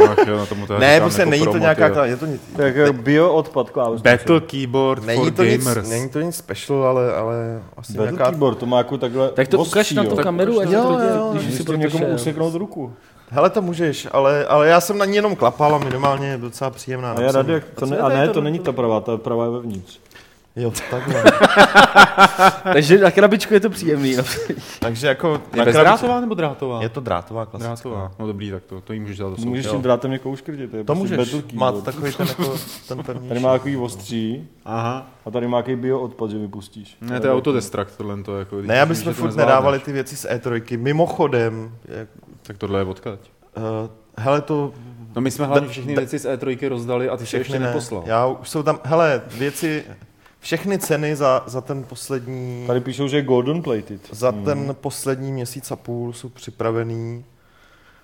B: Ach, jo, na tomu to
E: Ne,
B: říkám
E: prostě
B: jako
E: není to
B: promo,
E: nějaká
B: tyjo.
E: klávesnice. Je to nic-
A: eh,
D: Tak bio odpad klávesnice.
B: Battle Keyboard
E: Není
B: for
E: to, nic,
B: Gamers.
E: není to nic special, ale, ale asi
D: Battle
E: nějaká...
D: keyboard, to má jako takhle
A: Tak to
D: ostří,
A: ukaž na
D: jo.
A: tu
D: Tak
A: kameru, ať
E: jo,
A: to
E: jo, jo.
A: dělá, když
D: Když
A: si
D: chci
A: proto
D: někomu
A: šel.
D: useknout ruku.
E: Hele, to můžeš, ale, ale já jsem na ní jenom klapal a minimálně je docela příjemná.
D: A, já
E: napsaná.
D: rady, jak, to ne, a
E: tady
D: ne,
E: to-
D: to není ta pravá, ta pravá je vevnitř.
E: Jo, takhle.
A: Takže na krabičku je to příjemný. No.
E: Takže jako...
B: Je bezdrátová nebo drátová?
E: Je to drátová klasická.
B: drátová. No dobrý, tak to, to jí můžeš dát do
D: Můžeš
B: soutěže.
D: tím drátem někoho uškrtit. je
E: To
D: prostě
E: můžeš.
D: Battle keyboard.
E: Má to takový ten jako ten pevný.
D: Tady má takový ostří
B: Aha.
D: a tady má jaký bio odpad, že vypustíš.
B: Ne, to je autodestruct, tohle to jako... když
E: Ne, aby
B: víš,
E: jsme
B: že to
E: furt
B: nezvládneš.
E: nedávali ty věci z E3. Mimochodem, jak,
B: Tak tohle je odkaď.
E: uh, hele to...
B: No my jsme hlavně všechny
E: Da-
B: věci z E3 rozdali a ty se ještě
E: ne.
B: neposlal.
E: Já už jsou tam, hele, věci... všechny ceny za, za ten poslední...
D: Tady píšou, že je golden plated.
E: Za ten poslední měsíc a půl jsou připravený,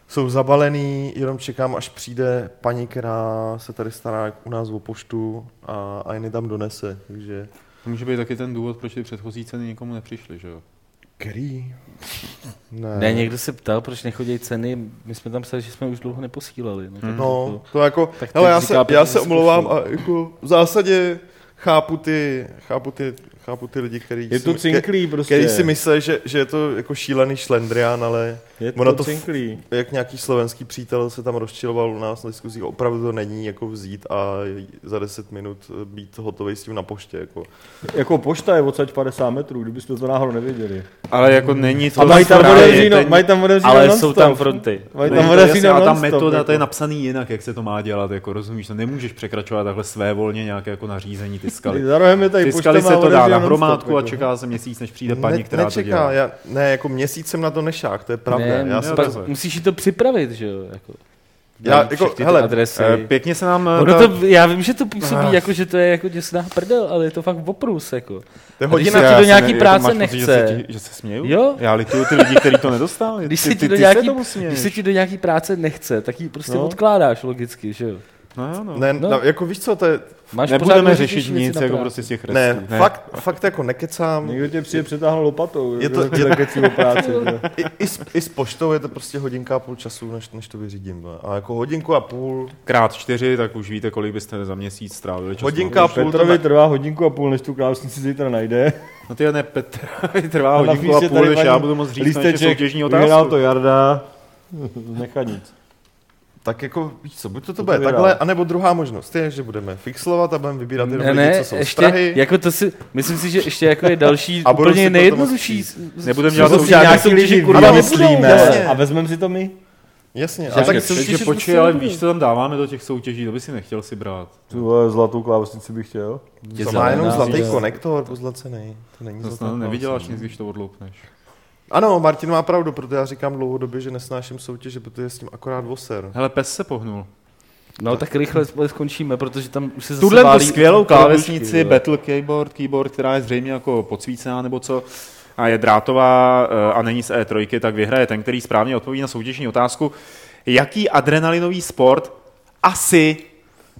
E: jsou zabalený, jenom čekám, až přijde paní, která se tady stará u nás o poštu a, a jen tam donese. Takže...
B: To může být taky ten důvod, proč ty předchozí ceny nikomu nepřišly, že jo?
E: Který? Ne.
A: Ne, někdo se ptal, proč nechodí ceny. My jsme tam psali, že jsme už dlouho neposílali. No, tak
E: No,
A: jako-
E: to jako,
A: Tak
E: hele,
A: teď
E: já se,
A: říká Petr,
E: já
A: že
E: se
A: zkoušel.
E: omlouvám a jako v zásadě chápu ty, chápu ty, chápu ty lidi, kteří
D: Je to
E: si,
D: cinklý prostě.
E: který si myslí, že, že je to jako šílený šlendrián, ale
D: Je
E: Ono
D: to,
E: to
D: to
E: f-
D: cinklý.
E: jak nějaký slovenský přítel se tam rozčiloval u nás na diskuzích, opravdu to není jako vzít a za 10 minut eh, být hotový s tím na poště. Jako.
D: Jako pošta je odsaď 50 metrů, kdybyste to náhodou nevěděli.
B: Ale jako není to...
D: A mají tam
B: správně,
D: odevří,
B: ten-
D: no, mají tam odevří
A: Ale jsou tam fronty.
D: Mají
B: Není
D: tam
B: to
D: odevří
B: jasně,
D: na
B: ale ta
D: non-stop,
B: metoda, to je
D: jako.
B: napsaný jinak, jak se to má dělat, jako rozumíš, to nemůžeš překračovat takhle svévolně nějaké jako nařízení ty skaly.
D: Za rohem je tady
B: Ty
D: pošta,
B: skaly
D: má
B: se to dá
D: odevří
B: na
D: non-stop,
B: hromádku a
D: jako.
B: čeká se měsíc, než přijde paní, která to
E: nečeká,
B: dělá.
E: já, ne, jako měsíc jsem na to nešák, to je pravda.
A: Ne,
E: já
A: mus-
E: jsem,
A: pak,
B: takhle.
A: musíš si to připravit, že jo? Jako,
E: já,
A: najít
E: jako,
A: všechny ty
E: hele,
A: adresy.
B: Eh, Pěkně se nám... eh,
A: Ono
B: ta-
A: to, já vím, že to působí jako, že to je jako děsná prdel, ale je to fakt oprus, jako.
E: to je
A: když
E: hodina,
A: se
B: Já
A: ti do
B: jsem-
A: nějaký
B: jako
A: práce
B: máš pocit, že se
A: nechce.
B: ti- Že se směju?
A: Jo?
B: Já lituju ty lidi, kteří to nedostali.
A: Když
B: Ty-
A: se
B: ty-
A: ti do
B: ty
A: nějaký-
B: tomu směješ.
A: Když se ti do nějaký práce nechce, tak ji prostě
D: No.
A: odkládáš logicky, že jo?
B: No, jo, no.
E: ne,
A: No. Prostě
E: no. jako víš co, to je,
A: Máš
B: Nebudeme
A: pořád
B: řešit
A: věci
B: nic
A: na
B: jako
A: práci.
B: prostě z těch
E: ne,
B: restů.
E: ne, fakt, fakt jako nekecám,
D: Někdo tě přijde přetáhnout lopatou.
E: Je
D: Je
E: to-
D: to, je o práci. že?
E: I, i, s, I s poštou je to prostě hodinka a půl času, než, než to vyřídím. no. A jako hodinku a půl,
B: Krát čtyři, tak už víte, kolik byste za měsíc strávili času.
E: hodinka a půl, to
D: Petrovi
E: ne,
D: trvá hodinku a půl, než tu klávesnici zítra najde.
B: No ty ne, Petr, trvá
D: A na
B: hodinku a
D: píše
B: půl,
D: tady
B: než
D: paní
B: já budu moc říct naše
D: Lísteček,
B: soutěžní
D: vyhrál
B: otázku.
D: to Jarda. Necha nic.
E: tak jako víš co, buď to, to
D: To
E: bude
D: to vydá.
E: takhle, anebo druhá možnost je, že budeme fixlovat a budeme vybírat jenom
A: Ne,
E: lidi,
A: ne,
E: co jsou z
A: ještě,
E: Prahy.
A: jako to si, myslím si, že ještě jako je další
E: A budu si
A: úplně
E: potom
A: nejjednodušší.
B: Nebudeme dělat
A: soutěž,
B: soutěž.
A: nějaký
D: soutěži,
A: lidi,
D: kurva,
A: kurva,
E: myslíme.
A: nebudou,
E: Ne.
A: vole.
E: Jasně.
D: A vezmeme si to my?
E: Jasně, a
A: Žádný
E: tak
A: soutěž.
E: soutěž,
B: Takže
A: soutěž
B: počkej,
A: prostě
B: ale
A: nebude.
B: víš, co tam dáváme do těch soutěží, to by si nechtěl si brát.
D: Tu vole, zlatou klávesnici bych chtěl.
A: Je
E: to má jenom
A: zelená,
E: zlatý
A: jo.
E: konektor, pozlacený. To není
B: To
E: zlatý
B: snad nevyděláš nic,
E: konektor.
B: když to odloupneš.
E: Ano, Martin má pravdu, protože já říkám dlouhodobě, že nesnáším soutěže, protože je s tím akorát voser.
B: Hele, pes se pohnul.
A: No tak rychle spole skončíme, protože tam už se zase
B: Tuhle tu
A: válí
B: skvělou
A: produčky,
B: klávesnici
A: jo.
B: Battle Keyboard, keyboard, která je zřejmě jako podsvícená nebo co, a je drátová eh, a není z E3, tak vyhraje ten, který správně odpoví na soutěžní otázku. Jaký adrenalinový sport asi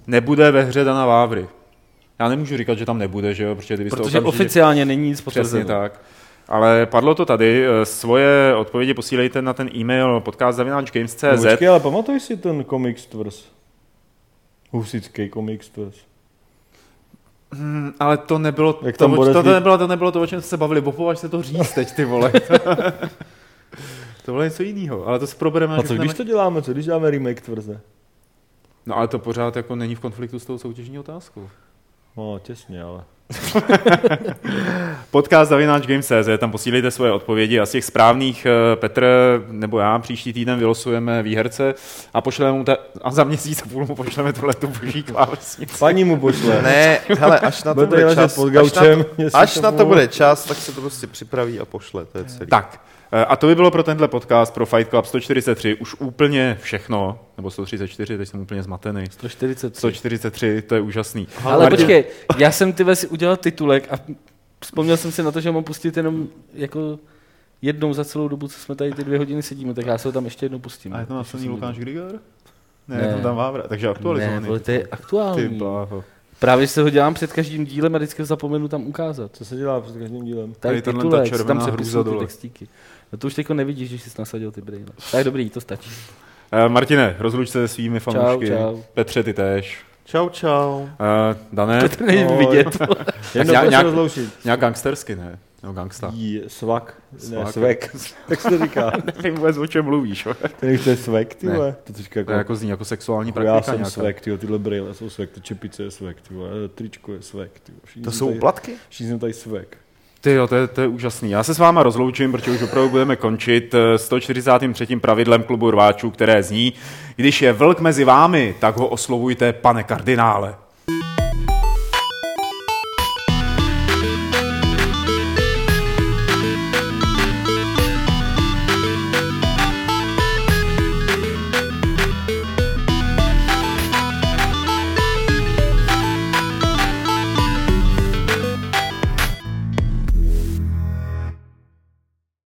B: nebude ve hře Dana Vávry? Já nemůžu říkat, že tam nebude, že jo? Protože, kdybyste
A: Protože
B: okamžitě-
A: oficiálně není nic
B: Přesně
A: potvrzeno.
B: tak. Ale padlo to tady. eh, Svoje odpovědi posílejte na ten e-mail podcast.games.cz.
D: Počkej, ale pamatuj si ten komiks tvrz. Husický komiks tvrz.
B: Hmm, ale to nebylo,
D: Jak
B: to,
D: tam
B: to,
D: bude
B: to,
D: říct?
B: nebylo, to nebylo to, o čem jste se bavili. Opovaž se to říct teď, ty vole. to bylo něco jiného, ale to si
E: No,
B: probereme.
D: A
B: až
D: co
B: budeme-
D: když to děláme? Co když dáme remake tvrze?
B: No ale to pořád jako není v konfliktu s tou soutěžní otázkou.
D: No, těsně, ale.
B: Podcast Zavináč Games.cz, tam posílejte svoje odpovědi a z těch správných eh, Petr nebo já příští týden vylosujeme výherce a pošleme mu ta, a za měsíc a půl mu pošleme tuhle tu boží klávesnici.
D: Paní mu pošle.
E: Ne, hele, až na to
D: Bude tady
E: bude
D: ležet
E: čas,
D: pod
E: až na
D: gaučem.
E: to,
D: jestli
E: až na to
D: bylo.
E: bude čas, tak se to prostě připraví a pošle, to je celý.
B: Tak, eh, a to by bylo pro tenhle podcast, pro Fight Club 143, už úplně všechno, nebo 134, teď jsem úplně zmatený.
A: 143.
B: 143, to je úžasný.
A: Ale počkej, já jsem ty si udělal titulek a vzpomněl jsem si na to, že mám pustit jenom jako jednou za celou dobu, co jsme tady ty dvě hodiny sedíme, tak já se ho tam ještě jednou pustím.
B: A je tam napsaný Lukáš Grigor? Ne,
A: Ne.
B: ne. tam tam Vávra, takže
A: Ne,
B: aktualizovaný.
A: vole, to je
B: Ty
A: aktuální.
B: bláho.
A: Právě se ho dělám před každým dílem a vždycky ho zapomenu tam ukázat.
D: Co se dělá před každým dílem?
A: Tady
B: Tady tahle ta
A: titulek, si tam
B: červená
A: přepisu
B: hruza
A: ty
B: dole.
A: textíky. No to už teďko nevidíš, když jsi nasadil ty brýle. Tak dobrý, to stačí.
B: Eh, Martine, rozluč se se svými fanoušky.
A: čau.
B: Petře, ty též.
E: Čau, čau.
B: Uh, Dané,
A: To není
D: No,
A: vidět.
D: Jedno
B: nějak-
D: to se
B: nějak-
D: rozloučit.
B: nějak gangstersky, ne? No, gangsta.
D: Jí, Svak. Ne,
B: Svak.
D: svek. Jak se to říká?
B: Nevím vůbec, o čem mluvíš.
D: Ten už to je svek, ty
B: Ne.
D: vole. To teďka
B: To
D: jako...
B: je jako zní jako sexuální
D: jako já
B: praktika
D: jsem
B: nějaká.
D: svek, tyjo, tyhle brýle jsou svek, to čepice je svek, tyjo, tričko je svek, tyjo. Všichni
E: To
D: jsme
E: jsou
D: tady-
E: uplatky?
D: Všichni jsme tady svek.
B: Ty jo, to je, to je úžasný. Já se s váma rozloučím, protože už opravdu budeme končit eh, 143. pravidlem klubu rváčů, které zní, když je vlk mezi vámi, tak ho oslovujte pane kardinále.